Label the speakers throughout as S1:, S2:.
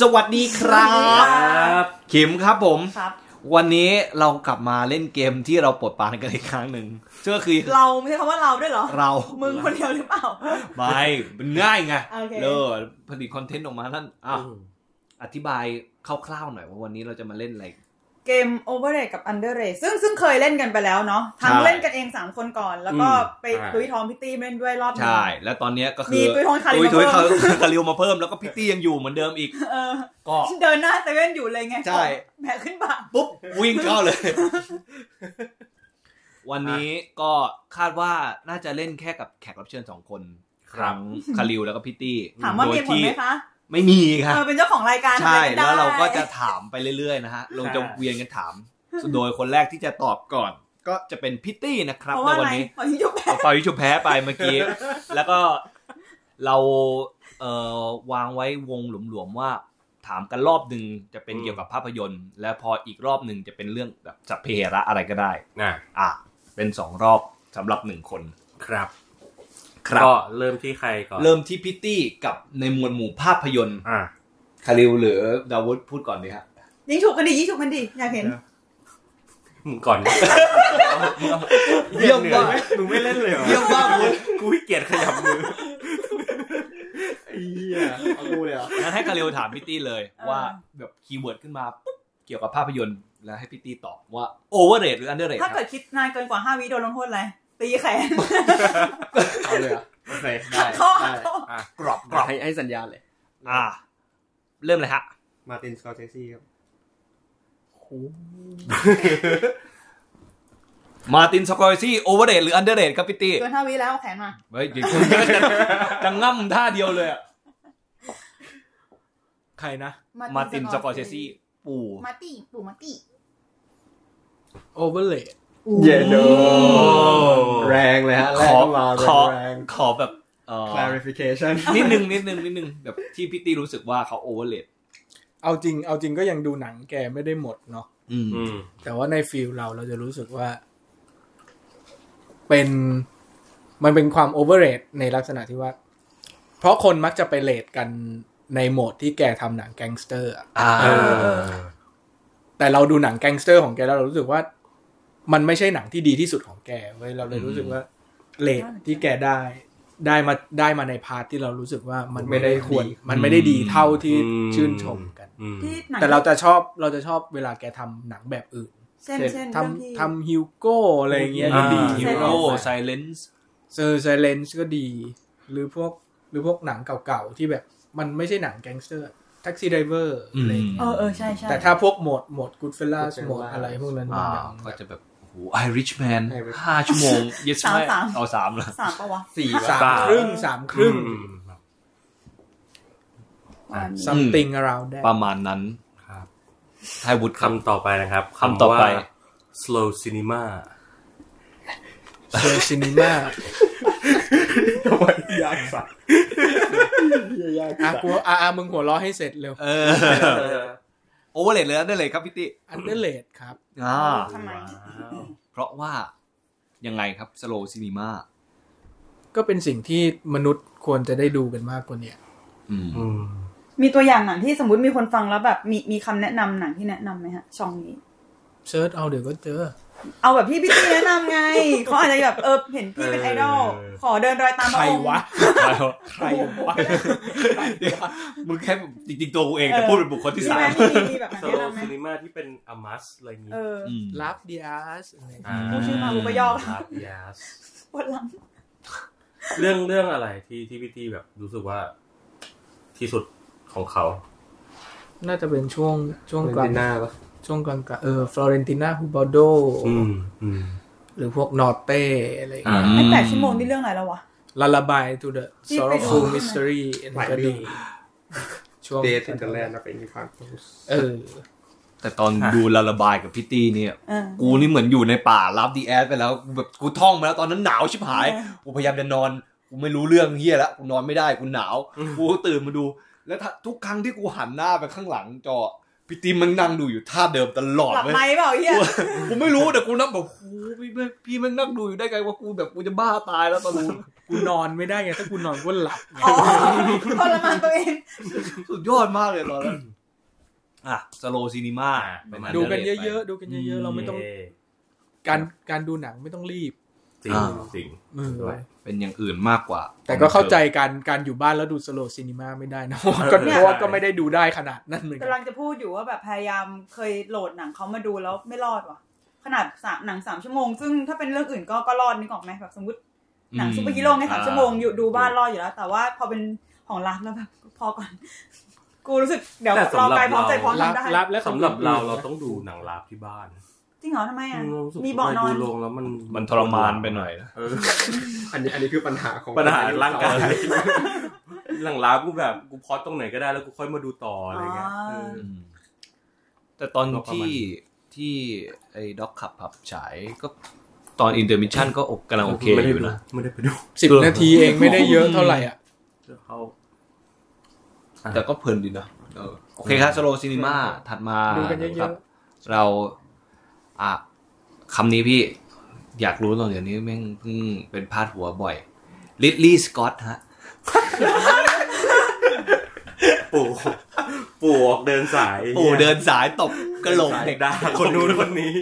S1: สวัสดีครับ
S2: สวัสดีครับ
S1: ขิมครับผม
S2: ครับ
S1: วันนี้เรากลับมาเล่นเกมที่เราปลดปลานกันอีกครั้งหนึ่งซึ่งก็คือ
S2: เราไม่ใช่คำว่าเราด้วยเหรอ
S1: เรา
S2: มึงคนเดียวหรือเปล่า
S1: ไม่มันง่ายไง
S2: โอเค
S1: เออผลิตคอนเทนต์ออกมานั่นอ่ะอธิบายคร่าวๆหน่อยว่าวันนี้เราจะมาเล่นอะไร
S2: เกม Overrate กับ Underrate ซึ่งซึ่งเคยเล่นกันไปแล้วเนาะ ทั้ง
S1: ใช่
S2: เล่นกันเอง 3 คนก่อน แล้วก็
S3: อืม
S2: ไป
S3: ใช่
S2: ตุยทอมพิตตี้เล่นด้วยรอบนี้
S1: ใช่ แล้วตอนเนี้ยก็คื
S2: มี
S1: อ
S2: ตุ้ยทองคาริวมา
S1: ตุ้ย
S2: เพิ่ม
S1: ทองคาริวมาเพิ่มแล้วก็พิตตี้ยังอยู่เหมือนเดิมอีก
S2: เออ
S1: ก็
S2: เดินหน้าเซเว่นอยู่เลยไง
S1: ใช่
S2: แบกขึ้นบ่า
S1: ปุ๊บวิ่งเข้าเลย วันนี้ก็คาดว่าน่าจะเล่นแค่กับแขกรับเชิญสองคน
S3: ครับ
S1: คาริวแล้วก็พิตตี้
S2: ถามว่า
S1: โดย
S2: มีผล
S1: ที่
S2: ไหมคะ
S1: ไม่มีค
S2: เอ
S1: รับ
S2: อเป็นเจ้าของรายการ
S1: ใช่
S2: ทำไม่ได้
S1: แล้วเราก็จะถามไปเรื่อยๆนะฮะเราจะเวียนกันถาม โดยคนแรกที่จะตอบก่อน ก็จะเป็นพิตตี้นะครับ
S2: เพราะ
S1: ใน
S2: ว่า
S1: วั
S2: อะ
S1: น
S2: ไร
S1: นี้
S2: ขอที่ยุบแบก
S1: ปล่อยวิชุมแพ้ไปเมื่อกี้ แล้วก็เราเอ่อวางไว้วงหลวมๆว่า ถามกันรอบหนึ่งจะเป็น
S3: อืม
S1: เกี่ยวกับภาพยนตร์ และพออีกรอบหนึ่งจะเป็นเรื่องแบบสัพเพเหระอะไรก็ได้
S3: อ่ะ
S1: อ่ะ เป็นสองรอบสำหรับหนึ่งคน
S3: ครับ
S1: ครับ
S3: ก็เริ่มที่ใครก่อน
S1: เริ่มที่พิตตี้กับในหมวดหมู่ภาพยนตร์
S3: อ่ะ
S1: คาริวหรือดาวุฒพูดก่อนดีฮะ
S2: ยิ่งถูกกันดียิ่งถูกกันดีอยากเห็น
S3: มึงก่อน
S1: เยี่ยม
S3: ห
S1: ว่า
S3: นื่อไหมึงไม่เล่นเลยเหรอ
S1: เยี่ยมมากวุฒ
S3: กูขี้เกียจขยับมือ
S4: ไอ้เหี้ยเอากูเลยเหรอ
S1: งั้นให้คาริวถามพิตตี้เลย
S2: เออ
S1: ว่าแบบคีย์เวิร์ดขึ้นมาปุ๊บเกี่ยวกับภาพยนตร์แล้วให้พิตตี้ตอบว่าโอเวอร์เรทหรืออันเดอร์เรท
S2: ถ้าเกิดคิดนานเกินกว่าห้าวิโดนลงโทษอะไรตีแขน
S4: เอาเลยเหรอโอเคได้
S2: หักข้อหั
S4: ได้
S2: กข้อก
S1: รอบกรอบ
S4: ให้ให้สัญญาณเลย
S1: อ่ะเริ่มเลยฮะ
S4: มาตินสกอร์เซซี่ครับ
S1: มาตินสกอร์ซี่โอเวอร์เรทหรืออันเดอร์เรทครับพิตตี้
S2: เกินห้าวิแล้วเอาแขนมา
S1: เฮ้ยเดี๋ยวคุณจะจะง่ำท่าเดียวเลยอะใครนะ มาตินสกอร์เซซี่ปู่
S2: มาตี้ปู่มาตี้
S5: โอเวอร์เลย
S4: เย็นโด
S1: แร
S4: แรง ง
S1: เล
S4: เลยย
S1: ฮะ
S4: ฮะ
S1: แรเข้ามา
S4: แรง งเข้ามา
S1: ขอ
S4: แรง
S1: ขอแบบเอ่อ
S4: ๆ clarification
S1: นิดนึงนิดนึงนิดนึงแบบที่พี่ตีรู้สึกว่าเขาโอเวอร์เลด
S5: เอาจริง เอาจริงก็ยังดูหนังแกไม่ได้หมดเนาะ
S1: อืม
S3: อืม
S5: แต่ว่าในฟิลเราเราจะรู้สึกว่า เป็นมันเป็นความโอเวอร์เรในลักษณะที่ว่า เพราะคนมักจะไปเลทกันในโหมดที่แกทำหนังแก๊งสเตอร์อะ
S1: อ่า
S3: เออ
S5: แต่เราดูหนังแก๊งสเตอร์ของแกแล้วเรารู้สึกว่า มันไม่ใช่หนังที่ดีที่สุดของแกเว้ยเราเลยรู้สึกว่าเลทที่แกได้ ได้มาได้มาในพาร์ทที่เรารู้สึกว่ามัน
S4: ไม่ได้ดี
S5: ควร มันไม่ได้ดีเท่าที่
S3: อืม
S5: ชื่นชมกัน
S3: อืม
S2: ที่หนัง
S5: แต่เราจะชอบเราจะชอบเวลาแกทำหนังแบบอื่น
S2: เช่นเช่น
S5: ท
S2: เรื่องที่
S5: ำทำฮิวโก้อะไรอย่างเงี้ย
S3: อ่า
S5: ก็ดี
S1: ฮิโร่ไซเลนส์
S5: เซอร์ไซเลนส์ก็ดี หรือพวกหรือพวกหนังเก่าๆ ที่แบบมันไม่ใช่หนังแก๊งสเตอร์แท็กซี่ไดเวอร์อะไรอย่างเงี้ย
S2: เออเออใช่ใช่
S5: แต่ถ้าพวกโหมดโหมดกูดเฟลล่า
S4: Goodfellas
S5: โหมดอะไรพวกนั้นมัน
S1: อ่า
S5: แบบ
S1: ก็จะแบบโอ้โหไอริชแมน
S4: Irishman
S1: ห้าชั่วโมงเย ส
S2: สาม
S1: ไม่
S2: สาม
S1: เอาสามเหรอ
S2: สามปะวะ
S4: สี่
S5: สามครึ่งสามครึ่ง
S3: อืม อ่ะ
S5: something around that
S1: ประมาณนั้น
S3: ครับ
S1: ไทยวุฒิครับ
S3: คำต่อไปนะครับ
S1: คำต่อไป
S3: ว่า slow cinema
S5: s o cinema
S4: ยากสัตว์ยาก
S5: อ่ะ
S4: สัตว์
S5: กูอ่ะอ่ะมึงหัวเราะให้เสร็จเร็ว
S1: เออโอเวอร์เลดเลยได้เลยครับพี่ติ
S5: อันเดอร์เลดครับ
S1: อ่า
S2: ทำไม
S1: เพราะว่ายังไงครับสโลซินีมา
S5: ก็เป็นสิ่งที่มนุษย์ควรจะได้ดูกันมากกว่าเนี้ย
S1: อืม
S3: อืม
S2: มีตัวอย่างหนังที่สมมติมีคนฟังแล้วแบบมีมีคำแนะนำหนังที่แนะนำไหมฮะ ช่องนี้
S5: เซิร์ชเอาเดี๋ยวก็เจอ
S2: เอาแบบพี่พี่ตี้แนะนำ ไง เขาอาจจะแบบเออเห็นพี่เป็นไอดอลขอเดินรอยตามพระองค์
S1: ใครวะเดี๋ยวมึงแค่จริงๆตัวกูเองแต่พูดเป็นบุคคลที่
S2: มี
S1: สา
S2: ไหม
S1: ม
S2: มีมีมีแบบ
S3: ส
S2: นั้น
S3: โล
S2: แนะนำไหม
S3: ซินิมาที่เป็นอมัสอะไรอย่างงี้
S2: เออ
S1: อืม
S5: รับดีอาร์ส
S3: อ่า
S2: พูดชื่อมากูก็ย่อ
S3: ครับ yes
S2: ปวดหลัง
S3: เรื่องเรื่องอะไรที่ที่พี่ตี้แบบรู้สึกว่า ที่สุดของเขา
S5: น่าจะเป็นช่วงช่วง
S4: เป็น
S5: กลาง
S4: ดินหน้าปะ
S5: ช่วงกลางกลางเออฟลอเรนติน่าฮูบาโด
S3: อืมอืม
S5: หรือพวกนอเต้อะไรอย่างเงี้ย
S1: อืม
S2: ไอแปดชั่วโมงนี่เรื่องอะไรแล้ววะ
S5: ลาลาบายทูเดอะ
S2: ที่
S5: ซอ
S2: ไป
S5: ร์
S2: ดู
S5: ฟูมิสเตอรี่อัน
S4: ห
S5: นี้
S4: ลาย
S5: ก็
S4: เรื่อ
S5: ดี
S4: ง
S5: ช่วง
S4: เดทอินเตอร์แลนด์นะเป็นอีกครั้ง
S5: เออ
S1: แต่ตอนดูละระบายกับพี่ตี้เนี่ย
S2: เออ
S1: กูนี่เหมือนอยู่ในป่ารับดีแอสไปแล้วกูแบบกูท่องมาแล้วตอนนั้นหนาวชิบห าย
S2: เออ
S1: กูพยายามจะนอน กูไม่รู้เรื่องเฮียแล้ว กูนอนไม่ได้กูหนาว กูตื่นมาดู แล้วถ้าทุกครั้งที่กูหันหน้าไปข้างหลังจอ
S5: พี่ตีมันนั่งดูอยู่ท่าเดิมตลอด
S2: หลับ
S5: เว้ย
S2: ไหมเปล่าเฮีย
S5: กูไม่รู้แต่กูนั่งแบบโอ้โหพี่พี่พี่มันนั่งดูอยู่ได้ไงว่ากูแบบกูจะบ้าตายแล้วตอนนั้นกูนอนไม่ได้ไงถ้ากูนอนกู หลับ
S2: อ๋อทรมานตัวเอง
S5: สุดยอดมากเลยตอนนั้น
S1: อ่ะสโลซีนีมา
S3: ประมาณ
S5: ดูกันเยอะๆดูกันเยอะๆเราไม่ต้องการการดูหนังไม่ต้องรีบ
S3: จริง
S1: อ่า
S3: จริง
S5: เออ
S3: ด้วย
S1: ๆเป็นอย่างอื่นมากกว่า
S5: แต่ก็เข้าใจการการอยู่บ้านแล้วดูสโลว์ซินีมาไม่ได้นะก็
S3: เออ
S5: เพราะว่าก็ไม่ได้ดูได้ขนาดนั้นเหมือนกั
S2: กำ
S5: น
S2: ลังจะพูดอยู่ว่าแบบพยายามเคยโหลดหนังเขามาดูแล้วไม่รอดว่ะ ขนาดสามหนังสามชั่วโมง ซึ่งถ้าเป็นเรื่องอื่นก็ก็รอดนึกออกไหมแบบสมมติหนัง
S1: อืม
S2: ซูเปอร์ฮีโร่ในยสาม
S1: อ่า
S2: ชั่วโมงอยู่ดูบ้านรอดอยู่แล้ว แต่ว่าพอเป็นของรักแล้วแบบพอก่อน กูรู้สึกเดี๋ยว
S3: แต่สำ
S2: ร
S3: หรั
S2: อบ กายพร้อมใจพร้อม
S5: รับ
S2: ทำได้
S5: รับและ
S3: สำหรับเราเราต้องดูหนังลาบที่บ้าน
S2: จริงเหรอทำไมอ่ะ
S3: รู้สึก
S2: มีเบาะนอน
S3: ดูโรงแล้วมัน
S1: มันทรมานไปหน่อยนะ
S3: เออ
S4: อันนี้อันนี้คือปัญหาของ
S3: ปัญหาร่างกาย หลังลาบกูแบบกูพอดตรงไหนก็ได้แล้วกูค่อยมาดูต่ออะไรเงี้ยเออ
S1: อืมแต่ตอน
S3: ก็ประมาณ
S1: ที่
S3: นี้
S1: ที่ไอ้ด็อกขับผับฉายก็ตอนอินเตอร์มิชชั่นก็โอเคกำลังโอเคอยู่นะ
S3: ไม่ได้ไปดู
S5: สิบนาทีเองไม่ได้เยอะเท่าไหร่อ่ะ
S3: เดี๋ยวเขา
S1: แต่ก็เพลินดีนะเออโอเคครับสโลซินีมาถัดมา
S5: ดูกันเยอะๆ
S1: ครับเราอ่ะคำนี้พี่อยากรู้ตอนเดี๋ยวนี้แม่งเพิ่งเป็นพาดหัวบ่อยลิลลี่สกอตฮะ
S3: ปู่ปู่ออกเดินสาย
S1: ปู่เดินสายตบกระโหลกเด็ก
S3: ด่าคนนู้นคนนี้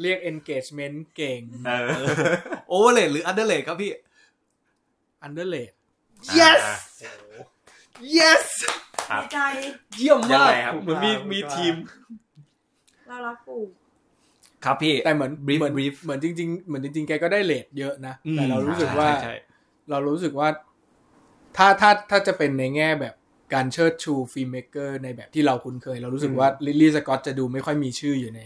S5: เรียก engagement เก่ง
S3: เออ
S1: โอเวอร์เลดหรืออันเดอร์เลดครับพี่
S5: underlay
S1: yes yes
S3: ครับ
S2: ดีใจ
S5: เยี่ยม
S3: ยัง
S5: มาก
S3: ไงครับ
S5: เหมือนมีมีทีม
S2: เรารักปู่
S1: ครับพี่
S5: แต่เหมือน
S1: Brief
S5: เหมือน
S1: brief
S5: เหมือนจริง ๆ เหมือนจริงๆแกก็ได้เลทเยอะนะ แต่เรารู้สึกว่า
S1: ใช่ใช่ใช่
S5: เรารู้สึกว่า ถ้าถ้าถ้าจะเป็นในแง่แบบการเชิดชูฟิล์มเมกเกอร์ในแบบที่เราคุ้นเคย เรารู้สึกว่าลิลลี่สกอตจะดูไม่ค่อยมีชื่ออยู่ใน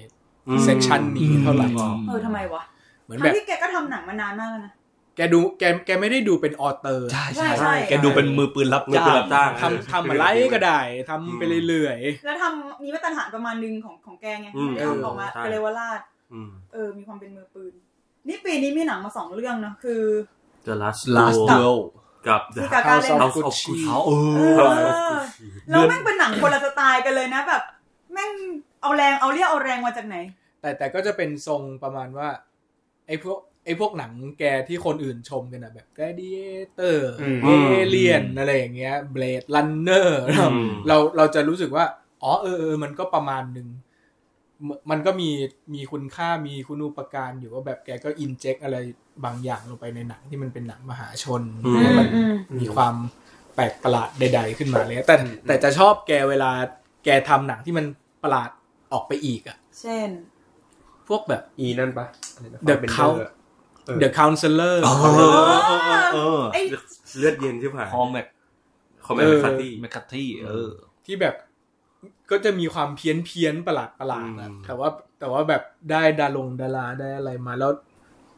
S5: เซกชันนี้เท่าไหร่
S1: อืม
S2: เออทำไมวะ
S5: เหมือนแบ
S2: ทั้
S5: บ
S2: งที่แกก็ทำหนังมานานมากแล้วนะ
S5: แกดูแกแกไม่ได้ดูเป็นออเตอร์
S1: ใช่ใช่
S2: ใช่
S1: ใช่แกดูเป็นมือปืนรับ
S3: มือปืนรับจ้าง
S5: ทำทำอะไรก็ได้ทำไปเรื่อย
S2: แล้วทำมีมาตรฐานประมาณนึงของของแกไง
S3: อืม
S2: ไม่ได้ทำออกมา
S3: เออ
S2: เป็
S3: ใช่
S2: นเลวราช
S3: อืม
S2: เออ มีความเป็นมือปืน นี่ปีนี้มีหนังมาสองเรื่องนะ คือ
S3: The Last
S1: ลาส
S3: Duel
S1: เดล
S3: กับ
S2: ที่
S3: The
S2: กา
S5: ๆ
S2: กา
S5: House
S2: เล่น
S5: of
S3: House of
S5: Gucci
S3: Gucci
S1: เขาเอ
S2: เอ
S1: อ
S2: อ
S3: House of Gucci
S2: แล้วแม่งเป็นหนังคนละสไตล์กันเลยนะแบบ แม่งเอาแรงเอาเรียกเอาแรงมาจากไหน
S5: แต่แต่ก็จะเป็นทรงประมาณว่า ไอ้พวกไอ้พวกหนังแกที่คนอื่นชมกันอะแบบ Gladiator
S4: อืม
S5: เอเลียนอะไรอย่างเงี้ย Blade Runner
S3: อืม
S5: เราเราจะรู้สึกว่า อ๋อเออเออมันก็ประมาณหนึ่งมมันก็มีมีคุณค่ามีคุณูปการอยู่ว่าแบบแกก็อินเจกอะไรบางอย่างลงไปในหนังที่มันเป็นหนังมหาชน
S3: อืม
S5: ให้มัน
S2: อืม
S5: มีความแปลกประหลาดใด ๆ ขึ้นมาเลย แต่แต่จะชอบแกเวลาแกทำหนังที่มันประหลาดออกไปอีกอะ
S2: เช่น
S5: พวกแบบ
S4: อีนั่นปะอะไรนะ
S5: The
S4: Fassbender
S5: Count
S4: เออ
S5: The Counselor
S1: เออเออเออเออ
S2: ไอ้
S3: เลือดเย็นใช่ไหม
S1: คอมแมค
S3: คอมเมนต์คัตตี้
S1: แมคคัตตี้เออ
S5: ที่แบบก็จะมีความเพี้ยนเพี้ยนๆประหลาดประหลาดๆอะ
S3: อืม
S5: แต่ว่าแต่ว่าแบบได้ดารงดาราได้อะไรมาแล้ว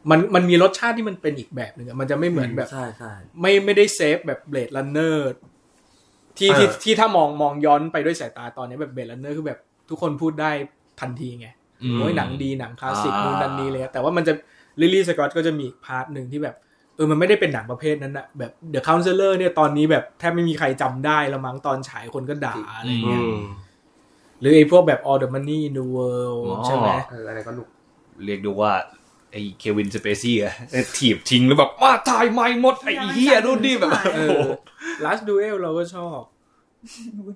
S5: มันมันมีรสชาติที่มันเป็นอีกแบบหนึ่งอะมันจะไม่เหมือนแบบ
S3: ใช่ใช่
S5: ไม่ไม่ได้เซฟแบบเบลด e ันเนอร์ที่ที่ที่ถ้ามองมองย้อนไปด้วยสายตาตอนนี้แบบเบลด e ันเนอร์คือแบบทุกคนพูดได้ทันทีไง โอ้ยหนังดีหนังคลาสสิก
S1: อ่านู่
S5: นู่นนั่นนี่เลยอะแต่ว่ามันจะลิลี่สกอตก็จะมีอีกพาร์ทหนึ่งที่แบบเออมันไม่ได้เป็นหนังประเภทนั้นอะแบบเดอะค u นเซอร์เนี่ยตอนนี้แบบแทบไม่มีใครจำได้และมั้งตอนฉายคนก็ด่าอะไรอย่าง
S3: อื
S5: เงี้ย
S3: ม
S5: หรือไอ้พวกแบบ All the Money in the World ใช่ไหม
S4: เอออะไรก็ลุก
S1: เรียกดูว่าไอ้เควินสเปซี่อะถีบทิ้งแล้วแบบมาถ่ายไม่หมดไอ้เฮียรุ่นนี่แบบ
S5: เออ Last Duel เราก็ชอบ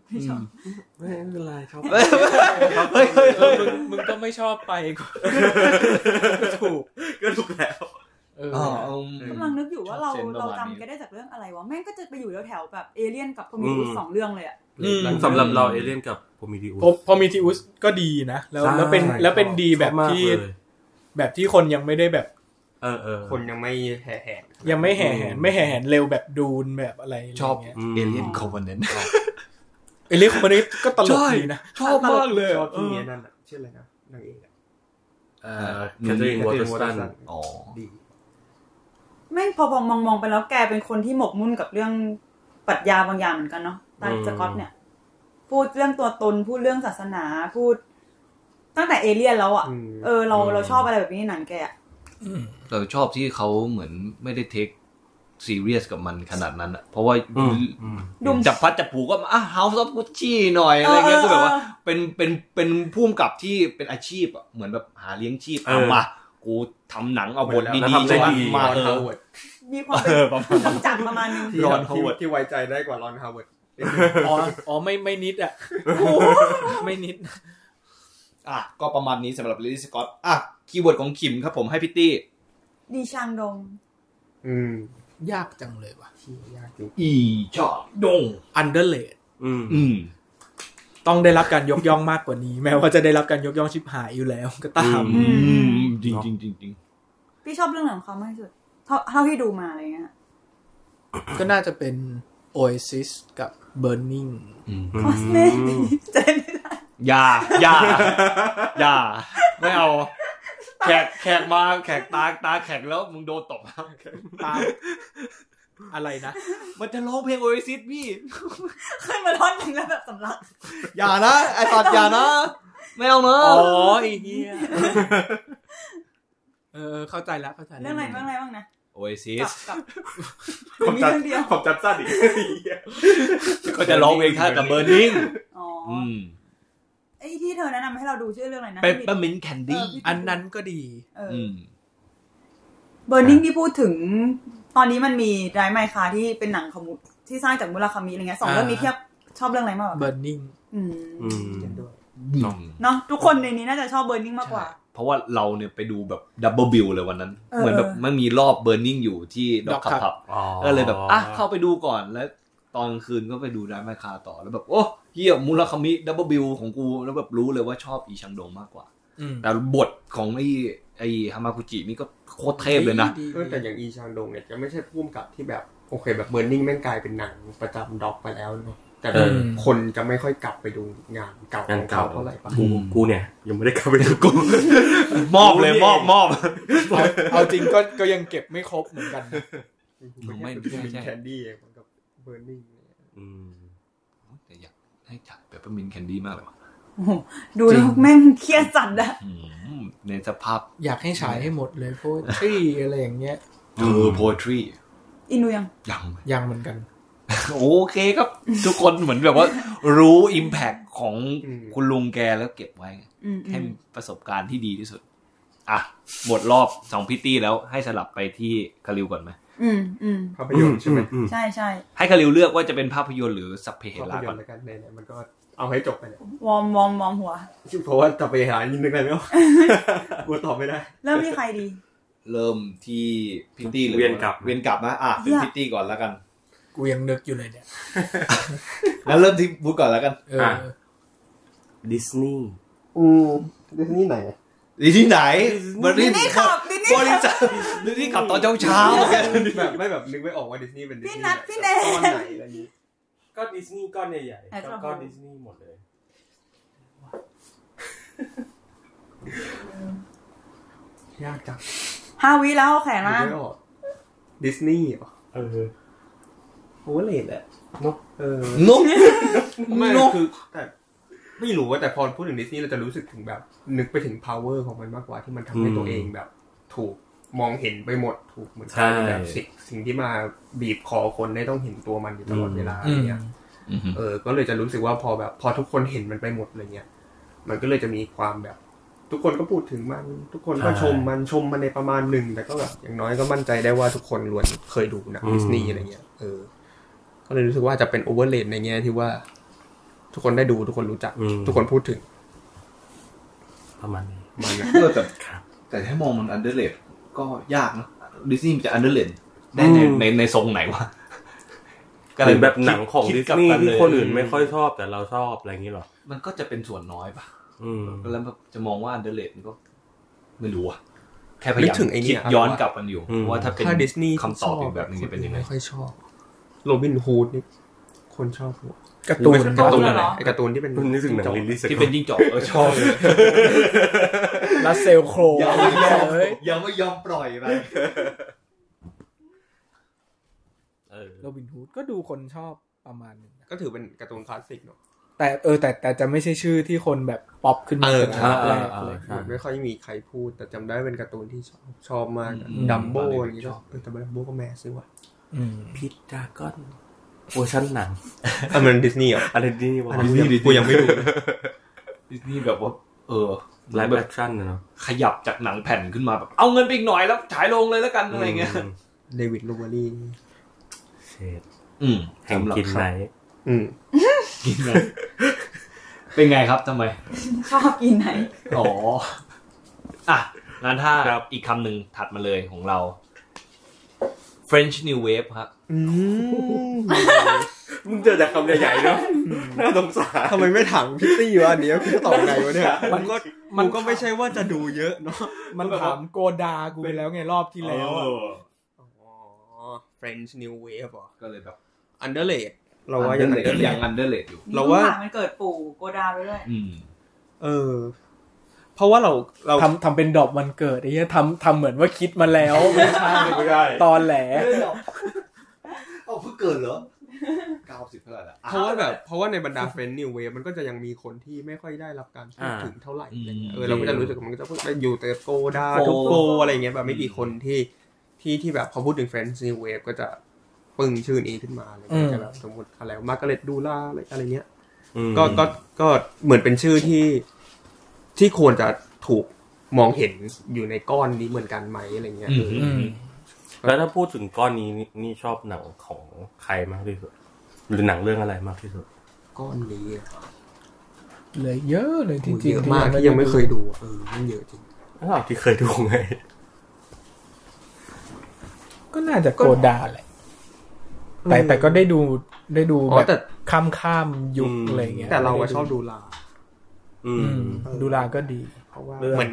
S2: ไม่ชอบ
S3: ไม่เป็นไรครับ
S1: เฮ้ยเฮ้ย
S5: เอ
S1: เฮ้
S5: อย มึงมึงก็ไม่ชอบไปก็ ก็ถูก
S3: ก็ถูกแล้ว
S5: เออ
S1: อ๋อ
S2: กำลังนึกอยู่ว่าเรา
S1: ชอบเซนส์ประ
S2: เรา
S1: มาณนี้
S2: จำแกได้จากเรื่องอะไรวะ แม่งก็จะไปอยู่แถวๆแบบเอเลี่ยนกับคอมมิวนิสต์สองเรื่องเลยอะ
S5: อืม
S3: สำหรับเราเอเลียนกับโพมิดิอุ
S5: พอพอมีทิอุสก็ดีนะแล้วแล้วเป็นแล้วเป็นดีแบบที่แบบที่คนยังไม่ได้แบบ
S3: เออเออ
S4: คนยังไม่แห่แหก
S5: ยังไม่แห่แหน
S3: อืม
S5: ไม่แห่แหนเร็วแบบดูนแบบอะไร
S1: ชอบ
S5: เงี้ย
S1: เอเลียนคอมมานเนนต์
S5: เอลิคอมมานนี้ก็ตลกดีนะ
S1: ชอบมากเลย
S4: ชอ
S1: อะ
S4: บที่เนี้ยนั่นอะชื่ออะไรนะนางเอกอะ
S3: เออแคทเธอรีนวอเตอร์สตัน
S1: อ๋อ
S4: ดี
S2: แม่งพอมองมองๆไปแล้วแกเป็นคนที่หมกมุ่นกับเรื่องปรัชญาบางอย่างเหมือนกันเนาะตาสกอตเนี่ย พูดเรื่องตัวตนพูดเรื่องศาสนาพูด ตั้งแต่เอเลี่ยนแล้วอะ
S4: อืม
S2: เออเราเราชอบอะไรแบบนี้ในหนังแกอะ
S1: เราชอบที่เขาเหมือนไม่ได้เทค ซีเรียสกับมันขนาดนั้นอะเพราะว่า
S3: อืมอืม
S2: ดุม
S1: จับพัดจับผูก็มาอ่ะ House of Gucci หน่อยอะไรเงี้ย
S2: เออ
S1: คือแบบว่า
S2: เออ
S1: เป็นเป็นเป็นผู้กำกับที่เป็นอาชีพอะเหมือนแบบหาเลี้ยงชีพ
S3: เออ
S1: เอามา กูทำหนังเอาบท
S3: แล้ว
S1: ดี
S3: ทำ
S1: ๆ
S3: ได้
S1: มา
S3: ดี
S1: มาเอ
S5: ฮา
S1: อ
S5: เวิร์ด
S2: มีความเป็น
S1: เออประมาณนั้น
S2: จักรประมาณนึง
S4: ที่
S1: รอน
S4: ที่
S1: Howard
S4: ที่ไว้ใจได้กว่ารอนฮาวเวิร์ด
S5: อ๋ออ๋อไม่ไม่นิดอ่ะไม่นิด
S1: อ่ะ ก็ประมาณนี้สำหรับลิล y สกอตอ่ะ คีย์เวิร์ดของขิมครับผมให้พี่ตี้
S2: ดีชางดง
S4: อืม
S5: ยากจังเลยว่ะ
S4: ที่ยากจริง
S1: อีชอบดง
S5: อันเดอร์เลด
S3: อืม
S1: อืม
S5: ต้องได้รับการยกย่องมากกว่านี้ แม้ว่าจะได้รับการยกย่องชิบหายอยู่แล้วก็ตาม
S2: อื
S1: อืม จริงจริงจริงจริง
S2: พี่ชอบเรื่องไหนของเขามากที่สุดเท่าเท่าที่ดูมาอะไรเงี้ย
S5: ก็น่าจะเป็น Oasis กับ Burning
S3: อื
S2: คอสเน่
S3: ม
S2: จะได้ไม่ได้
S1: อย่าอย่าอย่าไม่เอา แขกแขกมาแขกตาตาแขกแล้วมึงโดนตบ
S5: ตามอะไรนะ
S1: มันจะร้องเพลงโอเอซิสพี่
S2: เคยมาร้อนหนึ่งแล้วแบบสำลัก
S1: อย่านะ ไอสัตว์อย่านะ ไม่เอาเนอะ
S5: อ๋อไอ้เหี้ยเออ เข้าใจแล้วเข้าใจแล้ว
S2: เรื่องอะไรบ้างอะไรบ้างนะ
S1: โอเอซิ
S2: กั
S1: ส
S2: บกับ
S4: ผม
S2: มี
S4: จัด
S2: เรื่องเดียว
S4: ผมจัดสั้นอีก
S1: ก็จะร้องเพลงท่ากับเบอร์นิ่ง
S2: อ๋ออ
S1: อืม
S2: ไอ้ที่เธอแนะนำให้เราดูชื่อเรื่องอะไรนะ
S1: เปปเปอร์มินแคนดี้
S5: อันนั้นก็ดี
S2: เออ
S1: อืม
S2: เบอร์นิ่งที่พูดถึง ตอนนี้มันมีไรไมค์คาที่เป็นหนังของมุที่สร้างจากมุราคามิอะไรเงี้ยสอง
S5: อ่า
S2: เรื่องนี้เทียบชอบเรื่องอะไรมากกว่ากัน
S5: Burning
S2: อืม
S3: อืม เนอะ
S2: เนาะทุกคนในนี้น่าจะชอบเบอร์นิ่งมากกว่า
S1: เพราะว่าเราเนี่ยไปดูแบบดับเบิลบิลเลยวันนั้น
S2: เออ
S1: เหมือนแบบมันมีรอบเบอร์นิ่งอยู่ที่ดอก
S5: Dock
S1: คับ
S5: Club
S1: พับ
S3: อ๋อ
S1: ก็เลยแบบอ่ะเข้าไปดูก่อนแล้ว ตอนกลางคืนก็ไปดูไดมาคาต่อแล้วแบบโอ้เฮียมูราคามิดับเบิลบิลของกูแล้วแบบรู้เลยว่าชอบอีชังโดงมากกว่า
S5: อืม
S1: แต่บทของไอ้ไอ้ฮามากุจินี่ก็โคตรเทพเลยนะ
S5: ดี
S4: เออแต่อย่างอีชางดงเนี่ยจะไม่ใช่พุ่มกับที่แบบโอเคแบบเบิร์นิ่งแม่งกลายเป็นหนังประจำด็อกไปแล้วเนอะแต่แบบคนจะไม่ค่อยกลับไปดูงานเก่าขอ
S3: าน
S4: งง
S3: เก่า
S4: เขาเท่าไหร่ปะ
S3: กูกูเนี่ย ยังไม่ได้กลับไปดูกู
S1: มอบเลยมอบมอบ
S5: เอาเอาจริงก็ก็ยังเก็บไม่ครบเหมือนกันนะ
S1: ไม่
S4: ไม่
S1: ใช่
S4: ใช่
S1: ไม่ใช่
S4: แคนดี้เองมันกับเบอร์นิ่ง
S3: อืม
S1: แต่อยากให้จัดเปปเปอร์มินแคนดี้มากเลยว่ะ
S2: โอ้โหดูแล้วแม่งเครียดจัดอะ
S1: อืมในสภาพ
S5: อยากให้ฉายให้ หมดเลยพวกที่อะไรอย่างเงี้ย
S1: เออ poetry
S2: อินดูยัง
S1: ยัง
S5: ยังเหมือนกัน
S1: โอเคครับ ทุกคนเหมือนแบบว่า รู้ impact ของคุณลุงแกแล้วเก็บไว้
S2: อืมอื
S1: ให้
S2: ม
S1: ประสบการณ์ที่ดีที่สุด อ่ะ หมดรอบสองพิตตี้แล้วให้สลับไปที่คาริวก่อนไหม
S2: อืมอืม
S4: ภาพยนตร์ใช่ไหม
S3: อืม
S2: ใช่ใช่
S1: ให้คาริวเลือกว่าจะเป็นภาพยนตร์หรือสัพเพเห
S4: ภาพ
S1: ระ
S4: ยน
S1: ก่
S4: ต
S1: อน
S4: ร์แล้วกันไหนๆมันก็เอาให้จบไปเนี่ยว
S2: อร์มวอร์มวอร์มหัว
S4: เพราะว่าจะไปหายินนึกอะไรไม่ออก กลัวตอบไม่ได้
S2: เริ่มที่ใครดี
S1: เริ่มที่พิตตี้หรือ
S3: เวียนกลับ
S1: เวียนกลับนะอ่ะเป็นพิตตี้ก่อนแล้วกัน
S5: กูยังนึกอยู่เลยเนี่ย
S1: แล้วเริ่มที่บูธก่อนแล้วกัน
S5: เอออะ
S3: ดิสนีย์
S4: อืมดิสนีย์ไหน
S1: ดีที่ไหนบริ
S2: ดิส
S1: ษั
S2: นี่
S1: ท
S2: ขับดิสนี่
S1: บริ
S2: ขับ
S1: ษัทดิสนี่กลับตอนเช้าเช้าๆ
S4: แบบไม่แบบนึกไม่ออกว่าดิสนีย์เป็นดิสนีย์
S2: พี่นัทพี่แนน
S4: ตอนไหนอะไรนี้
S3: ก็ดิสนีย์ก้อนใหญ่
S2: แอด
S3: ๆ
S2: รอน
S3: ก็ดิสนีย์หมดเลย
S4: ยากจัง
S2: ห้าวิแล้วแขน
S4: นึก
S2: มา
S4: ไม่ออกดิสนีย์เหรอ
S3: เออ
S4: โอเวอร์เลดแหละเนกเออน
S1: ก
S4: ไม่
S1: นก
S4: คือแต่ไม่รู้ว่าแต่พอพูดถึงดิสนีย์เราจะรู้สึกถึงแบบ นึกไปถึง power ของมันมากกว่าที่มันทำให้
S3: อืม
S4: ตัวเองแบบ ถูกมองเห็นไปหมดถูกเหมือนกลายเป็นแบบสิ่งสิ่งที่มาบีบคอคนได้ต้องเห็นตัวมันอยู่ตลอดเวลาอะ
S5: อื
S4: ไร
S5: ม
S4: เงี้ย เออ ก็เลยจะรู้สึกว่าพอแบบ พอทุกคนเห็นมันไปหมดเลยเนี่ย มันก็เลยจะมีความแบบ ทุกคนก็พูดถึงมัน ทุกคนก็
S3: ใช่
S4: ชมมันชมมันในประมาณหนึ่งแต่ก็แบบอย่างน้อยก็มั่นใจได้ว่าทุกคนล้วนเคยดูหนัง
S3: อืม
S4: ดิสนีย์อะไรเงี้ยเออ ก็เลยรู้สึกว่าจะเป็นโอเวอร์เลในแง่ที่ว่า ทุกคนได้ดูทุกคนรู้จัก ทุกคนพูดถึง
S3: ประมาณนี้
S4: มันนะ
S1: เออแต่
S3: ครับ
S1: แต่ถ้ามองมันอันเดอร์เลดก็ยากนะดิสนีย์มันจะอันเดอร์เลดได้ใน
S3: อืม
S1: ในในทรงไหนวะ
S3: หรือแบบหนังของ
S1: คิ
S3: ดิส
S1: กลับ
S3: นีย์
S1: กั
S3: ที่
S1: เลย
S3: คนอื่นไม่ค่อยชอบแต่เราชอบอะไรอย่างนี้หรอ
S1: มันก็จะเป็นส่วนน้อยป่ะ
S3: อืม
S1: แล้วแบบจะมองว่าอันเดอร์เลดก็ ไม่รู้อะแค่พยา
S4: นึก
S1: ยาม
S4: ถึงไอ้
S1: คิ
S4: เนี่
S1: ด
S4: ย
S1: ย้อนกลับกันอยู่
S3: อืม
S1: ว่าถ้าเป็น
S4: ถ้าดิสนีย์
S1: คำตอบอีกแบบหนึงจะเป็นยังไง
S4: ม่ค่อยชอบโรบินฮูดนี่คนชอบหมด
S5: การ์ตูน
S1: การ์ตูน
S2: เหรอ
S4: ไอ้การ์ตูนที่เป็น
S3: นึกถึงหนังลิลลี่ส
S1: ที่
S3: ก
S1: เป็นยิ่งจอกเออชอบ
S5: ลัสเซลโคร
S1: ยังไม่ยอม
S5: เฮ้ย
S1: ยังไม่ยอมปล่อยไป
S3: เออ
S5: โรบินฮูดก็ดูคนชอบประมาณหนึงนะ
S4: ก็ถือเป็นการ์ตูนคลาสสิกเนอะ
S5: แต่เออแต่แต่จะไม่ใช่ชื่อที่คนแบบป๊อปขึ้นมาเป็นอัน
S3: อ่า
S5: ดับแรก
S3: อ่า
S5: เลย
S4: เหมือน
S3: ใช่
S4: ไม่ค่อยมีใครพูด แต่จำได้เป็นการ์ตูนที่ชอบชอบมากอะ
S5: อืม
S4: ดัมโบ้อะไรอย่างเงี้ยชอบเออแต่ดัมโบ้ก็แมสด้วยว่ะ
S5: อ อืม
S3: พิทดราก้อนเวอร์ชันหนัง
S6: อันนั้นดิสนีย์เหรอ
S3: อะไรนี่วะ
S6: อันนี้กูยังไม่ ดูเลย
S1: ดิสนีย์แบบว่า เออ
S3: ไลฟ์
S1: แบ
S3: แอบ คชั่นนะเนาะ
S1: ขยับจากหนังแผ่นขึ้นมาแบบเอาเงินไปอีกหน่อยแล้วฉายลงเลยแล้วกันอะไรเงี้ย
S3: ม
S4: เดวิดลูเบอรี่
S3: เชด
S1: อืม
S3: แห่ง
S1: สำหรับ
S3: กิน
S1: เขา
S3: ไหน
S6: อืม
S1: กินไหน เป็นไงครับทำไม
S2: ชอบกินไหน
S1: อ๋อ อ่ะ งั้นถ้า
S3: ครับ
S1: อีกคำหนึ่งถัดมาเลยของเรา French New Wave ครับ
S6: มึงเจอแต่คำใหญ่ๆเนาะน่าสงสาร
S4: ทำไมไม่ถามพี่ตี้วะอันเนี้ยพี่จะตอบไงวะเนี่ย
S5: มันก็มั
S4: มันน
S5: ก็
S4: ก็
S5: ไม่
S4: ไม่
S5: ใช่
S4: ใช่ว่าจะดูเยอะเนาะ
S5: มันถามโกดากูไปแล้วไงรอบที่แล้วอะ
S6: อ๋อ French New Wave เหรอ
S1: ก็เลยแบบ
S6: Underrated
S4: เราว่ายังไง
S1: underrated ยังอันเดอร์เลดอยู่
S2: นี่
S4: เราว่า
S2: พิ่งผ่นมันเกิดปู่โกดาไปด้วย
S1: อืม
S4: เออ เพราะว่าเราเรา
S5: ทำทำเป็นดอกวันเกิดไอ้เหี้ยทำทำเหมือนว่าคิดมาแล้วไม่ใช่
S6: ไม่ได้
S5: ตอนแหล
S1: เอาเพิ่งเกินเหรอ เก้าสิบเท่าไหร่ละ
S4: เพราะว่าแบบเพราะว่าในบรรดาเฟนนิวเวฟมันก็จะยังมีคนที่ไม่ค่อยได้รับการพูดถึงเท่าไหร่อะไรเงี้ยเออเราก็จะรู้สึกว่ามันก็จะพูดไปอยู่แต่โกดาทุกโกอะไรเงี้ยแบบไม่กี่คนที่ที่ที่แบบพอพูดถึงเฟนนิวเวฟก็จะปึ้งชื่อนี้ขึ้นมาอะไรเลยแต่แบบสมมติอะไรมาร์กาเร็ตดูล่าอะไรอะไรเงี้ย
S3: อืม
S4: ก็ก็ก็เหมือนเป็นชื่อที่ที่ควรจะถูกมองเห็นอยู่ในก้อนนี้เหมือนกันไหมอะไรเงี้ย
S1: อืม
S4: เออ
S5: อืม
S3: แล้วถ้าพูดถึงก้อนนี้นี่นี่ชอบหนังของใครมากที่สุด หรือหนังเรื่องอะไรมากที่สุด
S4: ก้อนนี้อะ
S5: เหลือเยอะเลยจ
S4: โห
S5: ริง
S4: เยอะ
S5: ๆ
S4: มากที่ยังไม่เคยดูอะเออมันเยอะจริง
S3: อ้าวที่เคยดูไง
S5: ก็น่าจะโกดาแหละ แต่แต่ก็ได้ดูได้ดู
S4: อ๋อ
S5: แบ
S4: แต่
S5: บข้ามข้ามๆยุค
S3: อืม
S5: อะไรเงี้ย
S4: แต่เราอะชอบดูลา
S3: อื
S5: อื
S3: ม
S5: มดูลาก็ดี
S4: เพราะว่า
S3: เรื่อง
S4: เหมือน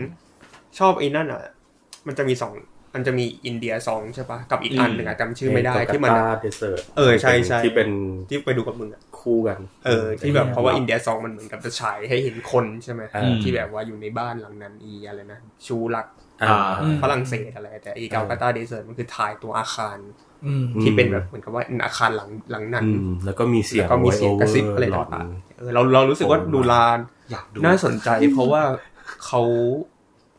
S4: ชอบไอ้นั่นอ่ะ มันจะมีสองมันจะมีอินเดียสองใช่ปะกับอีกอันหนึ่งอะจำชื่อไม่ได้ที่มัน
S3: กาตาเดสเซอร์
S4: เออใช่ใช่
S3: ที่เป็น
S4: ที่ไปดูกับมึงอ่ะ
S3: คู่กัน
S4: เออที่แบบเพราะว่าอินเดียสองมันเหมือนกับจะฉายให้เห็นคนใช่ไหม
S3: อืม
S4: ที่แบบว่าอยู่ในบ้านหลังนั้นอีอะไรนะชูรัก
S3: อ่า
S5: อืม
S4: ฝรั่งเศสอะไร แต่อีกาลกาตาเดเซอร์มันคือถ่ายตัวอาคาร
S5: อืม
S3: อืม
S4: ที่เป็นแบบเหมือนกับว่าเป็นอาคารหลังหลังนั้น
S3: อืมแล้วก็มีเสียง
S4: แล้วก็มีเสียงกระซิบอะไร
S3: หลอน
S4: ต่างๆเออเราเรารู้สึกว่า
S3: โอ้
S4: ดูลาน
S1: อยากดู
S4: น่าสนใจ เพราะว่าเขา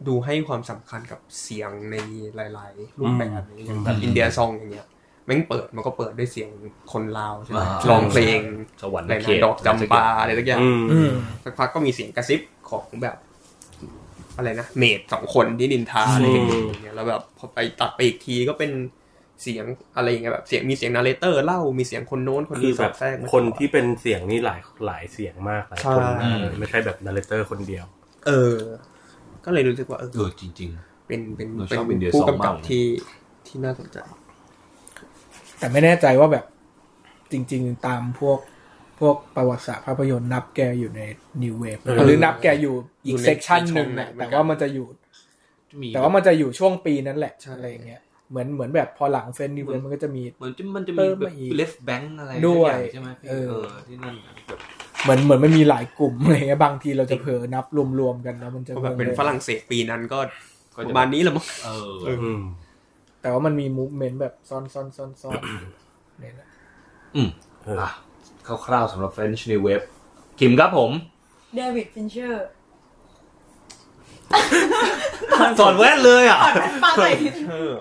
S4: ดูให้ความสำคัญกับเสียงในหลาย ๆ รูปแบบอะไรอย่างแบบอินเดียซองอย่างเงี้ยแม่งเปิดมันก็เปิดด้วยเสียงคนลาวใช่ไหมร้องเพลง
S1: สวรรค์
S4: อะไร
S1: เข
S4: นะ
S1: ต
S4: ดอกจำปาอะไรสักอย่าง
S3: อืม
S5: อืม
S4: สักพักก็มีเสียงกระซิบของแบบอะไรนะเมดสองคนที่นินทาอะไรอย่างเงี้ยแล้วแบบพอไปตัดไปอีกทีก็เป็นเสียงอะไรอย่างเงี้ยแบบเสียงมีเสียงนาเรเตอร์เล่ามีเสียงคนโน้นคน
S3: คือ
S4: นี้
S3: แบบ
S4: สอดทรกมา
S3: คนที่เป็นเสียงนี่หลายหลายเสียงมากหลายคน
S4: ใช่
S3: เออไม่ใช่แบบนาร์เรเตอร์คนเดียว
S4: เออ ก็เลยรู้สึกว่าเออ
S1: เออจริง
S4: เป็นเป็น
S1: เราชอบ
S4: เป็น
S1: India ส
S4: ผู้
S1: อง
S4: กำ
S1: มา
S4: กั
S1: ก
S4: บ
S1: เลย
S4: ที่ที่น่าสนใจ
S5: แต่ไม่แน่ใจว่าแบบจริง ๆ ตามพวกพวกประวัติศาสตร์ภาพยนตร์นับแกอยู่ในนิวเวฟ
S3: เออ
S5: หรือนับแกอยู่
S4: อยู่
S5: อีก
S4: ใน
S5: เซกชันหนึ่ง
S4: ในช่อง
S5: แหละ
S4: ไหน
S5: แต่ว่ามันจะอยู่
S1: ๆมี
S5: แต่ว่ามันจะอยู่ช่วงปีนั้นแหละ
S4: ใช่
S5: อะไรอย่างเงี้ยเหมือนเหมือนแบบพอหลังเฟนนิวเวฟมันก็จะมี
S1: เหมือนจะมันจะ
S5: เติ
S1: มี
S5: ม
S1: แบ
S5: มา
S1: บ
S5: อีก
S1: left bank อะไร
S5: ด้วย
S1: สักอย่างใช่ไหมพี่
S5: เออ
S1: เออที่นั่นแบบ
S5: เหมือนเหมือนมันมีหลายกลุ่ม อะไรเงี้ยบางทีเราจะเผลอนับรวมๆกันแล้วมันจะ
S4: เพราะแบบเป็น
S5: งง
S4: ฝรั่งเศสปีนั้นก็
S1: ก็
S4: ป
S1: จะ
S4: ระมาณนี้แหละมั้ง
S1: เออ
S4: เออ
S3: อืม
S5: แต่ว่ามันมีมูฟเมนต์แบบซ้อนซ้อนซ้อนซ้อน เนี่ยแหละ
S1: อืม
S3: เอออ่
S1: อ่ะคร่าวๆสำหรับ French New Wave คิมครับผม
S2: เดวิดฟินเชอร์
S1: สอนแว่นเลยอ่ะ
S2: ปาใส่ทิศ
S4: เออ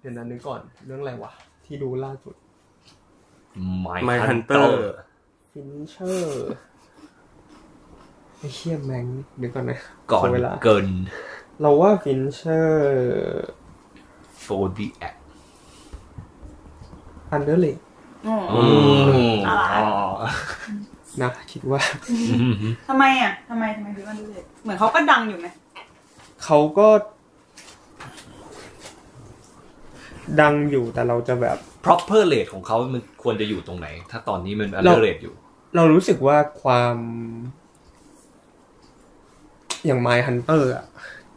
S4: เดี๋ยวนั้นนึกก่อนเรื่องอะไรวะ ที่ดูล่าสุด
S3: My
S1: My
S3: Hunter
S1: Hunter
S4: ฟินเชอร์ไอ้เคียแมงนึกก่อนนะ
S1: ก่อน
S4: ขเวลา
S1: เกิน
S4: เราว่าฟินเชอร์
S1: Zodiac
S4: อันเดอร์เล
S2: อ๋อ
S1: อืมอ๋อ
S4: นะคิดว่า
S2: ทำไมอ่ะทำไมทำไมถึงมันดูเด็กเหมือนเขาก็ดังอยู่ไหม
S4: เขาก็ ดังอยู่แต่เราจะแบบ
S1: proper rate ของเขามันควรจะอยู่ตรงไหน ถ้าตอนนี้มัน
S4: เรา
S1: under rate อยู่
S4: เรารู้สึกว่าความอย่างไมฮันเตอร์อะ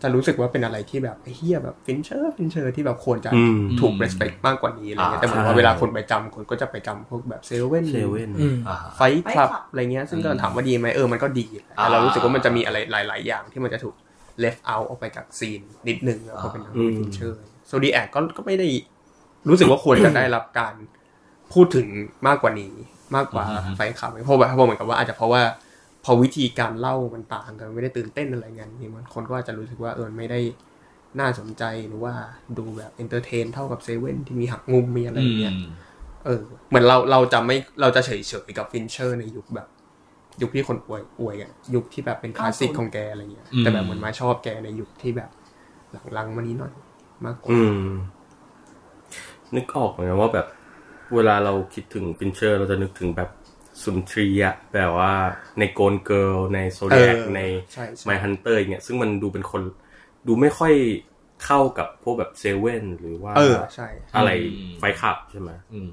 S4: จะรู้สึกว่าเป็นอะไรที่แบบไอ้เฮียแบบฟินเชอร์ฟินเชอร์ที่แบบควรจะ
S3: อืม
S4: ถูก
S1: อืม
S4: respect มากกว่านี้อะไรเงี้ยแต่เหมือน
S3: ใช่
S4: ว่าเวลาคนไปจำคนก็จะไปจำพวกแบบเซเว่น
S3: เซเว่น
S5: อืม
S1: อ่า
S4: ไฟคลับอะไรเงี้ย ซึ่งก็ถามว่าดีไหมเออมันก็ดี
S1: อ่า
S4: แต่เรารู้สึกว่ามันจะมีอะไรหลาย ๆ อย่างที่มันจะถูก left out ออกไปจากซีนนิดนึงแล้วก็เป็น
S3: อืม
S4: ฟินเชอร์โซดีแอคก็ก็ไม่ได้รู้สึกว่าควรจะได้รับการ พูดถึงมากกว่านี้มากกว่า
S1: อ่าฮะ
S4: ไฟขับเพราะว่าเพราะเหมือนกับว่าอาจจะเพราะว่าพอวิธีการเล่ามันต่างกันไม่ได้ตื่นเต้นอะไรเงี้ยนี่มันคนก็อาจจะรู้สึกว่าเออไม่ได้ น่าสนใจหรือว่าดูแบบเอนเตอร์เทนเท่ากับเซเว่นที่มีหักมุมมีอะไรอย่างเงี้ย เออเหมือนเราเราจะไม่เราจะเฉยเฉยๆกับฟินเชอร์ในยุคแบบ ยุคที่คนอวยอวยอะยุคที่แบบเป็นคลาสสิก
S2: 90
S4: ของแกอะไรเงี้ย
S1: อืม
S4: แต่แบบเหมือนมาชอบแกในยุคที่แบบหลังๆมานี้หน่อยมากกว่า
S3: อืม นึกออกเหมือนกันว่าแบบ เวลาเราคิดถึงฟินเชอร์ เราจะนึกถึงแบบสุนทรียะแบบว่าในโกนเกิลในโซ
S4: เอ
S3: เดีย
S4: อก
S3: ใน
S4: ใช่ใช่
S3: ไมฮันเตอร์เงี้ยซึ่งมันดูเป็นคนดูไม่ค่อยเข้ากับพวกแบบเซเว่นหรือว่า
S4: เออใช่
S3: อะไร
S1: อืม
S3: ไฟขับใช่ไหม
S1: อืม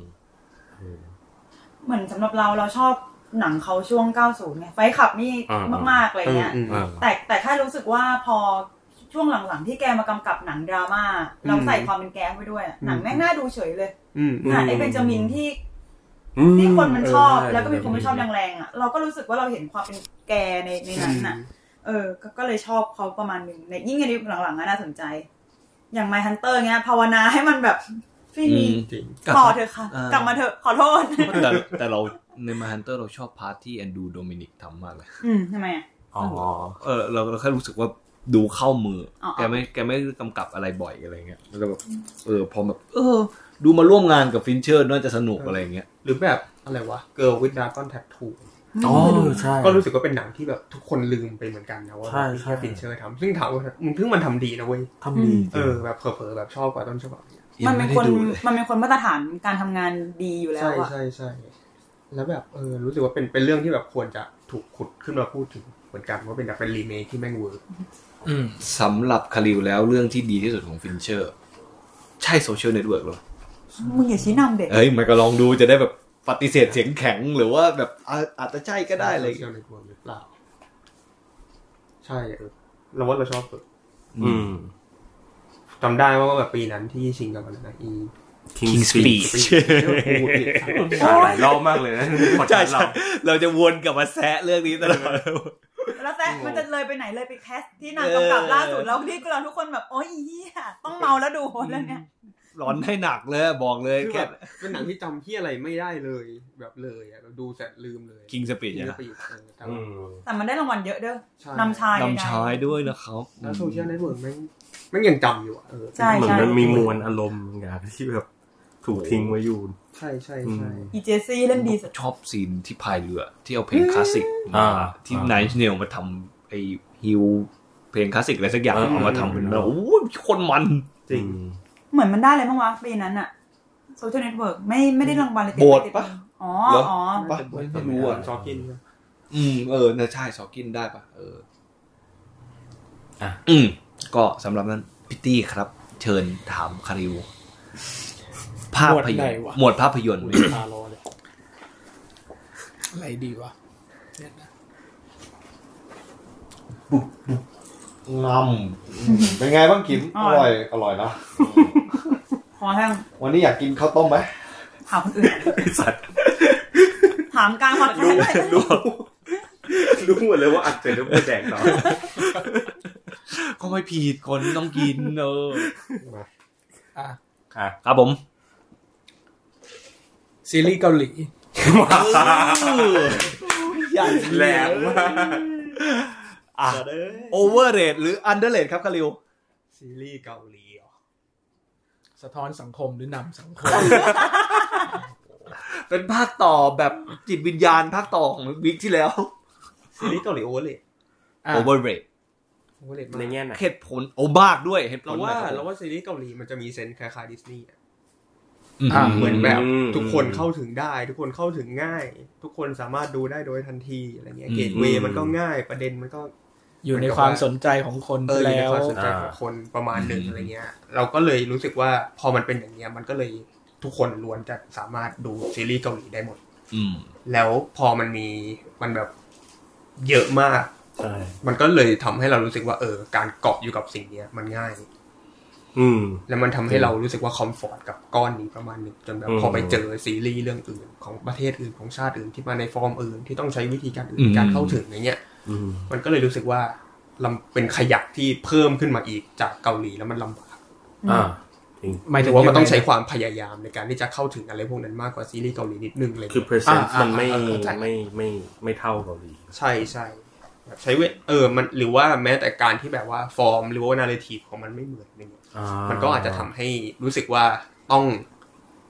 S2: เหมือนสำหรับเราเราชอบหนังเขาช่วง 90 เนี่ยไฟขับนี่
S3: อ่าม
S2: มากๆอะไรเงี้ย
S4: อืม
S3: อ่า
S2: แต่แต่แค่รู้สึกว่าพอช่วงหลังๆ ที่แกมากำกับหนังดราม่าเราใส่ความเป็นแกไปด้วยอะหนังแม่งน่าดูเฉยเลย
S4: อืม
S3: ม
S2: หนังไอ้เบนจามินที่
S3: อืม
S2: ที่คนมันชอบ
S3: เใ
S2: แล้วก็มีคนไม่ชอบแรงๆอ่ะเราก็รู้สึกว่าเราเห็นความเป็นแกในในนั้นน่ะ เออก็ก็เลยชอบเขาประมาณหนึ่งในยิ่งในยุคหลังๆอะน่าสนใจ อย่างไมฮันเตอร์เงี้ยภาวนาให้มันแบบพี่มี
S1: อืม
S4: จริง
S2: ต่อเถอะค่ะ
S1: เออ
S2: กลับมาเถอะขอโทษ
S1: แต่แต่เราในมาฮันเตอร์เราชอบพาร์ทที่แอนดูโดมินิกทำมากเลย
S2: อืมทำไมอะ
S3: อ๋อ
S1: เออเราเราแค่รู้สึกว่าดูเข้ามืออ
S2: อ
S1: แกไม่แกไม่กำกับอะไรบ่อยอะไรเงี้ยแล้วก็แบบเออพอแบบเออ ดูมาร่วมงานกับฟินเชอร์น่าจะสนุก
S4: เอออ
S1: อะไรเงี้ย
S4: หรือแบบอะไรวะ Girl with Dragon Tattoo
S3: อ๋อใช่
S4: ก็รู้สึกว่าเป็นหนังที่แบบทุกคนลืมไปเหมือนกันนะว่า
S3: ใช่
S4: แบบ
S3: ใช่
S4: แค่ฟินเชอร์ทำซึ่งถามว่ามึงเพิ่งมันทำดีนะเว้ย
S3: ทำดี
S4: เออแบบเผลอๆแบบชอบกว่าต้นฉบับเนี่ย
S2: มันเป็นคนมันเป็นคนมาตรฐานการทำงานดีอยู่แล้ว
S4: ใช่
S2: อะ
S4: ใช่ใช่แล้วแบบเออรู้สึกว่าเป็นเป็นเรื่องที่แบบควรจะถูกขุดขึ้นมาพูดถึงเหมือนกันว่าเป็นแบบเป็นรีเมคที่แม่งเวิร์ก
S5: อืม
S1: สำหรับคาริวแล้วเรื่องที่ดีที่สุดของฟินเชอร์ ใช่โซเชียลเน็ตเวิร์กหรอ
S2: มึงอย่าชี้นำเด็ก
S1: เอ้ยมันก็ลองดูจะได้แบบปฏิเสธเสียงแข็งหรือว่าแบบอาอาจจะใช่ก็ได้อะไร
S4: เชียลในกลุ่มหรือเปล่า ใช่เออเราว่าเราชอบเปิด
S3: อืม
S4: จำได้ว่าแบบปีนั้นที่ชิงกับอะไรนะอี
S3: คิง
S1: คิง
S3: ส
S1: ส
S3: ปี
S1: ปี
S3: ด
S1: ด
S3: หลายรอบมากเลยนะพอดแค
S1: ใช่
S3: สต์
S1: ใช่
S3: เรา
S1: เราจะวนกลับมาแซะเรื่องนี้ตลอด
S2: แล้วแซะมันจะเลยไปไหนเลยไปแคสที่นางกำกับล่าสุดแล้วที่เราทุกคนแบบ โอ้ยอีเหี้ยต้องเมาแล้วดูเรื่องเนี้ย
S1: ร้อนให้หนักเลยบอกเลย
S4: คือ
S1: แค่
S4: แบบเป็นหนังที่จำที่อะไรไม่ได้เลยแบบเลยอะเราดูเสร็จลืมเลย
S1: คิงสปีด
S4: คิงส
S1: นะ
S4: ปีดเออแต่
S3: อื
S4: ว่าม
S2: แต่มันได้รางวัลเยอะเด้อ
S4: ใช่
S2: นำชาย
S1: นำชาย
S2: ใด
S1: ด้วยนะครับ
S4: แล้วโซเชียลเน็ตเวิร์กแม่งแม่งยังจำอยู่อะเออ
S2: ใช่
S3: เหมือนมันมีมวลอารมณ์อย่างที่แบบถูกทิ้งไว้อยู่
S4: ใช่ใช่ใช่
S2: ๆอีเจซี่เล่นดีสุด
S1: ชอบซีนที่พายเรือที่เอาเพลงคลาสสิก
S3: อ่า
S1: มาที่
S3: อ่า
S1: ไนท์เนลมาทำไอฮิวเพลงคลาสสิกอะไรสักอย่างเอามาทำเป็นแบบโอ้โหคนมัน
S4: จริง
S3: อืม
S2: เหมือนมันได้อะไรบ้างวะปีนั้นอะโซเชียลเน็ตเวิร์กไม่ไม่ได้รางวัลเลยติ
S1: โบสถ์
S2: ติ
S1: ปะ
S2: อ๋อ
S1: เหรอ
S2: อ๋อ
S1: ปะไม่ไม่รู้อ่ะ
S4: ซอฟกินใช่ไหม
S1: อืมเออน่าใช่ซอกินได้ปะเอออะ อืม ก็สำหรับนั้นพิตตี้ครับ เชิญถามคาริว ภาพยนตร์หมวดภาพยนตร์
S5: ตาร้อนเลยอะไรดีวะเนี่ยนะ
S1: งำเป็นไงบ้างกิมอร่อย อร่อยนะ
S2: คอแห้ง
S1: วันนี้อยากกินข้าวต้มไหม
S2: ถามคนอื่น
S3: สัตว์
S2: ถามกลารพอดแคสต์ด้วย
S3: รู้ รู้หมดเลยว่าอัดเสร็จแล้วไปแดกต่อ
S1: ก็ไม่ผิดคนต้องกินเออ
S5: อ่ะ
S3: อ่ะ
S1: ครับผม
S5: ซีรีส์เกาหลี
S1: อยาก
S3: แหลมมาก
S1: อ่ะโอเวอร์เรทหรืออันเดอร์เรทครับคาริว
S4: ซีรีส์เกาหลีเหรอ
S5: สะท้อนสังคมหรือนำสังคม
S1: เป็นภาคต่อแบบจิตวิญญาณภาคต่อของวิกที่แล้ว
S4: ซีรีส์เกาหลีโอเวอร์เลย
S5: อ่ะ
S1: โอเวอร์เรท
S4: โอเวอร์เลย
S3: ใน
S4: มาก
S3: แง่ไหน
S1: เหตุผลโอ้มากด้วยเหตุผ
S4: เรา
S1: ล
S4: ว่า
S1: หน่อยคบ
S4: เราว่าซีรีส์เกาหลีมันจะมีเซนส์คล้ายๆดิสนีย์อะ
S1: อืม
S5: อ่ะ
S4: เหมือนแบบทุกคนเข้าถึงได้ ทุกคนเข้าถึงง่าย ทุกคนสามารถดูได้โดยทันทีอะไรเงี้ยเกตเวย์มันก็ง่ายประเด็นมันก็
S5: อยู่ในความสนใจของคน
S4: เอออยู่
S5: แล้
S4: ใน
S5: ว
S4: ความสนใจของคนประมาณหนึ่งอะไรเงี้ย เราก็เลยรู้สึกว่าพอมันเป็นอย่างเงี้ยมันก็เลยทุกคนล้วนจะสามารถดูซีรีส์เกาหลีได้หมด
S1: อืม
S4: แล้วพอมันมีมันแบบเยอะมาก
S3: ใช่
S4: มันก็เลยทำให้เรารู้สึกว่าเออการเกาะอยู่กับสิ่งเนี้ยมันง่าย
S3: อืม
S4: แล้วมันทำให้เรารู้สึกว่าคอมฟอร์ตกับก้อนนี้ประมาณหนึ่งจนแบบ
S3: อืม
S4: พอไปเจอซีรีส์เรื่องอื่นของประเทศอื่นของชาติอื่นที่มาในฟอร์มอื่นที่ต้องใช้วิธีการอื่
S1: อืม
S4: นการเข้าถึงอย่างเงี้ย
S3: อืม
S4: มันก็เลยรู้สึกว่าลำเป็นขยักที่เพิ่มขึ้นมาอีกจากเกาหลีแล้วมันลำบาก
S3: อ่าจริง
S5: หมาย
S4: ห
S5: ถึ
S4: รื
S5: ง
S4: อว่ามันต้อง
S5: ยัไะ
S4: ใช้ความพยายามในการที่จะเข้าถึงอะไรพวกนั้นมากกว่าซีรีส์เกาหลีนิดนึงเลย
S3: คือ presence
S5: อ่าอ่า
S3: มันไม่
S4: อ่าเข้าใจ
S3: ไม่ไม่ไม่เท่าเกาหลี
S4: ใช่ใช่ แบบใช้เวเออมันหรือว่าแม้แต่การที่แบบว่าฟอร์มหรือว่านาร์ทีฟของมันไม่เหมือนอะไรเงี้ยมันก็อาจจะทำให้รู้สึกว่าต้อง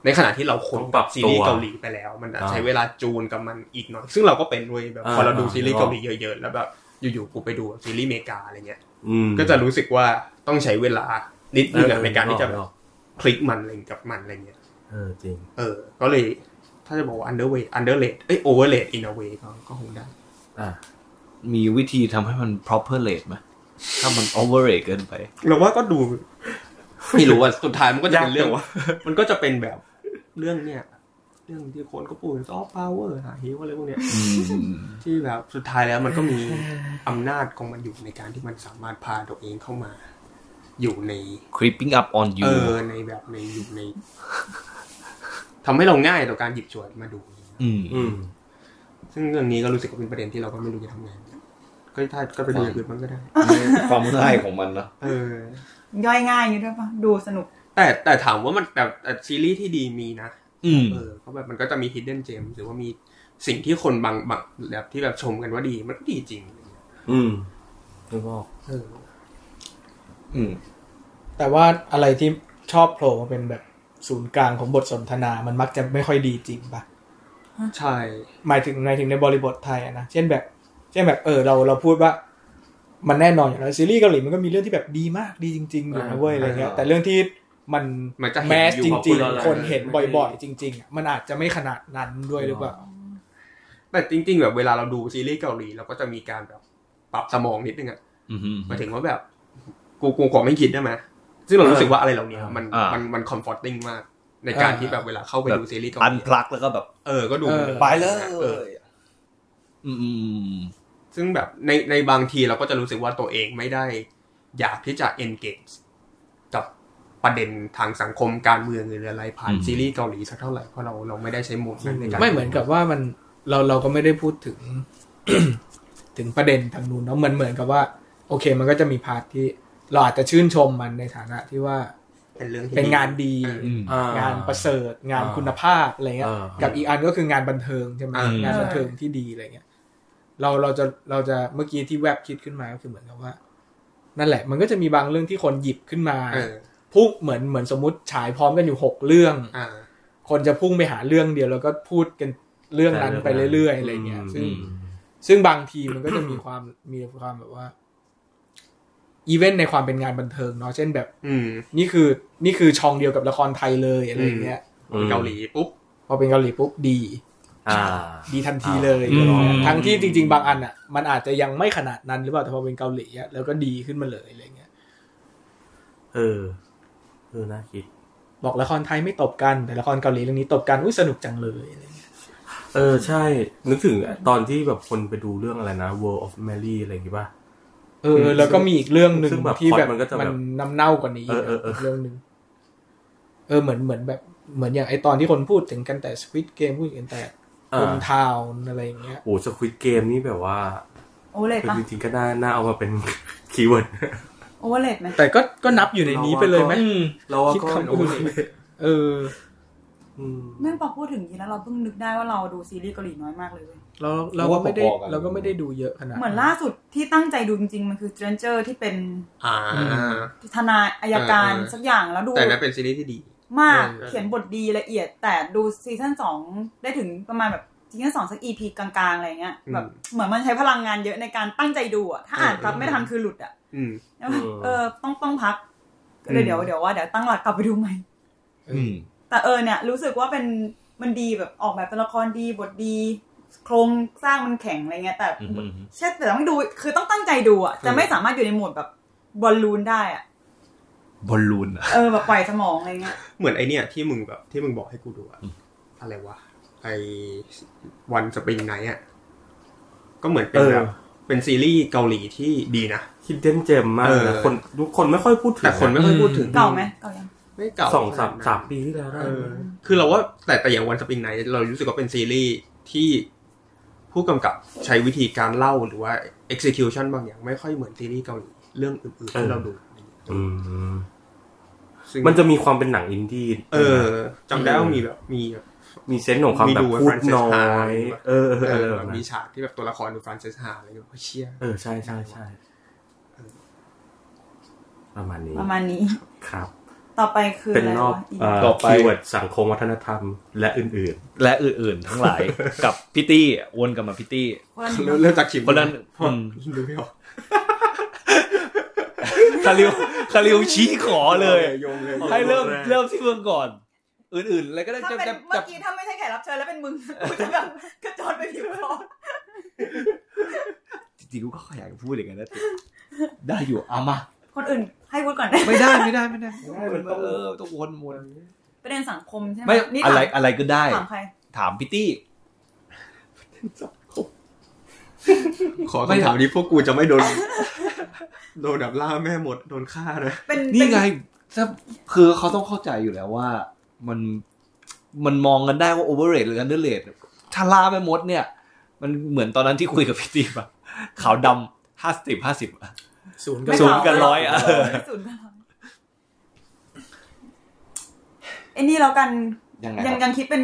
S4: ในขณะที่เราค้น
S3: ต้องปรับ
S4: ซีรีส์
S3: ตัว
S4: เกาหลีไปแล้ว มันอาจ
S3: อ่า
S4: ใช้เวลาจูนกับมันอีกหน่อย ซึ่งเราก็เป็นเว้ยแบบ
S3: อ่า
S4: พอเราดู
S3: อ่า
S4: ซีรีส์เกาหลีเยอะๆแล้วแบบอยู่ๆกูไปดูซีรีส์อเมริกาอะไรเงี้ย
S3: อืม
S4: ก็จะรู้สึกว่าต้องใช้เวลานิดนึงอะ
S3: เออ
S4: ในการที่จะ
S3: เอ
S4: แบ
S3: อบ
S4: คลิกมันอะไรกับมันอะไรเงี้ย
S3: เออจริง
S4: เออ ก็เลย ถ้าจะบอกว่า underweight underrate เอ้ย overrate in a way ก็ก็คงได้
S3: อ่ะ
S1: มีวิธีทำให้มัน proper rate ไหมถ้ามัน over rate เกินไป
S4: เราว่าก็ดูไม่รู้ว่าสุดท้ายมันก็จะเป็นเรื่อง
S3: ยากจังวะ
S4: มันก็จะเป็นแบบเรื่องเนี่ย เรื่องที่คนก็พูดซอฟต์พาวเวอร์หาฮิวอะไรพวกเนี้ย
S1: อืม
S4: ที่แบบสุดท้ายแล้วมันก็มีอำนาจของมันอยู่ในการที่มันสามารถพาตัวเองเข้ามา อยู่ใน
S1: creeping up on
S4: เอ
S1: you
S4: อในแบบในอยู่ในทำให้เราง่ายต่อการหยิบฉวยมาดู
S1: อืม
S3: อืม
S4: ซึ่งเรื่องนี้ก็รู้สึกว่าเป็นประเด็นที่เราก็ไม่รู้จะทำไงก็ถ้าก็ไปดูอย่างอื่นมันก็ได้
S1: ความง่ายของมันเนอะ
S4: เออ
S2: ย่อยง่ายอย่างนี้ด้วยปะดูสนุก
S4: แต่แต่ถามว่ามันแต่แต่ซีรีส์ที่ดีมีนะ
S1: อืม
S4: เออก็แบบมันก็จะมี hidden gem หรือว่ามีสิ่งที่คนบางบางแบบที่แบบชมกันว่าดีมันก็ดีจริง
S3: อืมนึกออก
S4: เออ
S1: อืม
S5: แต่ว่าอะไรที่ชอบโผล่มาเป็นแบบศูนย์กลางของบทสนทนา มันมักจะไม่ค่อยดีจริงปะ
S4: ใช่
S5: หมายถึงหมายถึงในบริบทไทยอะนะ เช่นแบบ เช่นแบบเออเราเราพูดว่า มันแน่นอนอยู่แล้วซีรีส์เกาหลีมันก็มีเรื่องที่แบบดีมากดีจริงๆอยู่นะเว้ยอะไรเงี้ยแต่เรื่องที่มัน
S4: มันจะเห็
S5: แม
S4: น
S5: ส
S4: อยู่
S5: จ
S4: ของ
S5: ริง
S4: เรา
S5: ๆ คนเห็นบ่อยๆ จริงๆอะมันอาจจะไม่ขนาดนั้นด้วยหรือเปล่า
S4: แต่จริง ๆ แบบเวลาเราดูซีรีส์เกาหลีเราก็จะมีการแบบปรับสมองนิดนึงอะ
S1: อืม
S4: หมายถึงว่าแบบกูกูขอไม่คิดได้ไหมซึ่งเรารู้สึกว่าอะไรเหล่านี้มัน
S1: อ่ามั
S4: มันมัน comforting มาก ในการที่แบบเวลาเข้าไปดูซีรีส์เกาห
S1: อัน
S4: ลี
S1: พลักแล้วก็แบบ
S4: เออก็ดูมัน
S1: ไปเลย
S4: ออ
S1: อืมอืมอืม
S4: ซึ่งแบบในในบางทีเราก็จะรู้สึกว่าตัวเองไม่ได้อยากที่จะ engage กับประเด็นทางสังคมการเมืองหรืออะไรผ่าน
S1: อืม
S4: ซีรีส์เกาหลีสักเท่าไหร่เพราะเราเราไม่ได้ใช้โหมดนั้นในการ
S5: ไม่เหมือนกับว่ามันเราเราก็ไม่ได้พูดถึง ถึงประเด็นทางนู้นเนาะเหมือนเหมือนกับว่า โอเค มันก็จะมีพาร์ทที่ เราอาจจะชื่นชมมันในฐานะที่ว่า
S4: เป็นเรื่องที่
S5: เป็นงานดี
S4: เออ
S1: อืม
S3: อ่
S5: งานประเสริฐงานคุณภาพอะไรเงี้ย
S3: อ่า
S5: กับอีกอันก็คืองานบันเทิงใช่ไหม
S4: อ่าง
S5: งานบันเทิงที่ดีอะไรเงี้ยเราเราจะเราจะเมื่อกี้ที่แวบคิดขึ้นมาก็คือเหมือนกับว่า นั่นแหละ มันก็จะมีบางเรื่องที่คนหยิบขึ้นมา
S4: เออ
S5: พุ่งเหมือนเหมือนสมมติฉายพร้อมกันอยู่หกเรื่อง
S4: อ่า
S5: คนจะพุ่งไปหาเรื่องเดียวแล้วก็พูดกันเรื่องนั้นไปเรื่อยๆอะไรเงี้ยซึ่ง ซึ่งบางทีมันก็จะมีความมีความแบบว่า อีเวนต์ในความเป็นงานบันเทิงเนาะเช่นแบบ
S4: อืม
S5: นี่คือ นี่คือช่องเดียวกับละครไทยเลยอะไรเงี้ย
S3: อืม
S4: เกาหลีปุ๊บ
S5: พอเป็นเกาหลีปุ๊บดี
S3: อ่า
S5: ดีทันทีเลย
S1: อืม
S5: ทั้งที่จริง ๆ บางอันอ่ะ มันอาจจะยังไม่ขนาดนั้นหรือเปล่าแต่พอเป็นเกาหลีอะแล้วก็ดีขึ้นมาเลยอะไรเงี้ย
S3: เออเออน่าคิด
S5: บอกละครไทยไม่ตบกันแต่ละครเกาหลีเรื่องนี้ตบกันอุ้ยสนุกจังเลยอะไรเงี้ย
S3: เออใช่ นึกถึงตอนที่แบบคนไปดูเรื่องอะไรนะ World of Mary อะไรอย่างงี้ป่ะ
S5: เออ แล้วก็มีอีกเรื่องหนึ่ง
S3: ซึ่งแบบ
S5: ที่แบบ
S3: พล็อตมันก็จะแบบ
S5: มันน้ำเน่ากว่านี้
S3: เออเออเออ
S5: เรื่องหนึ่งเออเหมือนเหมือนแบบเหมือนอย่างไอตอนที่คนพูดถึงกันแต่สควิตเกมพูดถึงกันแต่
S3: อ่า
S5: บนทาวน์อะไรอย่างเงี้ย
S3: โอ้สควิตเกมนี่แบบว่า
S2: โอเวอร์เลด
S3: คือ
S2: ปะ
S3: จริงๆก็น่าน่าเอามาเป็น คีย์เวิร์ด
S2: โอเวอร์เลดไหม
S5: แต่ก็ก็นับอยู่ในนี้ไปเลยไหม
S3: เราว่าก็ เราว่า
S5: คิด
S3: ก็
S5: คำอื่น เออ
S3: อืม
S2: เรื่องพอพูดถึงอย่างนี้แล้วเราเพิ่งนึกได้ว่าเราดูซีรีส์เกาหลีน้อยมากเลยเว้ย
S5: เราเราก็ไม่ได้
S1: พอๆกัน
S5: เราก็ไม่ได้ดูเยอะขนาด
S2: เหมือนล่าสุดที่ตั้งใจดูจริงๆ มันคือ Stranger ที่เป็น
S4: อ่า
S2: ทนายอายการ
S4: เออเออ
S2: สักอย่างแล้วดู
S4: แต่นั้นเป็นซีรีส์ที่ดี
S2: มาก
S4: เออ
S2: เขียนบทดีละเอียด แต่ดูซีซั่นสองได้ถึงประมาณแบบซีซั่นสองสักอีพีกลางๆอะไรเงี้ยแบบเหมือนมันใช้พลังงานเยอะในการตั้งใจดูอ่ะถ้าอ่านซับไม่ทันคือหลุดอ่ะ
S4: อืม
S2: แล้วแบบเออต้องต้องพักก็เลยเดี๋ยวเดี๋ยวว่าเดี๋ยวตั้งหลักกลับไปดูใหม่
S1: อืม
S2: แต่เออเนี่ยรู้สึกว่าเป็นมันดีแบบออกแบบตัวละครดีบทดี โครงสร้างมันแข็งอะไรเงี้ยแต่
S1: อืมอืม
S2: เช่นแต่ต้องดูคือต้องตั้งใจดูอ่ะจะไม่สามารถอยู่ในโหมดแบบบอลลูนได้อ่ะ
S1: บอลลูนอะ
S2: เออแบบปล่อยสมองอะไรเงี้ย
S4: เหมือนไอเนี่ยที่มึงแบบที่มึงบอกให้กูดูอะ
S1: อืม
S4: อะไรวะไอวันสปริงไนอะก็เหมือนเป็นแบบเป็นซีรีส์เกาหลีที่ดีนะ
S3: คิดเด่นเจมมาก
S4: เออ
S3: นะคนทุกคนไม่ค่อยพูดถึง
S4: แต่คนไม่ค่อยพูดถึง
S2: เก่าไหมเก่ายัง
S4: ไม่เก่า
S3: สองสาม
S4: ขนดนั้น
S3: สามปีที่แล้วได้
S4: เออคือเราว่าแต่แต่อย่างวันสปริงไนเรารู้สึกว่าเป็นซีรีส์ที่ผู้กำกับใช้วิธีการเล่าหรือว่า execution บางอย่างไม่ค่อยเหมือนซีรีส์เกาหลีเรื่องอื่นๆที่เราดู
S3: อืม
S4: ซึ่ง
S3: มันจะมีความเป็นหนังอินดี้
S4: เออจำได้ว่ามีแบบมีแบบ
S3: มีเซนส์ของความ
S4: มี
S3: แบบ
S4: ดู
S3: พูด
S4: Frances
S3: น้อ
S4: Ha
S3: ย
S4: อะไรแบบ
S3: เออเออ
S4: เอ
S3: เอ
S4: อ
S3: อ
S4: แบบมีฉากที่แบบตัวละครดูฟรานเซสฮาอะไรก็เชี่ย
S3: เออใช่ใช่ใช่ประมาณนี้
S2: ประมาณนี้
S3: ครับ
S2: ต่อไปคือ
S3: เป็น
S2: อะไร
S3: รอบ
S2: วะอีก
S3: เอ่อ
S1: ต่อไป
S3: คีย์เวิร์ดสังคมวัฒนธรรมและอื่น
S1: และอื่นๆ ทั้งหล าย กับพิตตี้วนกลับมาพิตตี้
S2: ว่า
S4: เริ่มเริ่มจากขิม
S1: คนละอืม
S4: ดูไม่ออก
S1: คาริวคาริวชี้ขอเลย
S4: โยงเลย
S1: ให้เริ่มเริ่มที่เมืองก่อน อื่นๆอะไรก็ได้
S2: ถ้า
S1: จะ
S2: เป็น
S1: จะ
S2: เมื่
S1: จะ
S2: อกี้ถ้าไม่ใช่แขกรับเชิญแล้วเป็นมึงกูจะแบบกระโจนไปผิวคอ
S1: จริงๆกูก็ขยายพูดอย่างนั้นนะได้อยู่เอามา
S2: คนอื่นให้วุฒิก่อนได้
S1: ไม่ได้ไม่ได้ไม่ได้
S4: ไม่ได้มันต้อง
S1: เออต้องวนวน
S2: ประเด็นสังคมใช่ไหม
S1: ไม่
S2: นี่
S1: อะไรอะไรก็ได้
S2: ถามถามใคร
S1: ถามพิตตี้
S4: ขอคำถามนี้พวกกูจะไม่โดน โดนแบบล่าแม่หมดโดนฆ่านะ
S2: เป็น
S1: นี่ไงถ้าคือเขาต้องเข้าใจอยู่แล้วว่า มันมันมองกันได้ว่าโอเวอร์เรหรืออันเดอร์เรถ้าล่าแม่มดเนี่ย มันเหมือนตอนนั้นที่คุยกับพี่ตีปะ ขาวดำห้าสิบห้าสิบ
S5: ศูนย์
S2: เป็
S5: กับ
S2: ไม่
S1: ศูนย์
S2: ขาว
S1: กับร้อยอะ
S2: ไม่ศูนย์กับร้อยไอ้นี่แล้วกัน
S1: ยังไง
S2: ยังยังคิดเป็น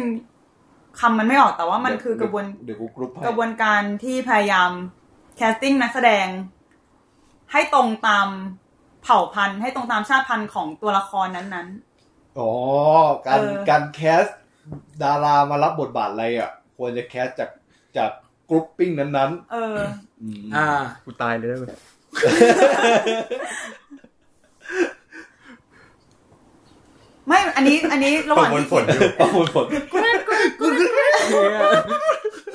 S2: คำมันไม่ออกแต่ว่ามันคือกระบวน
S1: เดี๋ยวกูกรุ๊ปให้
S2: กระบวนการที่พยายามแคสติ้งนักแสดง ให้ตรงตามเผ่าพันธุ์ ให้ตรงตามชาติพันธุ์ของตัวละครนั้น
S7: อ๋อ การ
S2: เออ
S7: การแคสดารามารับบทบาทอะไรอ่ะ ควรจะแคสจากจากกรุ๊ปปิ้งนั้น
S2: ๆ เออ
S5: อ่า
S4: กูตายเลยได้ไหม
S2: ไม่อันนี้ อันนี้ระหว่างที่คิด
S7: ๆประมวลผล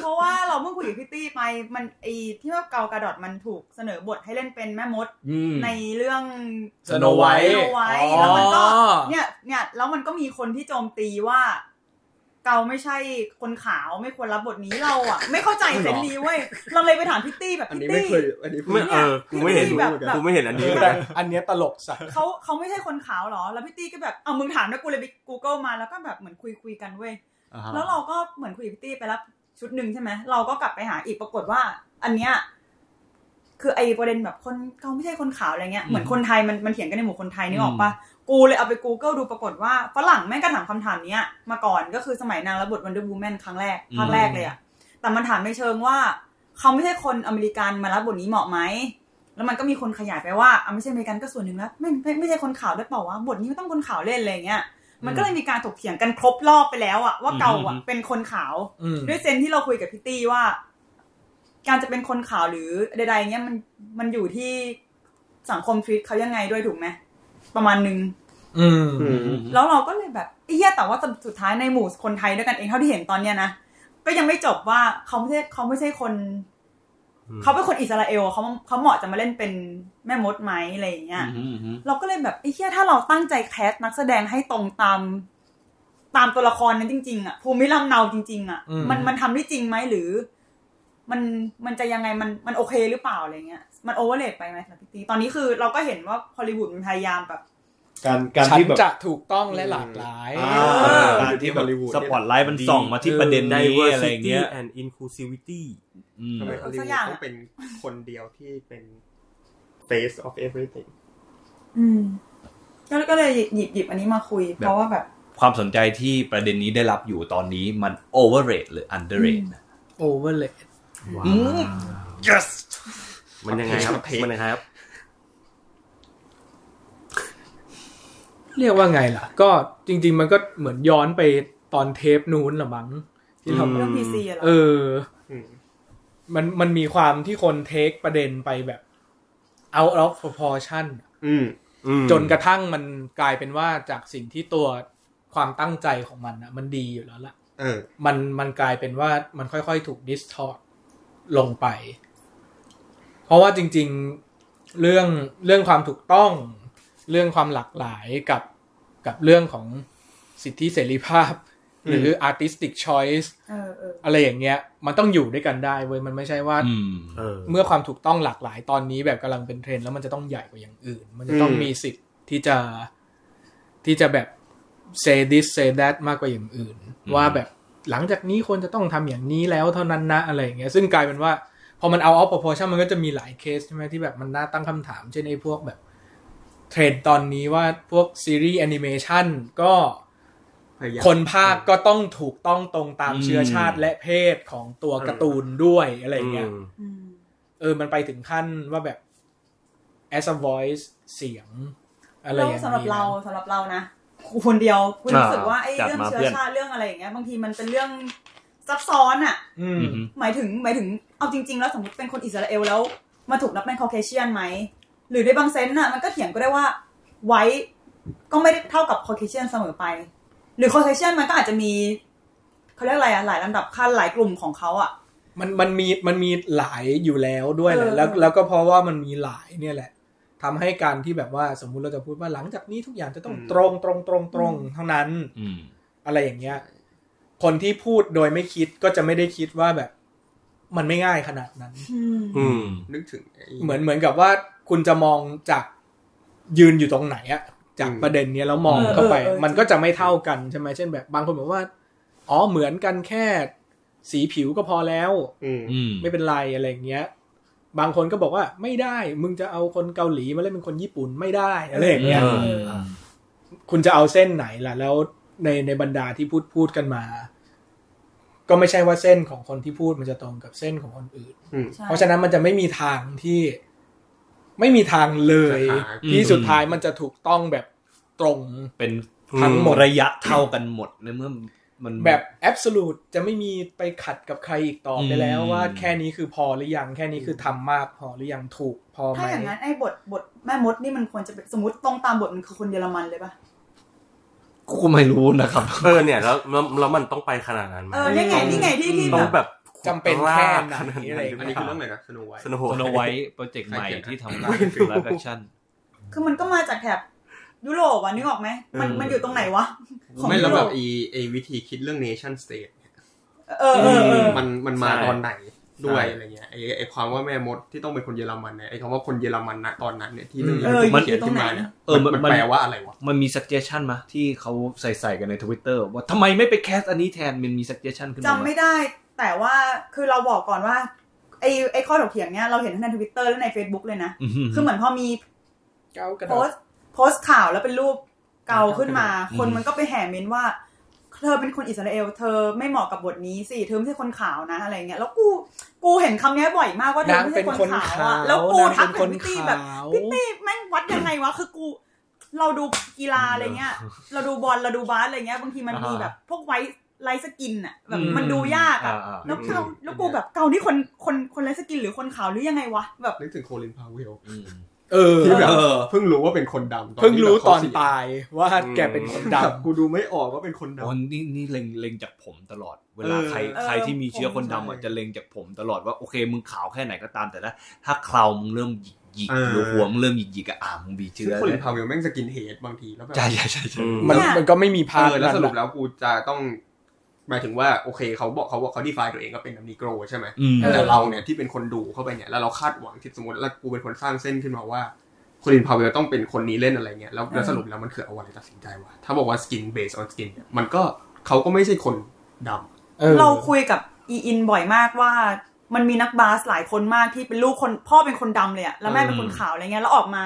S2: เพราะว่าเราเพิ่งคุยกับพี่ตี้ไปมันไอที่ว่าเกากระดอดมันถูกเสนอบทให้เล่นเป็นแม่มดในเรื่อง
S1: สโนไวท์
S2: เอาไว้
S5: อ๋อ
S2: แล้วมันก็เนี่ยเนี่ยแล้วมันก็มีคนที่โจมตีว่า เกาไม่ใช่คนขาวไม่ควรรับบทนี้เราอ่ะ ไม่เข้าใจเซนส์นี้เว้ยเราเลยไปถามพิตตี้แบบ
S4: อัน
S2: พิต
S4: นี้ไม่
S2: ตี้
S4: เคย อันนี้
S3: ๆไม่เออกูไม่เห็น
S2: แบบ
S3: กูไม่เห็นอันนี้เล
S5: แต่
S3: ย
S5: อันเนี้ยตลกสัส
S2: เขาเขาไม่ใช่คนขาวเหรอ แล้วพิตตี้ก็แบบเอามึงถามนะกูเลยไป Google มาแล้วก็แบบเหมือนคุยคุยกันเว้ยแล้วเราก็เหมือนคุยกับพิตตี้ไปรับชุดหนึ่งใช่ไหมเราก็กลับไปหาอีกปรากฏว่า อันเนี้ยคือไอ้ประเด็นแบบคนเขาไม่ใช่คนขาวอะไรเงี้ยเหมือนคนไทยมันมันเถียงกันในหมู่คนไทยนึกออกปะ กูเลยเอาไป Google ดูปรากฏว่าฝรั่งแม่งก็ถามคำถามเนี้ย มาก่อนก็คือสมัยนางรับบทวันเดอร์บูแมนครั้งแรกภาคแรกเลยอะแต่มันถามในเชิงว่า เขาไม่ใช่คนอเมริกันมารับบทนี้เหมาะไหม แล้วมันก็มีคนขยายไปว่าอ่ะไม่ใช่อเมริกันก็ส่วนหนึ่งแล้วไม่ไม่ไม่ใช่คนขาวด้วยเปล่าวะบทนี้ไม่ต้องคนขาวเล่นอะไรเงี้ยมันก็เลยมีการถกเถียงกันครบรอบไปแล้วอะว่าเกาอะเป็นคนขาว
S5: อืม
S2: ด้วยเซนที่เราคุยกับพี่ตี้ว่า การจะเป็นคนขาวหรือใดๆเงี้ยมันมันอยู่ที่สังคมทรีตเขายังไงด้วยถูกไหมประมาณนึง
S5: อืม
S2: แล้วเราก็เลยแบบไอ้เหี้ยแต่ว่าสุดท้ายในหมู่คนไทยด้วยกันเองเท่าที่เห็นตอนเนี้ยนะก็ยังไม่จบว่าเขาไม่ใช่เขาไม่ใช่คน เขาเป็นคนอิสราเอลเขาเขาเหมาะจะมาเล่นเป็นแม่มดไหมอะไรอย่างเงี้ยเราก็เลยแบบไอ้เหี้ยถ้าเราตั้งใจแคสนักแสดงให้ตรงตาม ตามตัวละครนั้นจริง ๆอ่ะภูมิลำเนาจริง ๆอ่ะ
S5: อืม
S2: มันมันทำได้จริงไหมหรือ มันมันจะยังไงมันมันโอเคหรือเปล่าอะไรเงี้ยมันโอเวอร์เลไปไหมสำหรับพี่ตีตอนนี้คือเราก็เห็นว่าฮอลลีวูดมันพยายามแบบ
S7: การการ
S5: ฉัน
S7: ที่แบบ
S5: จะถูกต้องและหลากหลาย
S7: อ่า
S4: การที่ฮอลลีวูด
S1: สปอตไลท์มันส่องมาที่ประเด็นนี้อะไรอย่างเงี้ย
S3: and inclusivity
S1: อืม
S4: ทำไมฮอลลี
S2: สัก
S4: วูด
S2: อย่างอะ
S4: ต้องเป็นคนเดียวที่เป็น face of everything
S2: อืมก็ก็เลยหยิบหยิบอันนี้มาคุย เพราะว่าแบบ
S1: ความสนใจที่ประเด็นนี้ได้รับอยู่ตอนนี้มันโอเวอร์เรหรืออันเดอร์เรท
S5: โอเวอร์เลย
S3: ว้าว
S1: yes
S3: มันยังไงครับ
S4: เพลง
S3: มันยังไงครับ
S5: เรียกว่าไงล่ะ ก็จริง ๆ มันก็เหมือนย้อนไปตอนเทปนู้นละมั้งที่เรา
S2: เรื่องพีซีอะเหรอ
S5: เออ
S4: อืม
S5: มันมันมีความที่คนเทคประเด็นไปแบบ out of proportion
S4: อืม
S3: อืม
S5: จนกระทั่งมันกลายเป็นว่าจากสิ่งที่ตัวความตั้งใจของมันนะมันดีอยู่แล้วล่ะ
S4: เออ
S5: มันมันกลายเป็นว่ามันค่อยๆถูกดิสทอร์ลงไป เพราะว่าจริงๆเรื่องเรื่องความถูกต้อง เรื่องความหลากหลายกับกับเรื่องของสิทธิเสรีภาพ หรือ artistic choice
S2: เออเออ
S5: อะไรอย่างเงี้ย มันต้องอยู่ด้วยกันได้เว้ยมันไม่ใช่ว่า
S1: อืม
S3: เออ
S5: เมื่อความถูกต้องหลากหลายตอนนี้แบบกำลังเป็นเทรนด์แล้วมันจะต้องใหญ่กว่าอย่างอื่น มันจะต้อง
S4: อืม
S5: มีสิทธิ์ที่จะที่จะแบบ say this say that มากกว่าอย่างอื่น
S1: อืม
S5: ว่าแบบหลังจากนี้ควรจะต้องทำอย่างนี้แล้วเท่านั้นนะอะไรอย่างเงี้ยซึ่งกลายเป็นว่า พอมันเอา out proportion มันก็จะมีหลายเคสใช่ไหมที่แบบมันน่าตั้งคำถาม เช่นไอ้พวกแบบเทรนด์ตอนนี้ว่าพวกซีรีส์แอนิเมชันก็
S4: พยายาม
S5: คนภาคก็ต้องถูกต้องตรงตามเชื้อชาติและเพศของตัวการ์ตูนด้วยอะไรเงี้ย
S2: อืม
S5: เออ มันไปถึงขั้นว่าแบบ as a voice เสียง อะไรอ
S2: แล้
S5: ย่าว งเงี้ย
S2: สำหรับเราสำหรับเรานะคนเดียวคุณ
S1: อ่า
S2: รู้สึกว่าไอ้
S1: จัด
S2: เรื่อง
S1: มา
S2: เชื้
S1: เพื่
S2: อ
S1: อน
S2: ชาติเรื่องอะไรอย่างเงี้ย บางทีมันเป็นเรื่องซับซ้อนอ่ะ
S5: อืม
S1: อือฮึ
S2: หมายถึงหมายถึงเอาจริง ๆ แล้วสมมติเป็นคนอิสราเอลแล้ว มาถูกนับเป็นคอเคเชียนไหม หรือในบางเซนส์น่ะมันก็เถียงก็ได้ว่าไว้ก็ไม่ได้เท่ากับคอเคเชียนเสมอไป หรือคอเคเชียนมันก็อาจจะมีเขาเรียกอะไรอะหลายลำดับขั้นหลายกลุ่มของเขาอะ
S5: มันมันมีมันมีหลายอยู่แล้วด้วยแหละ
S2: เออ
S5: แล้วแล้วก็เพราะว่ามันมีหลายเนี่ยแหละทำให้การที่แบบว่าสมมุติเราจะพูดว่าหลังจากนี้ทุกอย่างจะต้อง
S4: อืม
S5: ตรงตรงตรงตรงเท่านั้น
S1: อืม
S5: อะไรอย่างเงี้ย คนที่พูดโดยไม่คิดก็จะไม่ได้คิดว่าแบบ มันไม่ง่ายขนาดนั้น
S3: อืม
S4: นึกถึงไอ้
S5: เหมือนเหมือนกับว่าคุณจะมองจากยืนอยู่ตรงไหนอะจาก
S4: อืม
S5: ประเด็นเนี้ยแล้วมอง
S2: เออ
S5: เข้าไป
S2: เออเออ
S5: มันก็จะไม่เท่ากันใช่ไหมเช่นแบบ บางคนบอกว่า อ๋อเหมือนกันแค่ สีผิวก็พอแล้ว
S4: อืม
S1: อืม
S5: ไม่เป็นไรอะไรอย่างเงี้ย บางคนก็บอกว่าไม่ได้ มึงจะเอาคนเกาหลีมาเล่นเป็นคนญี่ปุ่นไม่ได้อะไรอย่างเงี้ย
S1: เออ
S5: คุณจะเอาเส้นไหนล่ะ แล้วในในบรรดาที่พูดพูดกันมา ก็ไม่ใช่ว่าเส้นของคนที่พูดมันจะตรงกับเส้นของคนอื่น
S4: อืม
S2: ใช่
S5: เพราะฉะนั้นมันจะไม่มีทางที่ไม่มีทางเลย
S4: จะหา
S5: ที่
S1: อืม
S5: สุดท้ายมันจะถูกต้องแบบตรง
S1: เป็น
S5: ทั้งหมด
S1: ระยะเท่ากันหมดในเมื่อมัน
S5: แบบแอบสูตจะไม่มีไปขัดกับใครอีกต่อไปแล้ว
S1: อืม
S5: ว่าแค่นี้คือพอหรือยังแค่นี้คือทำมากพอหรือยังถูกพอไหม
S2: ถ้าอย่างนั้นไอ้บทบทแม่มดนี่มันควรจะเป็นสมมติตรงตามบทมันคือคนเยอรมันเลยปะ
S1: กูไม่รู้นะครับ
S3: เออเนี่ยแล้วแล้วแล้วมันต้องไปขนาดนั้นไหม
S2: เออนี่ไง
S3: ต้
S2: นี่ไงที่ที่
S3: ต้อ
S2: แบ
S3: ง
S2: บ
S3: แบบ
S5: จำเป็นแค่ไห
S3: ลาก
S5: น
S3: ขนาด
S5: อะไรอย่างเงี้
S4: อัน
S5: ย
S4: นี้คือเรื่องอะไรนะสโนไวท์
S3: สนุก
S1: โนไว้โปรเจกต์ใหม่ที่ทำงานเป็นไลฟ์แอคชั่น
S2: คือมันก็มาจากแถบยุโรปอะนึกออกไหมมัน
S4: เออ
S2: มันอยู่ตรงไหนวะของ
S4: ไม่
S2: ยุ
S4: แล้ว
S2: โร
S4: แบบ
S2: ป
S4: ไอ้ไอ้วิธีคิดเรื่อง nation state
S2: เออเออเออ
S4: มันมันมา
S3: ใช่
S4: ตอนไหนด้วยอะไรเงี้ยไอ้ไอ้ความว่าแม่มดที่ต้องเป็นคนเยอรมันเนี่ยไอ้คำว่าคนเยอรมันนะตอนนั้นเนี่ยที่เรื่อง
S1: เอ
S4: นี้
S1: อ
S4: มันเขียนขึ้นมาเนี่ย
S1: เออมัน
S4: มัน
S1: มัน
S4: แปลว่าอะไรวะ
S1: มันมี suggestion มาที่เขาใส่ๆกันในทวิตเตอร์ว่าทำไมไม่ไปแคสอันนี้แทนมันมี suggestion ขึ้นมา
S2: จำไม่ได้แต่ว่าคือเราบอกก่อนว่าไอ้ไอ้ข้อถกเถียงเนี้ยเราเห็นทั้งในทวิตเตอร์และใน Facebook เลยนะ
S1: อหื
S2: คือเหมือนพอมี
S5: เก้ากระ
S2: โพ
S5: ดา
S2: ส
S5: ษ
S2: ต์โพสต์ข่าวแล้วเป็นรูปเกาขึ้นมา
S1: อืม
S2: คนมันก็ไปแห่เมนว่า เธอเป็นคนอิสราเอล เธอไม่เหมาะกับบทนี้สิเธอไม่ใช่คนขาวนะอะไรเงี้ยแล้วกูกูเห็นคำเนี้ยบ่อยมากว่าเธอ
S5: นา
S2: ไม่
S5: เป็
S2: ใช่
S5: น
S2: คน
S5: คน
S2: ขา
S5: ขาว ว
S2: อะแล้วกูทัเห
S5: นาก งเป็
S2: มื
S5: น
S2: อน
S5: ค
S2: พี่
S5: น
S2: ตี้
S5: ข
S2: แบบ
S5: าว
S2: พี่ตี้แม่งวัดยังไงวะ คือกู เราดูกีฬาอะไรเงี้ย เราดูบอลเราดูบาสอะไรเงี้ยบางทีมันมี
S1: อ่าฮะ
S2: แบบพวกไวท์ไลท์สกินอะแบบ
S1: อืม
S2: มันดูยากอะ
S1: อ่าๆ
S2: แล้วเกา
S4: อืม
S2: แล้วกูแบบเกานี่คนคนคนไลท์สกินหรือคนขาวหรือยังไงวะแบบ
S4: นึกถึงโคลินพาวเวล
S1: ม
S5: เออ
S4: ที่แบบ
S1: เออ
S4: เพิ่งรู้ว่าเป็นคนดำ
S5: เพิ่งรู้ตอน
S4: ตาย
S5: ตายว่าแกเป็นคนด
S4: กูดูไม่ออกว่าเป็นคนด
S1: โอ้นี่นี่เล็งเล็งจากผมตลอด เวลา
S4: เออ
S1: ใครใครที่มีเชื้อคนดำอ่ะ
S4: ใช่
S1: จะเล็งจากผมตลอดว่าโอเคมึงขาวแค่ไหนก็ตามแต่ถ้าถ้าเคราวมึงเริ่มหยิกหยิก
S4: เออ
S1: หรือหัวมึงเริ่มหยิกหยิกอะอ่ะมึงมี
S4: ำซึ่
S1: เชื้
S4: ง
S1: อ
S4: โคลิ
S1: แล้
S4: น
S1: ว
S4: พาวเวลแม่งสกินเฮดบางทีแล้วแบบ
S1: ใช่ใช่ใช่ใช่
S3: อืม
S5: ำมันมันก็ไม่มี
S4: เอ
S5: ภาพ
S4: อแล้วสรุป
S5: นั้นหรอก
S4: แล้วกูจะต้องหมายถึงว่าโอเคเขาบอกเขาบอกเขาดีฟายตัวเองก็เป็นแบบนิโกรใช่ไหม
S1: อืม
S4: แต่เราเนี่ยที่เป็นคนดูเข้าไปเนี่ยแล้วเราคาดหวังที่สมมติแล้วกูเป็นคนสร้างเส้นขึ้นมาว่าโคลินพาวเวลต้องเป็นคนนี้เล่นอะไรเงี้ยแล้วแล้วสรุปแล้วมันคือเอาอะไรตัดสินใจวะถ้าบอกว่าสกินเบสออนสกินเนี่ยมันก็เขาก็ไม่ใช่คนดำ
S5: ออ
S2: เราคุยกับอีอินบ่อยมากว่า มันมีนักบาสหลายคนมากที่เป็นลูกคนพ่อเป็นคนดำเลยอะแล้วแม่เป็นคนขาวอะไรเงี้ยแล้วออกมา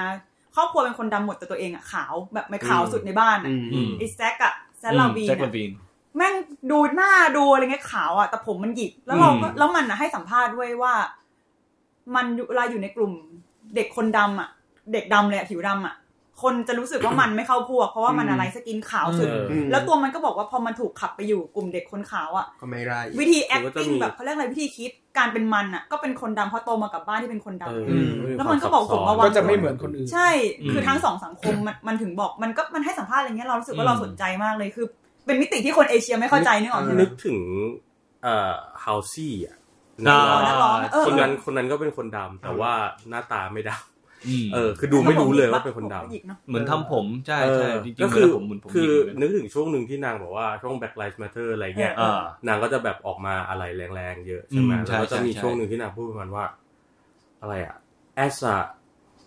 S2: ครอบครัวเป็นคนดำหมดแต่ตัวเองอะขาวแบบไม่ขาวสุดในบ้านอะ
S1: อืม
S2: ไอ้แซกอะแซกลาวีน
S1: แจ็ค
S2: อะ
S1: ลาวีน
S2: แม่งดูหน้าดูอะไรเงี้ยขาวอ่ะแต่ผมมันหยิกแล้วเราก็
S1: อืม
S2: แล้วมันอ่ะให้สัมภาษณ์ด้วยว่า มันเวลาอยู่ในกลุ่มเด็กคนดำอ่ะ เด็กดำเลยอะผิวดำอ่ะ คนจะรู้สึกว่ามันไม่เข้าพวก เพราะว่ามันอะไรสกินขาวสุด
S3: เออ
S2: แล้วตัวมันก็บอกว่าพอมันถูกขับไปอยู่กลุ่มเด็กคนขาวอ่ะ
S4: ก็ไม่ได้
S2: วิธี
S3: หรือว่าจะ
S2: acting
S3: มี
S2: แบบเขาเรียกอะไรวิธีคิดการเป็นมันอ่ะ ก็เป็นคนดำเพราะโตมากับบ้านที่เป็นคนดำ
S3: เออ
S5: ม
S2: แล้วมันก็บอกผมว่าวาง
S5: ก็จะไม่เหมือนคนอื่น
S2: ใช่
S1: อืม
S2: คือทั้งสองสังคมมันมันถึงบอกมันก็มันให้สัมภาษณ์อะไรเงี้ยเรารู้สึก
S1: อื
S2: ว่าม เราสนใจมากเลยคือ เป็นมิติที่คนเอเชียไม่เข้าใจนึกออกไหม
S3: นึกถึงเอ่อฮาวซี่อ่ะ
S1: อ่า
S2: นักร้องเออ
S3: คนนั้นคนนั้นก็เป็นคนดำแต่ว่าหน้าตาไม่ด
S1: ม
S3: ำเออ คือดูไม่รู้เลยว่าเป็นคน
S2: ผมห
S3: ดำ
S2: ยิกเนอะ
S1: เหมือนทำผมใช่
S3: เออ
S1: ใช่จริงๆ
S3: ก็คือ
S1: เวลาผมเหมือนผมห
S3: คื
S1: ยิ
S3: อก
S1: เหมือนกัน
S3: นึกถึงช่วงหนึ่งที่นางบอกว่าช่วง Black Lives Matter อะไรเงี้ย
S1: อ่า
S3: นางก็จะแบบออกมาอะไรแรงๆเยอะใช่ไหม
S1: อืมใช่
S3: แล้วก็จะมี
S1: ใช่
S3: ช่วงหนึ่งที่นางพูดประมาณว่า อะไรอะ as a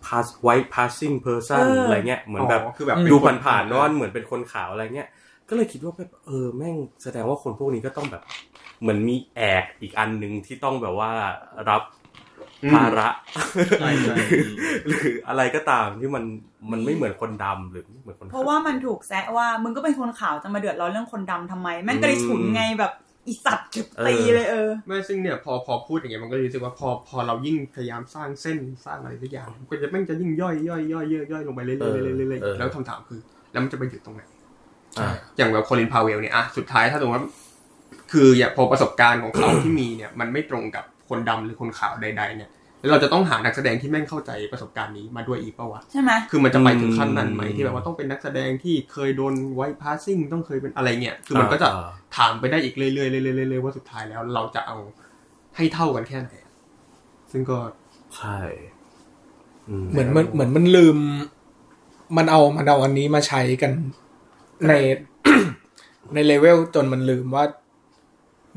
S3: pass white passing person
S2: เอออ
S3: อะไรเงี้ยเหมือนแบบ
S4: คือแบบ
S3: ดูผ่านๆเนอนเหมือนเป็นคนขาวอะไรเงี้ยก็เลยคิดว่าแบบเออแม่งแสดงว่าคนพวกนี้ก็ต้องแบบ เหมือนมีแอกอีกอันหนึ่งที่ต้องแบบว่ารับ ภาระ หรืออะไรก็ตามที่มันมันไม่เหมือนคนดำหรือไม่เหมือนคน
S2: เพราะว่ามันถูกแซะว่ามึงก็เป็นคนขาวจะมาเดือดร้อนเรื่องคนดำทำไม แม่งก็เลยฉุนไงแบบอีสัตว์จุดตีเลยเออ
S4: ไม่ซึ่งเนี่ยพอพอพูดอย่างเงี้ยมันก็รู้สึกว่าพอพอเรายิ่งพยายามสร้างเส้นสร้างอะไรสักอย่างมันก็จะแม่งจะยิ่งย่อยย่อยย่อยย่อยย่อยลงไปเรื่อยๆเรื่อยๆเรื่อยๆแล้วคำถามคือ แล้วมันจะไปหยุดตรงไหน
S3: อ่า
S4: อย่างแบบโคลินพาเวลเนี่ยอะสุดท้ายถ้าสมมติว่าคืออย่างพอประสบการณ์ของเขา ที่มีเนี่ยมันไม่ตรงกับคนดำหรือคนขาวใด ๆ เนี่ยแล้วเราจะต้องหานักแสดงที่แม่งเข้าใจประสบการณ์นี้มาด้วยอีกปะวะ
S2: ใช่ไหม
S4: คือมันจะไปถึงขั้นนั้นไหม
S3: อืม
S4: ที่แบบว่าต้องเป็นนักแสดงที่เคยโดนไวท์พาสซิ่งต้องเคยเป็นอะไรเงี้ยคือมันก็จะ
S3: อ่า
S4: ถามไปได้อีกเรื่อยๆเรื่อยๆเรื่อยๆว่าสุดท้ายแล้วเราจะเอาให้เท่ากันแค่ไหนซึ่งก็
S3: ใช่
S5: เหมือนมันเหมือนมันลืม มันเอามันเอาอันนี้มาใช้กันใน ในเลเวลจนมันลืมว่า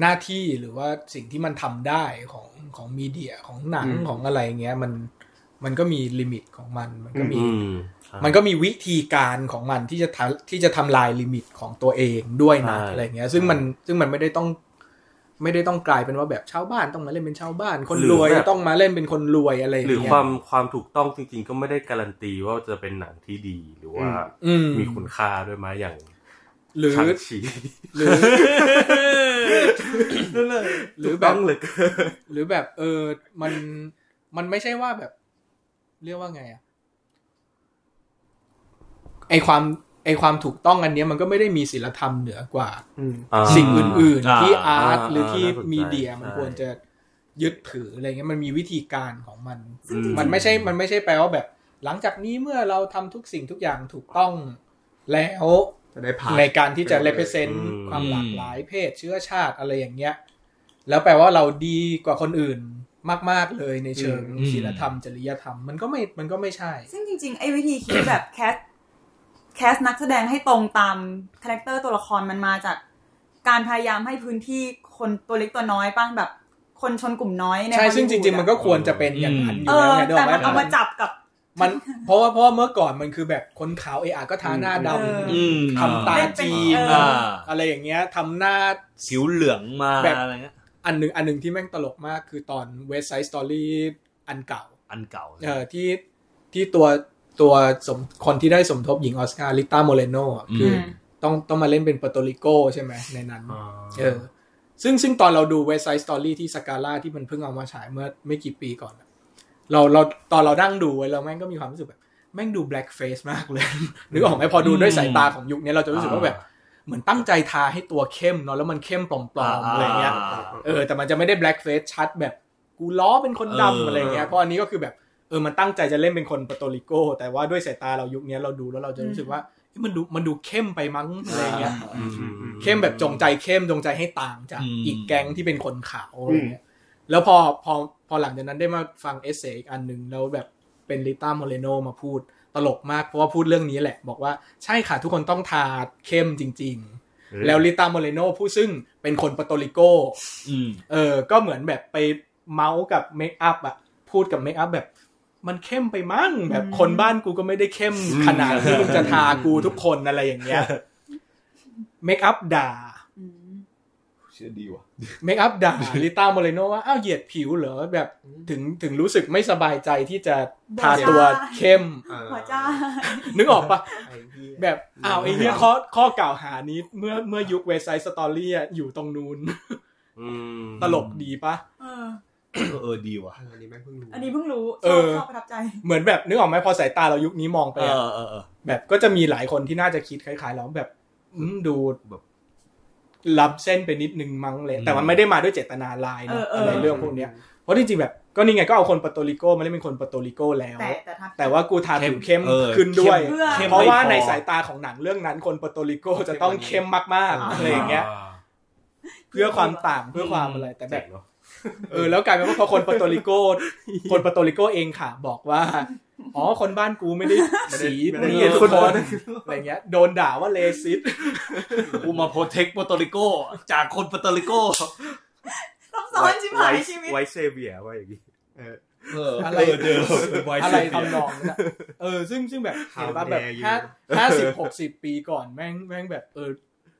S5: หน้าที่หรือว่าสิ่งที่มันทำได้ของของมีเดียของหนังของอะไรเงี้ย มันมันก็มีลิมิตของมัน มันก็มี
S3: อืมใช่
S5: มันก็มีวิธีการของมันที่จะทำที่จะทำลายลิมิตของตัวเองด้วยนะ
S3: ใช่
S5: อะไรเงี้ย ซึ่งมันซึ่งมันไม่ได้ต้อง ไม่ได้ต้องกลายเป็นว่าแบบชาวบ้านต้องมาเล่นเป็นชาวบ้าน คน
S3: หรือ
S5: รวย
S3: แบบ
S5: ต้องมาเล่นเป็นคนรวยอะไรอย่าง
S3: หรือ
S5: เงี้ย
S3: ความความถูกต้องจริงๆ ก็ไม่ได้การันตีว่าจะเป็นหนังที่ดีหรือว่า
S5: อืม
S3: มีคุณค่าด้วยไหมอย่าง
S5: หรือ
S3: ชางชี
S5: ห รือ
S3: นั่นเลย
S5: ห
S3: ห
S5: รื
S3: รือ อ
S5: แบบ
S3: บ้องเหลย
S5: หรือแบบเออมันมันไม่ใช่ว่าแบบ เรียกว่าไงอะไอความไอความถูกต้องอันเนี้ยมันก็ไม่ได้มีศีลธรรมเหนือกว่า สิ่งอื่น ๆ ที่อาร์ตหรือที่มีเดียมันควรจะยึดถืออะไรเงี้ยมันมีวิธีการของมัน
S2: ซึ่งจริง
S5: มันไม่ใช่ มันไม่ใช่แปลว่าแบบ หลังจากนี้เมื่อเราทำทุกสิ่งทุกอย่างถูกต้องแล้ว
S4: จะได้ผ่าน
S5: ในการที่จะ
S4: ไปเลย
S5: represent
S3: อืม
S5: ความหลากหลายเพศเชื้อชาติอะไรอย่างเงี้ย แล้วแปลว่าเราดีกว่าคนอื่นมาก ๆ เลยในเชิง
S1: อืม
S5: ศีลธรรม จริยธรรม มันก็ไม่ มันก็ไม่ใช่
S2: ซึ่งจริงๆไอ้วิธีคิดแบบ แคสแคสนักแสดงให้ตรงตามคาแรคเตอร์ตัวละครมันมาจาก การพยายามให้พื้นที่คนตัวเล็กตัวน้อยบ้างแบบคนชนกลุ่มน้อยใน
S5: ใช่
S2: ฮอลลีวูด
S5: ซึ่งจริง ๆ มันก็ควรจะเป็นอย่างนั้นอยู่
S2: เอ
S5: แล้ว
S2: อ
S5: ไงเดี๋ยว
S2: แต่มัน
S5: ไว้
S2: เอามาจับกับ
S5: มัน เพราะว่าเพราะว่าเมื่อก่อนมันคือแบบคนขาวเอะอะก็ทาหน้าด
S2: เออ
S1: อืม
S5: ำทำตา
S2: เล่นเป็น
S5: จีน
S2: เออ
S5: อะไรอย่างเงี้ยทำหน้า
S1: ผิวเหลืองมา
S5: แบบ
S1: อะไรเงี้ย
S5: อันหนึ่งอันหนึ่งที่แม่งตลกมากคือตอน West Side Story อันเก่า
S1: อันเก่า
S5: เออที่ที่ตัวตัวสมคนที่ได้สมทบหญิงออสการ์ลิต้าโมเลโนอ่ะคืออ
S2: ม
S5: ต้องต้องมาเล่นเป็นปอร์โตริโกใช่ไหมในนั้นเออซึ่งซึ่งตอนเราดู West Side Story ที่สกาล่าที่มันเพิ่งเอามาฉายเมื่อไม่กี่ปีก่อนอะเราเราตอนเรานั่งดูไว้เราแม่งก็มีความรู้สึกแบบ แม่งดู blackface มากเลย นึกออกไหมพอดูด้วยสายตาของยุคนี้เราจะรู้สึกว่าแบบเหมือนตั้งใจทาให้ตัวเข้มเนาะแล้วมันเข้มปลอมๆอะไรเงี้ย เออแต่มันจะไม่ได้ blackface ชัดแบบกูล้อเป็นคนดำอะไรเงี้ยเพราะอันนี้ก็คือแบบเออมันตั้งใจจะเล่นเป็นคนปาโตริโก แต่ว่าด้วยสายตาเรายุคเนี้ยเราดูแล้วเราจะรู้สึกว่าเอ๊ะมันดูมันดูเข้มไปมั้งอะไรเงี้ยเข้มแบบจงใจเข้มจงใจให้ต่างจากอีกแก๊งที่เป็นคนขาวอะไรเงี้ยแล้วพอพอพอหลังจากนั้นได้มาฟังเอเซอีกอันหนึ่งแล้วแบบเป็นลิต้าโมเรโนมาพูดตลกมากเพราะว่าพูดเรื่องนี้แหละ บอกว่าใช่ค่ะทุกคนต้องทาเข้มจริง ๆ แล้วลิต้าโมเรโนผู้ซึ่งเป็นคนปาโตริโก
S1: อืม
S5: เออ ก็เหมือนแบบไปเมาส์กับเมคอัพอะพูดกับเมคอัพแบบ มันเข้มไปมั้งแบบคนบ้านกูก็ไม่ได้เข้มขนาดที่มึงจะทากูทุกคนอะไรอย่างเงี้ย เมคอัพด่า
S2: อืม
S7: เชื่อดีว่ะ
S5: เมคอัพด่า ลิต้าโมเรโนว่า อ้าวเหยียดผิวเหรอแบบถึงถึงรู้สึกไม่สบายใจที่จะทาตัวเข้ม
S2: หัวจ้า
S5: นึกออกปะ
S4: ไอ้เหี้ย
S5: แบบอ้าวไอ้เนี่ยข้อข้อกล่าวหานี้เมื่อเมื่อยุคเวสไซส์สตอรี่อะอยู่ตรงนู้นตลกดีปะ
S2: เออ
S1: เออดีว่ะ
S4: อันนี้แม่งเพิ่งรู้
S2: อันนี้เพิ่งรู้ช
S5: เอ
S2: อบ
S5: อ
S2: ชอบประทับใจ
S5: เหมือนแบบนึกออกไหมพอสายตาเรายุคนี้มองไป
S1: เอ
S5: อะ
S1: อเออเออ
S5: แบบก็จะมีหลายคนที่น่าจะคิดคล้ายๆเราแบบอืมดูแบบล้ำเส้นไปนิดนึงมั้งเลย
S1: อืม
S5: แต่มันไม่ได้มาด้วยเจตนาลาย
S2: เอ
S5: นะ
S2: อเอออ
S5: อะไรเรื่องพวกเนี้ยเพราะจริงๆแบบก็นี่ไงก็เอาคนปาโตริโกมาเล่นเป็นคนปาโตริโกแล้ว
S2: แต่แต่ทัก
S5: แต่ว่ากูทาผิวเข้ม
S1: เออ
S5: ขึ้นด้วย
S1: เข้ม
S2: เข้ม
S5: เพราะว่า
S1: ไม่พอ
S5: ในสายตาของหนังเรื่องนั้น คนปาโตริโกจะต้องเข้มมากๆอะไรอย่างเงี้ย เพื่อความต่างเพื่อความอะไรแต่แบบ เออแล้วกลายเป็นว่าพอคนปาโตริ โก คนปาโตริโกเองค่ะ บอกว่า อ๋อคนบ้านกูไม่ได้สีนี่ทุกคนอะไรเงี้ย โดนด่าว่าเลซิส
S1: กูมาโปรเทคโปรโตริโกจากคนโปรโตริโก
S2: ซับซ้อนชิบหายชีวิต
S3: ไวเซเบียไว้อย่างงี้
S1: เออ
S5: อะไร
S1: เดิม
S5: อะไรทำนองนั้นอะเออ ซึ่งซึ่งแบบเห็นว่าแบบ
S4: How dare you
S5: ห้าห้าสิบหกสิบปีก่อนแม่งแม่งแบบเออ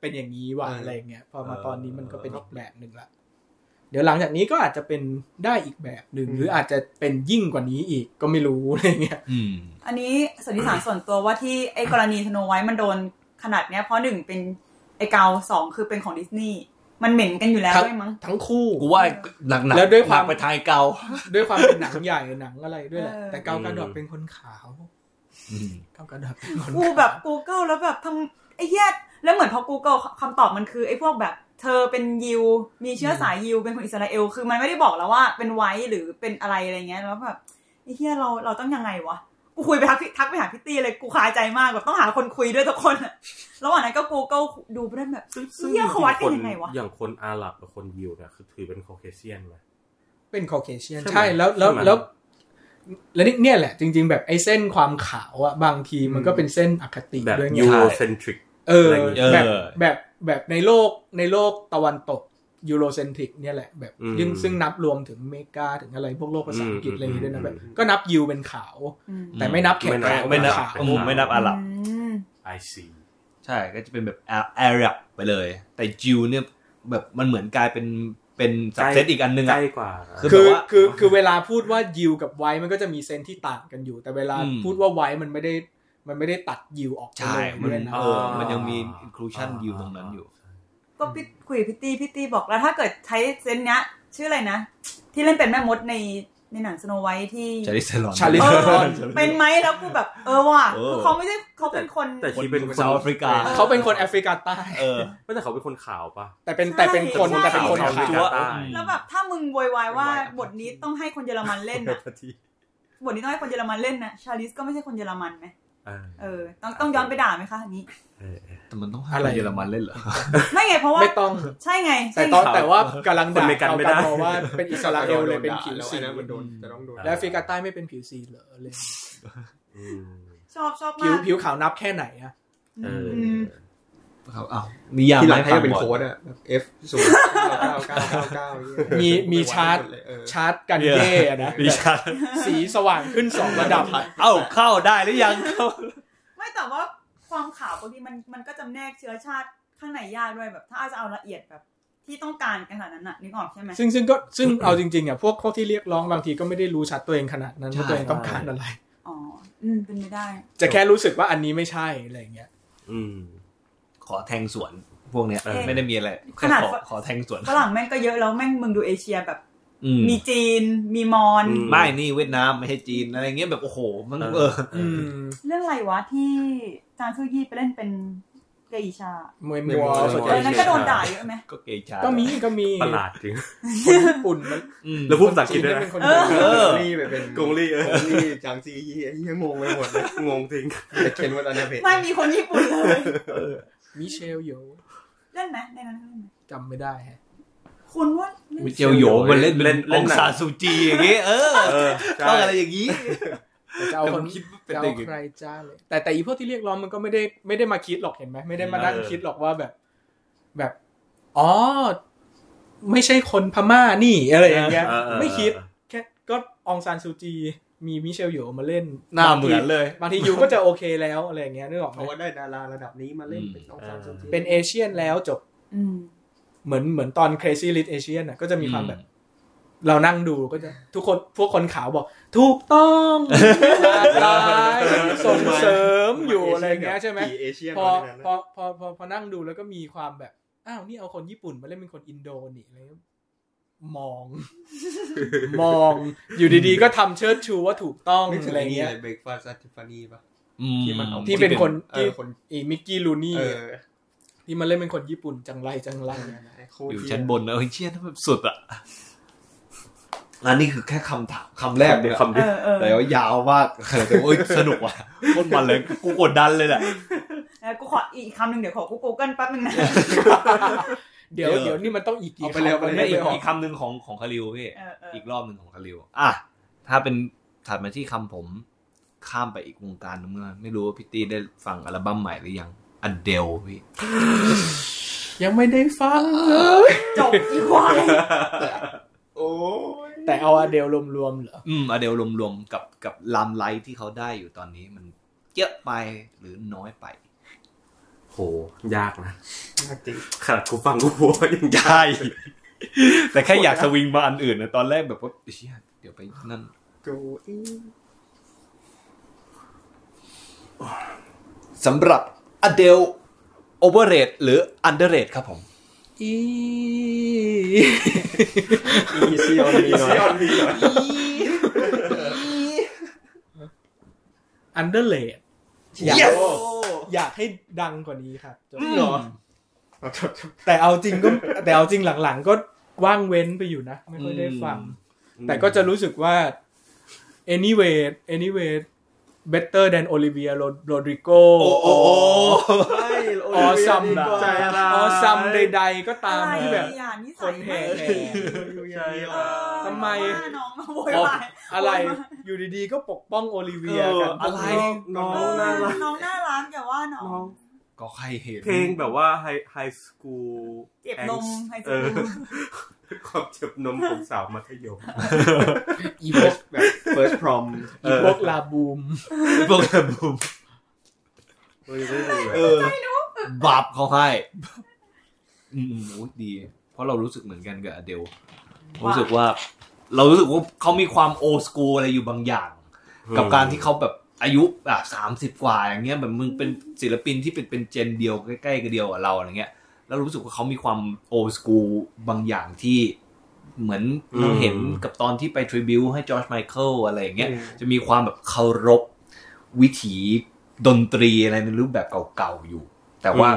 S5: เป็นอย่างนี้ว่ะอะไรเงี้ย พอมาตอนนี้มันก็เป็นอีกแบบหนึ่งละ เดี๋ยวหลังจากนี้ก็อาจจะเป็นได้อีกแบบหนึ่งหรืออาจจะเป็นยิ่งกว่านี้อีกก็ไม่รู้อะไรเงี้ย
S1: อืม
S2: อันนี้สันนิษฐานส่วนตัวว่าที่ไอ้กรณีธนูไว้มันโดนขนาดเนี้ย เพราะหนึ่งเป็นไอ้เกาสองคือเป็นของดิสนีย์มันเหม็นกันอยู่แล้ว
S1: ครับ
S2: ด้วยมั้ง
S5: ทั้งคู่
S1: กูว่าหนักหนัก
S5: แล้วด้วยความ
S1: ไปทางไอ้เกา
S5: ด้วยความเป็นหนังใหญ่หนังอะไรด้วยแหละ
S2: เออ
S5: แต่เกากระดอกเป็นคนขาว
S1: อืม
S5: เกากระดอกเป็นคน
S2: กูแบบ Google แล้วแบบทำไอ้เหี้ยแล้วเหมือนพอ Google คำตอบมันคือไอ้พวกแบบ เธอเป็นยิว มีเชื้อสายยิว เป็นคนอิสราเอล คือมันไม่ได้บอกแล้วว่าเป็นไวท์หรือเป็นอะไรอะไรเงี้ยแล้วแบบไอ้เหี้ยเราเราต้องยังไงวะ กูคุยไปทักทักไปหาพี่ตี้เลยกูคาใจมากแบบต้องหาคนคุยด้วยทุกคนอะระหว่างนั้นก็ Google ดูไปเรื่อยแบบ
S3: ซึ่งซึ่ง
S2: เหี้ยเขาวัด
S3: ค
S2: กันยังไงวะ
S3: อย่างคนอาหรับกับคนยิวเนี่ยคือถือเป็นคอเคเซียนไหม
S5: เป็นคอเคเชียน
S3: ใช่ไหม
S5: ใช่แล้วแล้ว
S3: ใช่ไหม
S5: แล้ว แล้วนี่เนี่ยแหละ จริง ๆ แบบไอ้เส้นความขาวอะบางทีมันก็เป็นเส้นอคติ
S3: แบบ
S5: ด้วยไง
S3: ยูโรเซนทริก
S5: เออ
S3: อะไรอย่างเงี้ย
S5: แบบ
S1: เออ
S5: แบบแบบในโลกในโลกตะวันตกยูโรเซนทริกเนี่ยแหละแบบ
S3: อืม
S5: ซึ่งซึ่งนับรวมถึงอเมริกาถึงอะไรพวกโลกภาษาอังกฤษ
S3: อืม
S5: อะไรอย่างเงี้ยด้วยนะแบบ
S3: อืม
S5: ก็นับยูเป็นขาว
S2: อืม
S5: แต่ไม่นับแขก
S3: ไม่นับ
S1: ไม่นับ
S5: ขาวขาว
S1: อืมไม่นับอาหรับ
S2: อืม
S3: I see
S1: ใช่ก็จะเป็นแบบแอรับไปเลย แต่จิวเนี่ยแบบมันเหมือนกลายเป็นเป็นสับเซตอีกอันนึง
S3: ใก
S1: อะ
S3: ล้กว่า
S1: คือ
S5: คื
S1: แบบ
S5: อ
S1: ว่า
S5: คือคือเวลาพูดว่ายิวกับไวท์มันก็จะมีเซนที่ต่างกันอยู่ แต่เวลา
S1: อืม
S5: พูดว่าไวท์มันไม่ได้มันไม่ได้ตัดยิวออกไป
S1: ใช่
S5: เลย
S1: มัน
S5: ด้วยนะ
S1: เออ
S3: อ่ามั
S1: มันยังมี inclusion อยู่ตรงนั้นอยู่
S2: ก็พี่คุยกับพี่ตี้พี่ตี้บอกแล้วถ้าเกิดใช้เซนส์เนี้ยชื่ออะไรนะ ที่เล่นเป็นแม่มดในในหนังสโนไวท์ที่
S1: ชาลิสเซลอน
S5: ชาลิ
S2: เอ
S5: ส
S2: อเป็นไหมแล้วกูแบบ เออว่ะ
S1: เออ
S2: คือเขาไม่ได้เขาเป็นคน
S3: แต่ชีเป็น
S1: คน South Africa
S5: เขาเป็นคนแอฟริกาใต้
S1: เออ
S3: ไม่แต่เขาเป็นคนขาวปะ
S5: แต่เป็นแต่เป็นคน
S2: ใช่
S5: แต่เป็นคน
S3: ใช่
S5: ขาว
S3: จั๊ว
S2: แล้วแบบถ้ามึงโวยวายว่าบทนี้ต้องให้คนเยอรมันเล่นนะ บทนี้ต้องให้คนเยอรมันเล่นนะชาลิสก็ไม่ใช่คนเยอรมันไหม
S3: เออ
S2: เออต้องต้องย้อนไปด่าไหมคะอันนี้
S3: เออเออ
S1: แต่มันต้องอะไรเยอรมันเล่นเหรอ
S2: ไม่ไงเพราะว่า
S5: ไม่ต้อง
S2: ใช่ไง
S5: แต่
S2: ใช่ไง
S5: ตอน
S3: ขาว
S5: แต่ว่ากำลัง
S3: คน
S5: ด่า
S3: ไม่กัน
S5: เรา
S3: ไม่
S5: กั
S3: ได้
S5: นบอกว่าเป็นอิสราเอลเลยเป็นผิวสี
S4: แล้อันนั้นมันโดนจะต้องโดน
S5: แล้วแอฟริกาใต้ไม่เป็นผิวสีเหรออะไรอย่างเงี้ย
S3: อืม
S2: ชอบชอบ
S5: ผิ
S2: มาว ก
S5: ผิวขาวนับแค่ไหนอะ
S3: เออ
S2: อืม
S1: ครับอ้าวมียาม
S4: ที่หลั
S1: ไม
S4: ง
S1: ฟั
S4: ให้
S1: ง
S4: เป็น
S1: ก่อ
S4: โค้ด
S1: น
S4: อะแบบ F ศูนย์เก้าเก้าเก้าเก้า
S5: มีมีชาร์จชาร์จกันเย่
S1: เออ
S5: นะ
S1: มีชา
S5: สีสว่างขึ้นสองระดับอะ
S1: เอ้าเข้าได้หรือยังเข้า
S2: ไม่แต่ว่าความขาวบางทีมันมันก็จำแนกเชื้อชาติข้างในยากด้วยแบบ ถ้าเอาจะเอาละเอียดแบบ ที่ต้องการกันขนาดนั้นน่ะนึกออกใช่ไหม
S5: ซึ่งซึ่งก็ซึ่งเอาจริงๆอ่ะพวกพวกที่เรียกร้องบางทีก็ไม่ได้รู้ชัดตัวเองขนาดนั้นว่าตัวเองต้องการอะไร
S2: อ๋ออืมเป็นไม่ได้
S5: จะแค่รู้สึกว่าอันนี้ไม่ใช่อะไรอย่างเงี้ย
S3: อืม
S1: ขอแทงสวน พวกเนี้ย
S3: เออ
S1: ไม่ได้มีอะไรแค่
S2: ขนาด
S1: ขอขอแทงสวน
S2: ฝรั่งแม่งก็เยอะแล้วแม่งมึงดูเอเชียแบบ
S1: อืม
S2: มีจีน มีมอน
S3: อื
S1: ไม่นี่เวียดนามไม่ใช่จีนอะไรเงี้ยแบบโอ้โห มันเออ
S5: อืม
S2: เรื่องอะไรวะที่จางซื่อยี่ไปเล่นเป็นเกย์อิชาม
S5: วยมัวส่วน
S2: เอ
S5: ใหญ่
S2: อนั้นก็โดนด่าเยอะไหม
S1: ก็เกย์ชา
S5: ก็มีก็มี
S3: ประหลาดจริง
S5: คนญี่ปุ่นมัน
S1: อืม
S3: แล้วพูดภาษาอังกฤษด้วย
S5: จี
S3: นะ
S5: นเป็นคน
S2: เออ
S4: เอ
S1: เออ
S4: อนี่ไปเป็น
S3: กงลี่เออ
S4: กงลี่จางซีเหี้ยเหี้ยงงไปหมดเลย
S3: งงจริง
S4: แต่เคนวัตนาเพชร
S2: ไม่มีคนญี่ปุ่นเลย
S5: มิเชลโย
S2: เล่นไหมในนั้นเล่นไหม
S5: จำไม่ได้ฮะ
S2: คุณว่าเล่น
S1: มิเชลโยมันเล่น
S3: เล่
S1: เล่น
S3: น
S1: อ
S3: เล่น
S1: ง
S3: หนัง
S1: ซานซูจีอย่างเงี้ยเออ
S3: เออใช่
S1: ต้องอะไรอย่างงี้
S5: แต่จะเอา
S1: แต่
S5: ค
S1: ผ
S5: น
S1: มคิดว่าเป็นอ
S5: จะเอา
S1: ย่างอื่น
S5: ใครจ้าเลย แต่แต่อีพวกที่เรียกร้องมันก็ไม่ได้ไม่ได้มาคิดหรอกเห็นไหมไม่ได้มานั่งคิดหรอกว่าแบบ แบบ อ๋อ ไม่ใช่คนพม่านี่อะไรอย่างเงี้ย
S3: เออเออ
S5: ไม่คิด แค่ก็องซานซูจี มีมิเชลโยมาเล่น
S1: หน้าเหมือนเลย
S5: บางทียูก็จะโอเคแล้วอะไรอย่างเงี้ยนึกออกไหม
S4: เขาก็ได้ดาราระดับนี้มาเล่นเป็นน้องสาวสุดที่
S5: เป็นเอเชียนแล้วจบ
S2: อืม
S5: เหมือนเหมือนตอน Crazy Rich Asian น่ะก็จะมีความ
S1: อืม
S5: แบบ เรานั่งดูก็จะทุกคนพวกคนขาวบอก ถูกต้องหลากหลายส่งเสริมอยู่อะไรอย่างเงี้ยใช่ไหม
S4: กี่เอเชียน
S5: พ
S4: ค
S5: อน
S4: นั้น
S5: พอพ
S4: นะ
S5: อพอพอนั่งดูแล้วก็มีความแบบ อ้าวนี่เอาคนญี่ปุ่นมาเล่นเป็นคนอินโดนี่อะไรก็มอง มองอยู่ดีๆ ก็ทำเชิดชูว่าถูกต้อง
S4: นึกถึง
S5: อะไร
S4: ไอ้นี่
S5: เงี้ย
S4: เลยเบรกฟาสต์ทิฟฟานีป่ะ
S1: อืม
S4: ที่มันเอา
S5: ที่เป็นคน
S4: เอ
S5: ที่
S4: อคน
S5: อีมิกกี้ลูนี่
S4: เออ
S5: ที่มาเล่นเป็นคนญี่ปุ่นจังไรจังไรอะ
S4: ไอ้คู่
S1: อยู่
S4: ที่
S1: ชั้นบนนะเฮ้ยเชี่ยนั่นแบบสุดอ่ะอันนี้คือแค่คำถามคำแรกเลย
S3: คำ
S2: เอ
S3: เดีย
S2: อ
S3: ว
S2: เออ
S1: แต่ว่ายาวมากแต่ว่าเอ้ยสนุกว่ะโคตรมันเลยกูกดดันเลยแหละ
S2: เออกูขออีกคำหนึ่งเดี๋ยวขอกู Google แป๊บนึงนะ
S5: เดี๋ยว
S1: เออ
S5: เดี๋ยวนี่มันต้องอีกกี่
S4: เอาไปเร็วไป
S5: คำ
S4: เร็
S1: อี
S5: นี่
S4: ว
S1: ก
S5: ย
S1: อีกคำหนึ่งของของคาริวพี่
S2: เออเอออี
S1: อีกรอบหนึ่งของคาริวอ่ะถ้าเป็นถัดมาที่คำผม ข้ามไปอีกวงการหนึงนะไม่รู้ว่าพี่ตีได้ฟังอัลบั้มใหม่หรือยังอันเดลพี่
S5: ยังไม่ได้ฟังเลย
S2: จบอีควาย
S4: โอ้ย
S5: แต่เอาอเดลรวมๆเหรอ
S1: อืมอเดลรวมๆกับกับลามไลท์ที่เขาได้อยู่ตอนนี้มันเยอะไปหรือน้อยไป
S3: โห ยากนะ
S4: จริง
S3: ขนาดกูฟังกูโหยังยาก
S1: แต่แค่อยากสวิงมาอันอื่นนะตอนแรกแบบว่าเชี่ยเดี๋ยวไปนั่น
S4: go in
S1: สำหรับอเดลโอเวอร์เรหรืออันเดอร์เรครับผม
S4: อีซีออนมีหน่อย
S5: อันเดอร์เลดอยาก
S1: Yes
S5: อยากให้ดังกว่านี้ครับจบ
S4: หรอ
S5: แต่เอาจริงก็ แต่เอาจริงหลังๆ ก็ว่างเว้นไปอยู่นะ ไม่ค่อยได้ฟัง แต่ก็จะรู้สึกว่า anyway anyway better than Olivia Rod- Rodrigo
S1: โอ้โอ้
S4: ใช่
S5: ออซัม
S4: ใจอะไร
S5: ออซัมใดๆก็ตาม
S2: อะไร
S5: ที่แบบ
S2: อย่างนี้
S5: คนแห่แห่
S4: ใช่
S2: เออ
S5: ทำไม
S2: ว่าน้องมาโวยวาย
S5: อะไร อยู่ดีๆ ก็ปกป้องโอลิเวียกัน
S1: อะไร
S4: น้อ
S2: เอง อ
S4: น่ารัก
S2: น้องน่ารักอย่าว่าน้อง
S1: ก็ใครเห็น
S3: เพลงแบบว่าไฮไฮสคูล
S2: เจ็บนม high school
S3: ความเจ็บนมของสาวมัธยม
S5: อีพวก
S4: แบบ first prom
S5: อีพวกลาบูม
S1: พวกแบบบูม
S3: เออไม่รู้เลย
S1: เออบาปเขาให้อืมโอ้ยดี เพราะเรารู้สึกเหมือนกันกับอเดลรู้สึกว่า เรารู้สึกว่าเขามีความโอสกูอะไรอยู่บางอย่าง กับการที่เขาแบบอายุอ่ะสามสิบกว่าอย่างเงี้ยแบบมึงเป็นศิลปินที่เป็นเป็นเจนเดียวใกล้ๆกันเดียวกับเราอะไรเงี้ย แล้วรู้สึกว่าเขามีความโอสกูบางอย่างที่เหมือนเราเห็นกับตอนที่ไปทริบิวให้จอร์จไมเคิลอะไรอย่างเงี้ย จะมีความแบบเคารพวิถีดนตรีอะไรในรูปแบบเก่าๆอยู่ แต่ว่า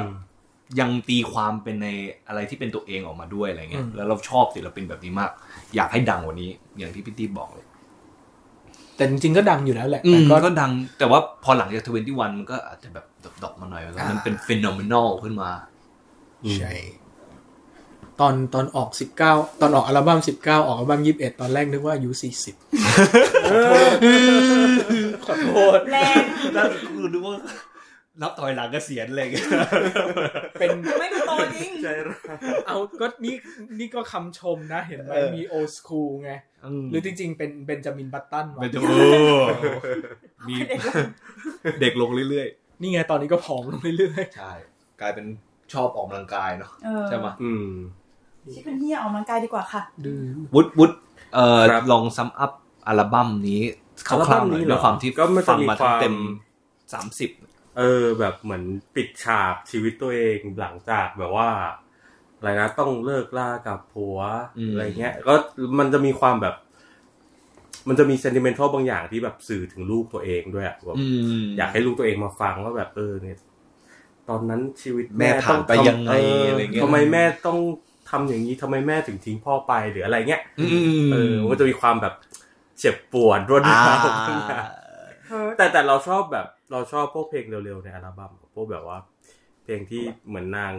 S1: ยังตีความเป็นในอะไรที่เป็นตัวเองออกมาด้วยอะไรเงี้ย
S5: อืม
S1: แล้วเราชอบศิลปินแบบนี้มาก อยากให้ดังกว่านี้ อย่างที่พี่ตี้บอกเลย
S5: แต่จริงๆ ก็ดังอยู่แล้วแหละ
S1: อื
S5: แต่
S1: ม
S5: ก็
S1: ก็ดังแต่ว่าพอหลังจากทเวนตี้วันมันก็อาจจะแบบดรอปๆมาหน่อยแล้วมันเป็นฟิน o m ม n a ลขึ้นมา
S5: ใช่ ตอนตอนออกสิบเก้าตอนออกอัลบั้มสิบเก้าออกอัลบั้มยี่สิบเอ็ดตอนแรกนึกว่าอายุสี่สิบขอโทษ
S2: แรง
S1: แล้วคือรู้ว่ารับถอยหลังเกษียณเลย
S5: เป็น
S2: ไม่ดูโตจริง
S3: ใจร้าย
S5: เอาก็นี่นี่ก็คำชมนะ เห็นไหม
S1: เออ
S5: มีโอสคูลไง หรือจริงๆ เป็นเบนจามินบัตตันวะ
S1: มันจะโอ้มีเด็กลงเรื่อย
S5: นี่ไงตอนนี้ก็ผอมลงเรื่อย
S1: ๆ ใช่ กลายเป็นชอบออกกำลังกายเนาะ
S2: เออ
S1: ใช่ไหม
S3: อืม
S2: ชิคเป็นเฮียออกกำลังกายดีกว่าค่ะ
S5: ๆดื้อ
S1: วุฒวุฒเอ่อ
S3: ครับ
S1: ลองซัมอัพอัลบั้มนี้ค
S3: อัลบั้
S1: ร่าว
S3: ม
S1: ๆหน่
S3: นี้
S1: อย
S3: เหรอ
S1: ด้วยความที่
S3: ก็มันจะ
S1: ฟังมา
S3: มีค
S1: ทั้
S3: วาง ม
S1: เต็มสามสิบ
S3: เออ แบบเหมือนปิดฉากชีวิตตัวเองหลังจากแบบว่าอะไรนะต้องเลิกล่ากับผัวอะไรเงี้ย ก็มันจะมีความแบบ มันจะมีเซนติเมนทัลบางอย่างที่แบบสื่อถึงลูกตัวเองด้วยอะแบบอยากให้ลูกตัวเองมาฟังว่าแบบเออ เนี่ย ตอนนั้นชีวิต
S1: แม่ผ่าน
S3: ต้อง
S1: ไปยังไง
S3: เ
S1: อะไรเงี้ย
S3: ทำไมแม่ต้องทำอย่างนี้ทำไมแม่ถึงทิ้งพ่อไปหรืออะไรเงี้ย
S1: อืม
S3: เออมันก็จะมีความแบบเจ็บปวดรวด
S1: อ่า
S3: ร้าวบางอย่าง แต่แต่เราชอบแบบเราชอบพวกเพลงเร็วๆในอัลบั้มพวกแบบว่า เพลงที่เหมือนนาง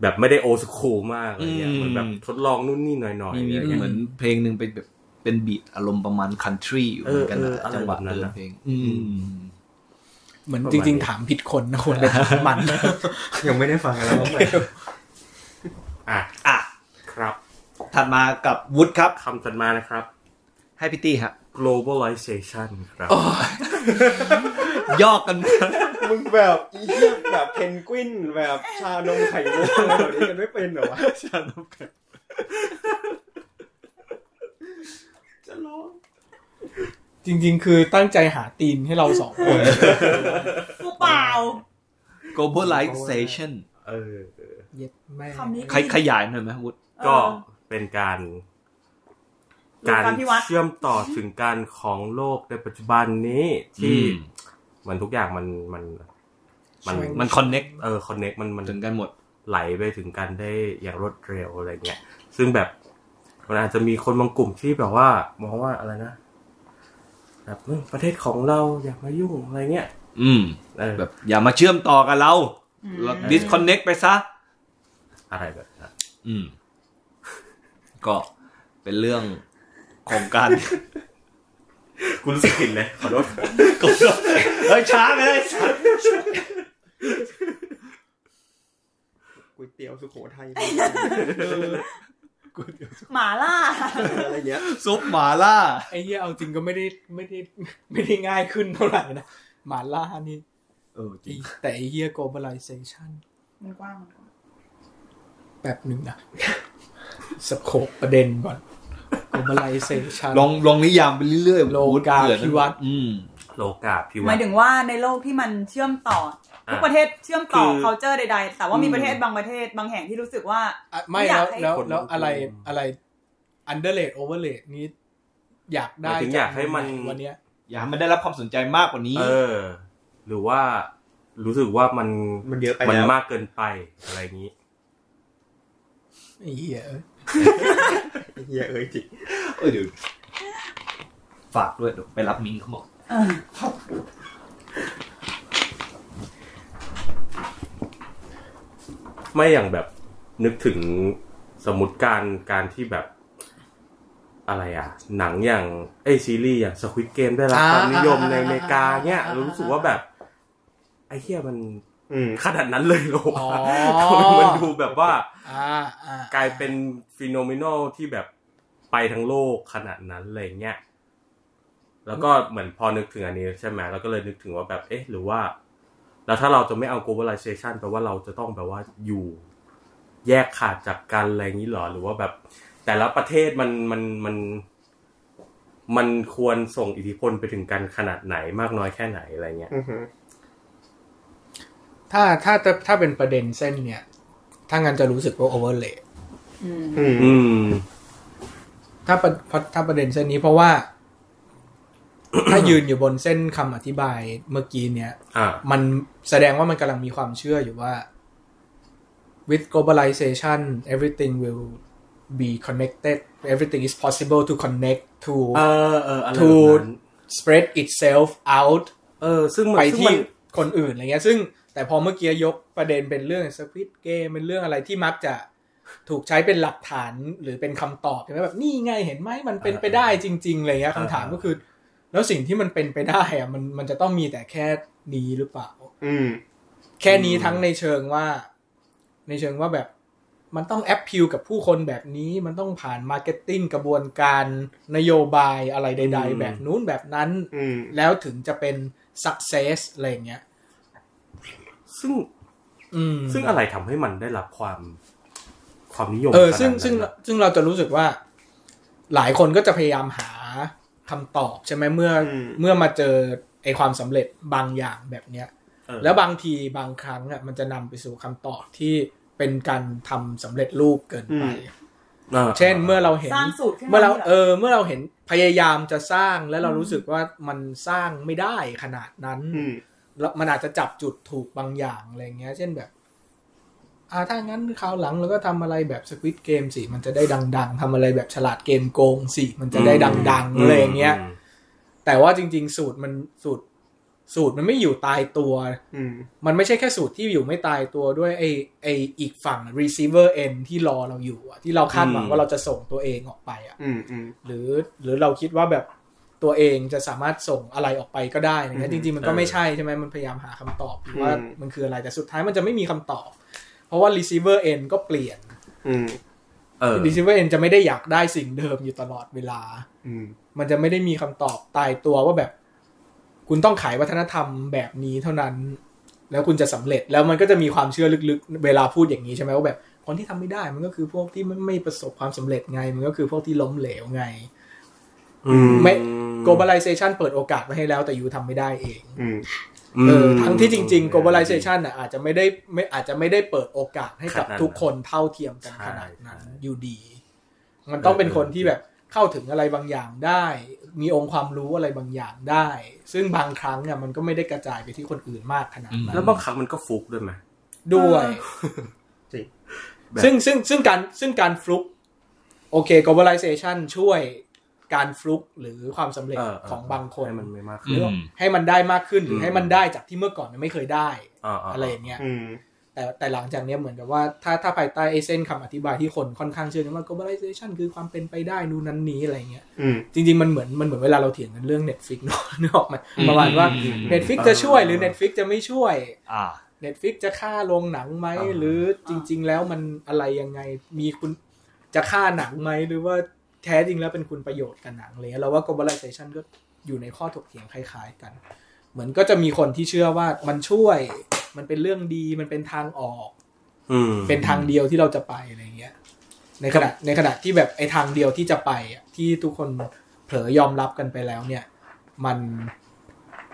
S3: แบบไม่ได้โอสคูลมากอะไรเงี้ย
S1: อืม
S3: เหมือนแบบทดลองนู่นนี่หน่อยๆ
S1: มี
S3: อะไร
S1: มี
S3: เงี้ย
S1: เหมือนเพลงหนึ่งเป็นแบบเป็นบีทอารมณ์ประมาณคันทรีอยู่เหมือนกันนะ
S3: เออเออ
S1: จังหวะ
S3: อะไรแบบ
S1: เอนอ
S3: นั้นะ
S1: เพลง อืม
S5: เหมือน
S3: ประ
S5: จ
S3: มาณ
S5: ริง
S3: นี้
S5: ๆ ถามผิดคนนะคนไปถามมัน
S4: ยังไม่ได้ฟังอะไรบ้างเลย
S3: อ่ะ
S1: อ่ะ
S3: ครับ
S1: ถัดมากับวุฒครับ
S3: คำตัดมานะครับ
S1: ให้พี่ตี้ฮะ
S3: globalization ครับ
S1: ยอกกัน
S4: มึงแบบอีเหี้ยแบบเพนกวินแบบชานมไข่มุกอะไรแบบนี้กันไม่เป็นเหรอวะ
S1: ชานมไข่
S5: จริง ๆ คือตั้งใจหาตีนให้เราสองคน
S2: กูเปล่า
S1: globalization
S3: เออ
S5: เย็ดแม่
S2: คำนี้
S1: ขยขยายหน่อยไหมวุฒ
S2: เออ
S3: ก็เป็นการการ
S2: การพิวัตร
S3: เชื่อมต่อถึงการของโลกในปัจจุบันนี้
S1: อื
S3: ที่
S1: ม
S3: เหมือนทุกอย่างมันมัน มัน
S5: ใช่
S1: มันคอนเน็ก
S3: เออคอนเน็กมันมัน
S1: ถึงกันหมด
S3: ไหลไปถึงกันได้อย่างรวดเร็วอะไรเงี้ย ซึ่งแบบมันอาจจะมีคนบางกลุ่มที่แบบว่ามองว่าอะไรนะแบบเฮ้ยประเทศของเราอย่ามายุ่งอะไรเงี้ย
S1: อืม
S3: เออ
S1: แบบอย่ามาเชื่อมต่อกับเราเรา disconnect ไปซะ
S3: อะไรแบบนั้น
S1: อืม ก็เป็นเรื่องของการ
S3: กูรู้สึกผิดเลยขอโทษ
S1: เฮ้ยช้าไปเลยช้า
S4: ก๋วยเตี๋ยวสุโขทัย
S2: หมาล่า
S4: อะไรเงี้ย
S1: ซุปหมาล่า
S5: ไอ้เหี้ยเอาจริงก็ไม่ได้ไม่ได้ไม่ได้ง่ายขึ้นเท่าไหร่นะหมาล่านี่
S1: เออจริ
S5: ไอ้
S1: ง
S5: แต่ไอ้เหี้ย globalization
S2: มันกว้างมันกว้าง
S5: แบบหนึ่งนะ สโคปประเด็นก่อน globalization
S1: ลองลองนิยามไปเรื่อยๆ
S5: โลกาภิวัตน์
S1: อืม
S3: โลกาพิ
S2: ห
S3: วั
S2: มาย
S3: ตน์
S2: ถึงว่าในโลกที่มันเชื่อมต่อทุก
S3: อ่ะ
S2: ประเทศเชื่อมต่อ
S3: คือ
S2: culture ใดๆ แต่ว่ามี
S1: อืม
S2: ประเทศบางประเทศบางแห่งที่รู้สึกว่า
S5: อ่ะไม่
S2: ไม่อ
S5: แล้
S2: ยาว กให้
S5: แล้ว
S3: คน
S5: แล้ว
S3: รู้
S5: อะไร
S3: ตัว
S5: อะไร underrate overrate นี้อยากได้
S3: หมายถึงอยากให้มัน
S5: จวันเนี้ย
S1: อย่าให้มันได้รับความสนใจมากกว่านี้
S3: เออ หรือว่ารู้สึกว่ามัน
S4: มันเยอะไป
S3: มัน
S4: แล้ว
S3: มากเกินไปอะไรอย่างนี้
S5: ไอ้เหี้ย
S4: เฮียเอ้ยจริง
S1: เออเดี๋ยวฝากด้วยเดี๋ยวไปรับมิงเขาบอก
S2: เออ
S3: ไม่อย่างแบบนึกถึงสมมติการการที่แบบอะไรอ่ะ หนังอย่างไอยซีรีส์อย่างสควิตเกมได้รับความนิยมในอเมริกาเนี่ยเรารู้สึกว่าแบบ ไอเฮียมัน
S4: อืม
S3: ขนาดนั้นเลยเหรอ
S5: อ๋อ
S3: ว ะมันดูแบบว่า
S5: อ่าอ่
S3: กลายเป็นฟีโนเมนอลที่แบบไปทั้งโลกขนาดนั้นอะไรเงี้ย แล้วก็เหมือนพอนึกถึงอันนี้ใช่ไหมแล้วก็เลยนึกถึงว่าแบบ เอ๊ะ หรือว่า แล้วถ้าเราจะไม่เอา globalization แปลว่าเราจะต้องแบบว่าอยู่แยกขาดจากกันอะไรอย่างนี้เหรอ หรือว่าแบบ แต่ละประเทศมันมันมัน มันควรส่งอิทธิพลไปถึงกันขนาดไหนมากน้อยแค่ไหนอะไรเงี้ย
S4: อือหือ
S5: ถ้าถ้าถ้าถ้าเป็นประเด็นเส้นเนี่ย ถ้างั้นจะรู้สึกว่า overrate
S2: อืม
S4: อืม
S3: อืม
S5: ถ้าประเพราะถ้าประเด็นเส้นนี้เพราะว่า ถ้ายืนอยู่บนเส้นคำอธิบายเมื่อกี้เนี่ย
S3: อ่า
S5: มันแสดงว่ามันกำลังมีความเชื่ออยู่ว่า with globalization everything will be connected everything is possible to connect to
S3: เออเอออะไรแบบนั้น
S5: spread itself out
S3: เออ ซึ่งมัน
S5: ไป
S3: ซึ่ง
S5: ที่
S3: มัน
S5: คนอื่นอะไรเงี้ย ซึ่งแต่พอเมื่อกี้ยกประเด็นเป็นเรื่องสควิตเกมเป็นเรื่องอะไรที่มักจะถูกใช้เป็นหลักฐานหรือเป็นคำตอบใช่ไหมแบบนี่ไงเห็นไหมมันเป็นไปได้จริงๆอะไรเงี้ยคำถามก็คือ แล้วสิ่งที่มันเป็นไปได้อะมันมันจะต้องมีแต่แค่นี้หรือเปล่า
S4: อืม
S5: แค่นี้
S3: อืม
S5: ทั้งในเชิงว่า ในเชิงว่าแบบ มันต้องแอ p พิวกับผู้คนแบบนี้มันต้องผ่านมาร์เก็ตติ้งกระบวนการนโยบายอะไรใด ๆ แบบนู้นแบบนั้น
S4: อืม
S5: แล้วถึงจะเป็น success อะไรอย่างเงี้ย
S3: ซึ่ง
S5: อืม
S3: ซึ่งอะไรทำให้มันได้รับความความนิยม
S5: เออ
S3: ขนาด
S5: ซึ่ง
S3: นั้น
S5: ซึ่ง
S3: น่ะ
S5: ซึ่งเราจะรู้สึกว่า หลายคนก็จะพยายามหาคำตอบใช่ไหมเมื่ออเมื่อมาเจอไอความสำเร็จบางอย่างแบบเนี้ย
S3: เออ
S5: แล้วบางทีบางครั้งอ่ะมันจะนำไปสู่คำตอบที่เป็นการทำสำเร็จรูปเกินไป
S3: อ่า
S5: เช่นเมื่อเราเห็น
S2: สร้างสูตรขึ้น
S5: เมื่อเรา
S2: ห
S5: เออเมื่อเราเห็นพยายามจะสร้างแล้วเรารู้สึกว่ามันสร้างไม่ได้ขนาดนั้น
S4: อืม
S5: แล้วมันอาจจะจับจุดถูกบางอย่างอะไรเงี้ย เช่นแบบ อ่าถ้างั้นคราวหลังเราก็ทำอะไรแบบสควิตเกมสิ มันจะได้ดัง ๆทำอะไรแบบฉลาดเกมโกงสิ มันจะได้ดังๆอะไรเงี้ย
S3: ม
S5: แต่ว่าจริง ๆ สูตรมันสูตร สูตรมันไม่อยู่ตายตัว
S4: อืม
S5: มันไม่ใช่แค่สูตรที่อยู่ไม่ตายตัวด้วยไอไออีกฝั่ง receiver end ที่รอเราอยู่อะที่เราคาดหวังว่าเราจะส่งตัวเองออกไปอะ
S4: อืมอืม
S5: หรือหรือเราคิดว่าแบบตัวเองจะสามารถส่งอะไรออกไปก็ได้อะไรเงี้ยจ
S4: อืม
S5: ริง ๆ มันก็ไม่ใช่ใช่ไหมมันพยายามหาคำตอบอยู่ว่า
S4: อืม
S5: มันคืออะไรแต่สุดท้ายมันจะไม่มีคำตอบ เพราะว่า receiver end ก็เปลี่ยน
S4: อืม
S3: เออ
S5: receiver end จะไม่ได้อยากได้สิ่งเดิมอยู่ตลอดเวลา
S4: อืม
S5: มันจะไม่ได้มีคำตอบตายตัวว่าแบบ คุณต้องขายวัฒนธรรมแบบนี้เท่านั้น แล้วคุณจะสำเร็จแล้วมันก็จะมีความเชื่อลึกๆ เวลาพูดอย่างนี้ใช่ไหมว่าแบบ คนที่ทำไม่ได้มันก็คือพวกที่ไม่ไม่ประสบความสำเร็จไง มันก็คือพวกที่ล้มเหลวไง
S3: อืม
S5: ไม่ globalization เปิดโอกาสไว้ให้แล้วแต่ยูทำไม่ได้เอง
S4: อืม
S5: เออทั้งที่จริง ๆ globalization น่ะอาจจะไม่ได้ไม่อาจจะไม่ได้เปิดโอกาสให้กับทุกคนเท่าเทียมกันขนาดนั้นอยู่ดี มันต้องเป็นคนที่แบบเข้าถึงอะไรบางอย่างได้ มีองค์ความรู้อะไรบางอย่างได้ ซึ่งบางครั้งอ่ะมันก็ไม่ได้กระจายไปที่คนอื่นมากขนาดนั้
S3: แล้ว
S5: น
S3: บางครั้งมันก็ฟุกด้วยไหม
S5: ด้วย
S3: แบบ
S5: ซึ่งซึ่งซึ่งการซึ่งการฟลุกโอเค globalization ช่วยการฟลุกหรือความสำเร็จ
S3: เ
S5: ของบางคน
S3: ให้มันไม่มาก
S1: อื
S3: ขึ้น
S1: ม
S5: ให้มันได้มากขึ้นหรือ
S3: ม
S5: ให้มันได้จากที่เมื่อก่อนมันไม่เคยได้
S3: อ่าๆ
S5: อะไรอย่างเงี้ย
S4: อืม
S5: แต่แต่หลังจากเนี้ยเหมือนกับว่าถ้าถ้าภายใต้ไอเส้นคำอธิบายที่คนค่อนข้างเชื่อกันว่า globalization คือความเป็นไปได้นู่นนั้นนี้อะไรเงี้ย
S4: อืม
S5: จริงๆมันเหมือนมันเหมือนเวลาเราเถียงกันเรื่อง Netflix เนอะ นึกออกไหม
S1: อืม
S5: ประมาณว่า
S1: อืมอืม
S5: Netflix จะช่วยหรือ Netflix จะไม่ช่วย
S1: อ่า
S5: Netflix จะฆ่าโรงหนังไหม
S3: อ่า
S5: หรือจริง ๆ แล้วมันอะไรยังไงมีคุณจะฆ่าหนังไหมหรือว่าแท้จริงแล้วเป็นคุณประโยชน์กับหนังอะไรเลยเราว่า globalization ก็อยู่ในข้อถกเถียงคล้าย ๆ กัน เหมือนก็จะมีคนที่เชื่อว่ามันช่วย มันเป็นเรื่องดีมันเป็นทางออก
S3: อืม
S5: เป็นทางเดียวที่เราจะไปอะไรเงี้ย ในขณะในขณะที่แบบไอ้ทางเดียวที่จะไปอะที่ทุกคนเผลอยอมรับกันไปแล้วเนี่ย มัน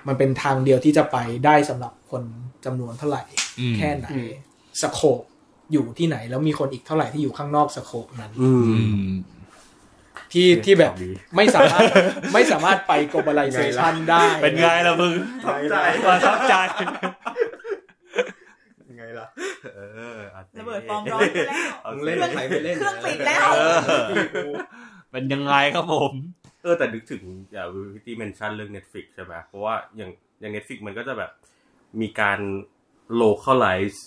S5: มันเป็นทางเดียวที่จะไปได้สำหรับคนจำนวนเท่าไหร่
S1: อืม
S5: แค่ไหนสโคปอยู่ที่ไหนแล้วมีคนอีกเท่าไหร่ที่อยู่ข้างนอกสโคปนั้น
S3: อืม
S1: อืม
S5: ที่ที่แบบ
S3: ข่าวดี
S5: ไม่สามารถไม่สามารถไป globalization ได้
S8: เป็นไงล่ะมึง
S3: ทับใจ
S8: ประทับใจ
S7: ยังไงล่ะ
S3: เอออาจจ
S2: ระเบิด ฟองร้อนไปแล้ว
S3: อาจจะ
S7: เล่นใครไปเล่น
S2: เครื่องปิดแล้ว
S8: เออ เป็นยังไงครับผม
S3: เออแต่นึกถึงอย่างวิธีเมนชั่นเรื่อง Netflix ใช่ไหมเพราะว่าอย่างอย่าง Netflix มันก็จะแบบมีการ localize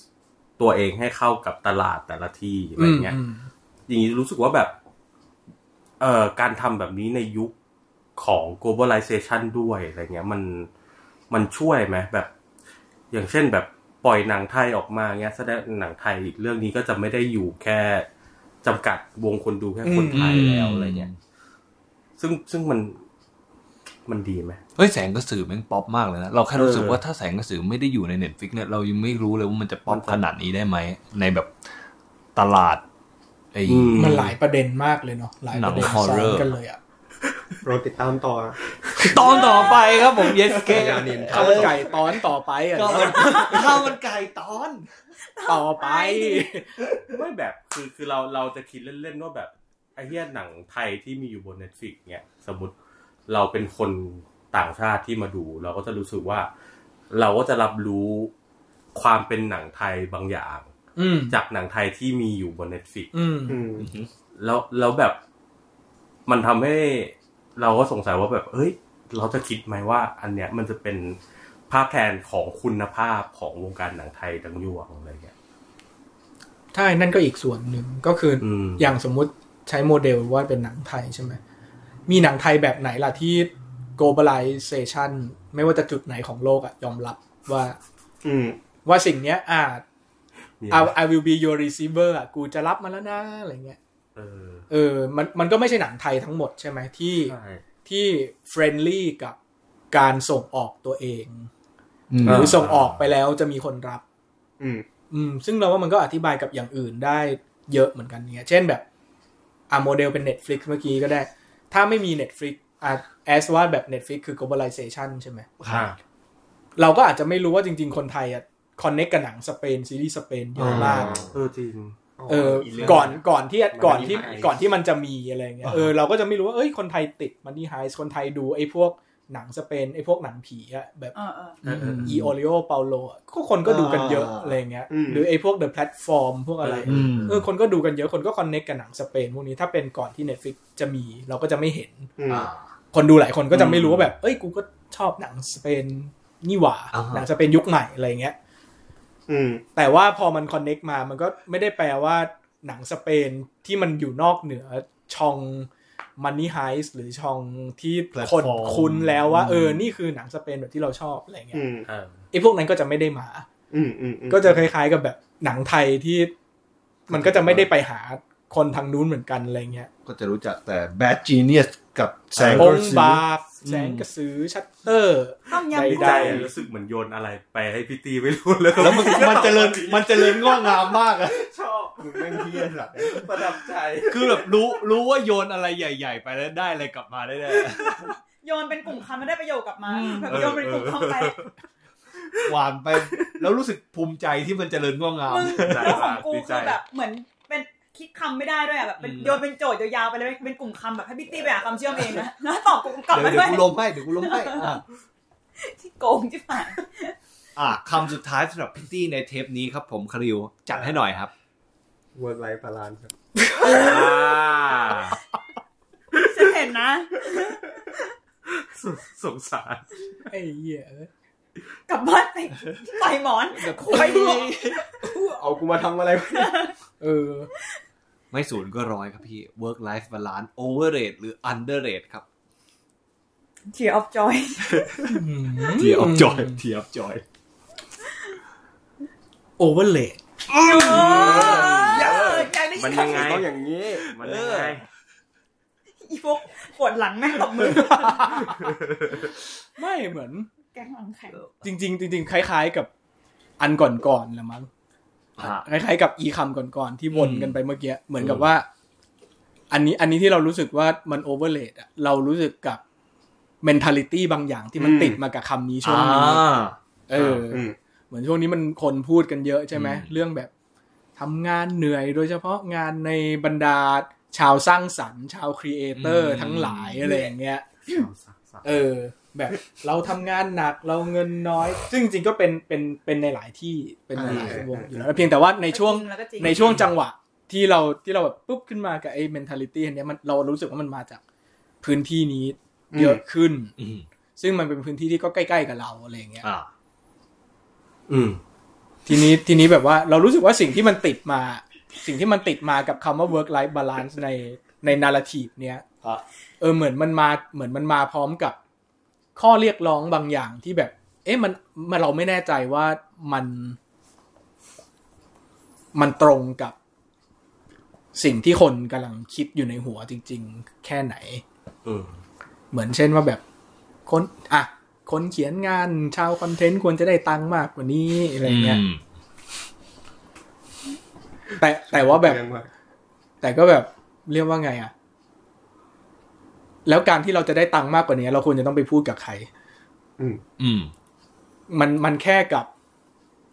S3: ตัวเองให้เข้ากับตลาดแต่ละที่อะไรเงี้ย อย่างนี้รู้สึกว่าแบบ เอ่อการทำแบบนี้ในยุคของ globalization ด้วยอะไรเงี้ย มันมันช่วยไหมแบบ อย่างเช่นแบบปล่อยหนังไทยออกมาเงี้ยแสดงหนังไทยอีกเรื่องนี้ก็จะไม่ได้อยู่แค่จำกัดวงคนดูแค่คนไทยแล้วอะไรเงี้ย ซึ่งซึ่งมันมันดีไหม
S1: เฮ้ยแสงกระสือแม่งป๊อปมากเลยนะ เราแค่รู้สึก
S3: เออ
S1: ว่าถ้าแสงกระสือไม่ได้อยู่ในเน็ตฟิกเนี่ยเรายังไม่รู้เลยว่ามันจะป๊อป
S3: มันจะ
S1: ขนาดนี้ได้ไหม ในแบบตลาดไอ้
S3: อืม
S5: มันหลายประเด็นมากเลยเนาะหลายประเด็น
S1: หนัง horror
S5: ซ้อนกันเลยอ่ะ
S4: โปรดติดตามต่อ
S1: ตอนต่อไปครับผม yes
S4: พ
S1: k
S4: ยานิน
S5: ข้าวมันไก่ตอนต่อไปอ่ะ
S1: ข้าวมันไก่ตอน
S5: ต่อไป
S3: ไม่แบบคือคือเราเราจะคิดเล่นๆว่าแบบไอ้เหี้ยหนังไทยที่มีอยู่บนเน็ตฟิกเนี่ยสมมติเราเป็นคนต่างชาติที่มาดู เราก็จะรู้สึกว่า เราก็จะรับรู้ความเป็นหนังไทยบางอย่าง
S5: อืม
S3: จากหนังไทยที่มีอยู่บนเน็ตฟิก
S5: อืม
S4: อืม
S3: แล้วแล้วแบบมันทำให้เราก็สงสัยว่าแบบ เอ้ย เราจะคิดไหมว่า อันเนี้ยมันจะเป็นภาพแทนของคุณภาพของวงการหนังไทยทั้งยวงอะไรเงี้ย
S5: ใช่นั่นก็อีกส่วนหนึ่งก็คืออ
S3: ม
S5: อย่างสมมุติใช้โมเดลว่าเป็นหนังไทยใช่ไหม มีหนังไทยแบบไหนล่ะที่ globalization ไม่ว่าจะจุดไหนของโลกอะยอมรับว่า
S4: อืม
S5: ว่าสิ่งเนี้ยอาจ
S3: มี
S5: I I will be your receiver อะกูจะรับมันแล้วนะอะไรเงี้ย
S3: เออ
S5: เออมันมันก็ไม่ใช่หนังไทยทั้งหมดใช่ไหมที่
S3: ใช่
S5: ที่ friendly กับการส่งออกตัวเอง
S1: อืม
S5: หรือส่งออกไปแล้วจะมีคนรับ
S4: อืม
S5: อืมซึ่งเราว่ามันก็อธิบายกับอย่างอื่นได้เยอะเหมือนกันเนี่ยเช่นแบบอ่ะโมเดลเป็น Netflix เมื่อกี้ก็ได้ ถ้าไม่มี Netflix อ่ะแอสว่าแบบ Netflix คือ globalization ใช่ไหม
S3: อ่า
S5: เราก็อาจจะไม่รู้ว่าจริง ๆ คนไทยอ่ะคอนเน c กับหนังสเปน ซีรีส์สเปนเยอะมาก
S3: เออจริง
S5: เออ
S4: เรื่อง
S5: ก่อนก่อนที่ก่อนที่
S4: มันมีไฮ
S5: ก่อนที่มันจะมีอะไรเงี้ยเออเราก็จะไม่รู้ว่าเอ้ยคนไทยติดมันนี่ไฮส์คนไทยดูไอ้พวกหนังสเปนไอ้พวกหนังผีอะแบบ
S2: เออเออ
S3: เออเออ
S5: อีโอริโอเปาโลก็คนก็ดูกันเยอะ
S7: อ่า
S5: อะไรเงี้ย
S4: อืม
S5: หรือไอ้พวก The Platform พวกอะไร
S1: อืม
S5: เออคนก็ดูกันเยอะคนก็คอนเน็กกับหนังสเปนพวกนี้ถ้าเป็นก่อนที่ Netflix จะมีเราก็จะไม่เห็น
S4: อืม
S5: คนดูหลายคนก็จะไม่รู้ว่าแบบ เอ้ยกูก็ชอบหนังสเปนนี่หว่า
S1: อ่าฮะ
S5: หนังสเปนยุคใหม่อะไรเงี้ย
S4: อืม
S5: แต่ว่าพอมันคอนเน็กมา มันก็ไม่ได้แปลว่าหนังสเปนที่มันอยู่นอกเหนือช่องมันนี่ไฮส์หรือช่องที่คน
S7: Platform
S5: คุ้นแล้วว่า เออนี่คือหนังสเปนแบบที่เราชอบอะไรเงี้
S4: อื
S5: ย
S4: ม
S3: เออ
S5: ไอ้พวกนั้นก็จะไม่ได้มา
S4: อืม อืม
S5: ก็จะคล้ายๆกับแบบหนังไทยที่มันก็จะไม่ได้ไปหาคนทางนู้นเหมือนกันอะไรเงี้ย
S7: ก็จะรู้จักแต่ Bad Genius กับแสง
S5: อก ง
S7: ระ
S5: ค์
S7: สือบ
S5: าปแสงกระสือชัตเตอร์
S2: ต้มยำ
S5: ไม่
S2: กุ้ง
S5: ได้
S3: ใจอะรู้สึกเหมือนโยนอะไรไปให้พี่ตีไม่รู้แล้วก็
S7: แล้วมันมันเจริญมันเจริญงอกงามมากอะ
S3: ชอบ
S7: มึงแม่งเฮียสัตว์
S3: ประทับใจ
S8: คือแบบรู้รู้ว่าโยนอะไรใหญ่ ๆ ไปแล้วได้อะไรกลับมาได้เลย
S2: โยนเป็นกลุ่มคำไม่ได้ประโยชน์กลับมาแบบโยนเป็นกลุ่มคำไป
S8: หวานไป แล้วรู้สึกภูมิใจที่มันเจริญงอกงาม
S2: มึง
S3: ใจ
S2: แล้วขอ
S3: มาง ก
S2: กู
S3: ดีใจ
S2: คือแบบเหมือนเป็นคิดคำไม่ได้ด้วยอะแบบเป็น
S8: อืม
S2: โยนเป็นโจทย์ยาวๆไปเลยเป็นกลุ่มคำแบบให้พี่ตี้ไปหาคำเชื่อมเองนะแล้วตอบกูกลับ
S8: เดี๋ยว
S2: มา
S8: เดี๋ยว
S2: ด้วย
S8: กูลมให้เดี๋ยวกูลมให้อ่ะ
S2: ที่โกงที่ผ่าน
S1: อ่ะคำสุดท้ายสำหรับพิตตี้ในเทปนี้ครับผมคาริวจัดให้หน่อยครับ
S4: work life balance ครับ
S2: ฉันเห็นนะ
S3: สสงสาร
S5: ไอ้เหี้ยเอ้ย
S2: กลับบ้านไปไปหมอนไปหมอน
S4: เอากูมาทำอะไรวะ
S5: เออ
S1: ไม่ศูนย์ก็ร้อยครับพี่ work life balance overrate หรือ underrate ครับ
S2: เชียร์ออฟจอย
S1: เทียบจ อยเทียบจอย
S5: โอเวอร์เลด
S2: อยากได้ยิ
S3: มัน
S2: น
S3: ยังไง
S4: ต้องอย่างนี้
S3: มันยังไง
S2: อีพวกปวดหลังแม่งตบมือ
S5: ไม่เหมือน
S2: แกงหลังแข็ง
S5: จริงๆจริงๆคล้ายๆกับอันก่อนๆแหละมั้ง
S1: ฮะ
S5: คล้ายๆกับอีคำก่อนๆที่วนกันไปเมื่อกี้เหมือนกับว่า อันนี้อันนี้ที่เรารู้สึกว่ามันโอเวอร์เลดเรารู้สึกกับ mentality บางอย่างที่มัน
S4: อืม
S5: ติดมากับคำนี้ช่วง
S1: อ่า
S5: นี้เอออ
S4: อืม
S5: เหมือนช่วงนี้มันคนพูดกันเยอะใช่ไหม
S1: อืม
S5: เรื่องแบบทำงานเหนื่อยโดยเฉพาะงานในบรรดาชาวสร้างสรรค์ ชาวครีเอเตอร์ทั้งหลายอะไรอย่างเงี้ย เออ แบบเราทำงานหนักเราเงินน้อย ซึ่งจริงๆก็เป็นเป็นเป็นในหลายที่เป็นในหลาย
S4: อ่า
S5: วงอยู่แล้วเพียงแต่ว่าในช่วง
S2: ก็จริแล้วก็จริ
S5: ในช่วงจังหวะที่เราที่เราแบบปุ๊บขึ้นมากับไอ้ mentality อันเนี้ยมันเรารู้สึกว่ามันมาจากพื้นที่นี้เยอะขึ้น
S1: อืม
S5: ซึ่งมันเป็นพื้นที่ที่ก็ใกล้ๆกับเราอะไรอย่างเงี้ย
S1: อ่า
S3: อืม
S5: ทีนี้ทีนี้แบบว่าเรารู้สึกว่าสิ่งที่มันติดมา สิ่งที่มันติดมากับคำว่า work life balance ในในนาราทีฟเนี้ย
S7: ครับ
S5: เออเหมือนมันมาเหมือนมันมาพร้อมกับข้อเรียกร้องบางอย่างที่แบบ เอ๊ะมันมันเราไม่แน่ใจว่ามัน มันตรงกับสิ่งที่คนกำลังคิดอยู่ในหัวจริง ๆ แค่ไหน
S3: อืม
S5: เหมือนเช่นว่าแบบคนอ่ะคนเขียนงานชาวคอนเทนต์ควรจะได้ตังค์มากกว่านี้อะไรเงี้ย แต่แต่ว่าแบบ
S4: เรื่องว่า
S5: แต่ก็แบบเรียกว่าไงอะแล้วการที่เราจะได้ตังค์มากกว่านี้ เราควรจะต้องไปพูดกับใคร
S1: อืม
S5: มันมันแค่กับ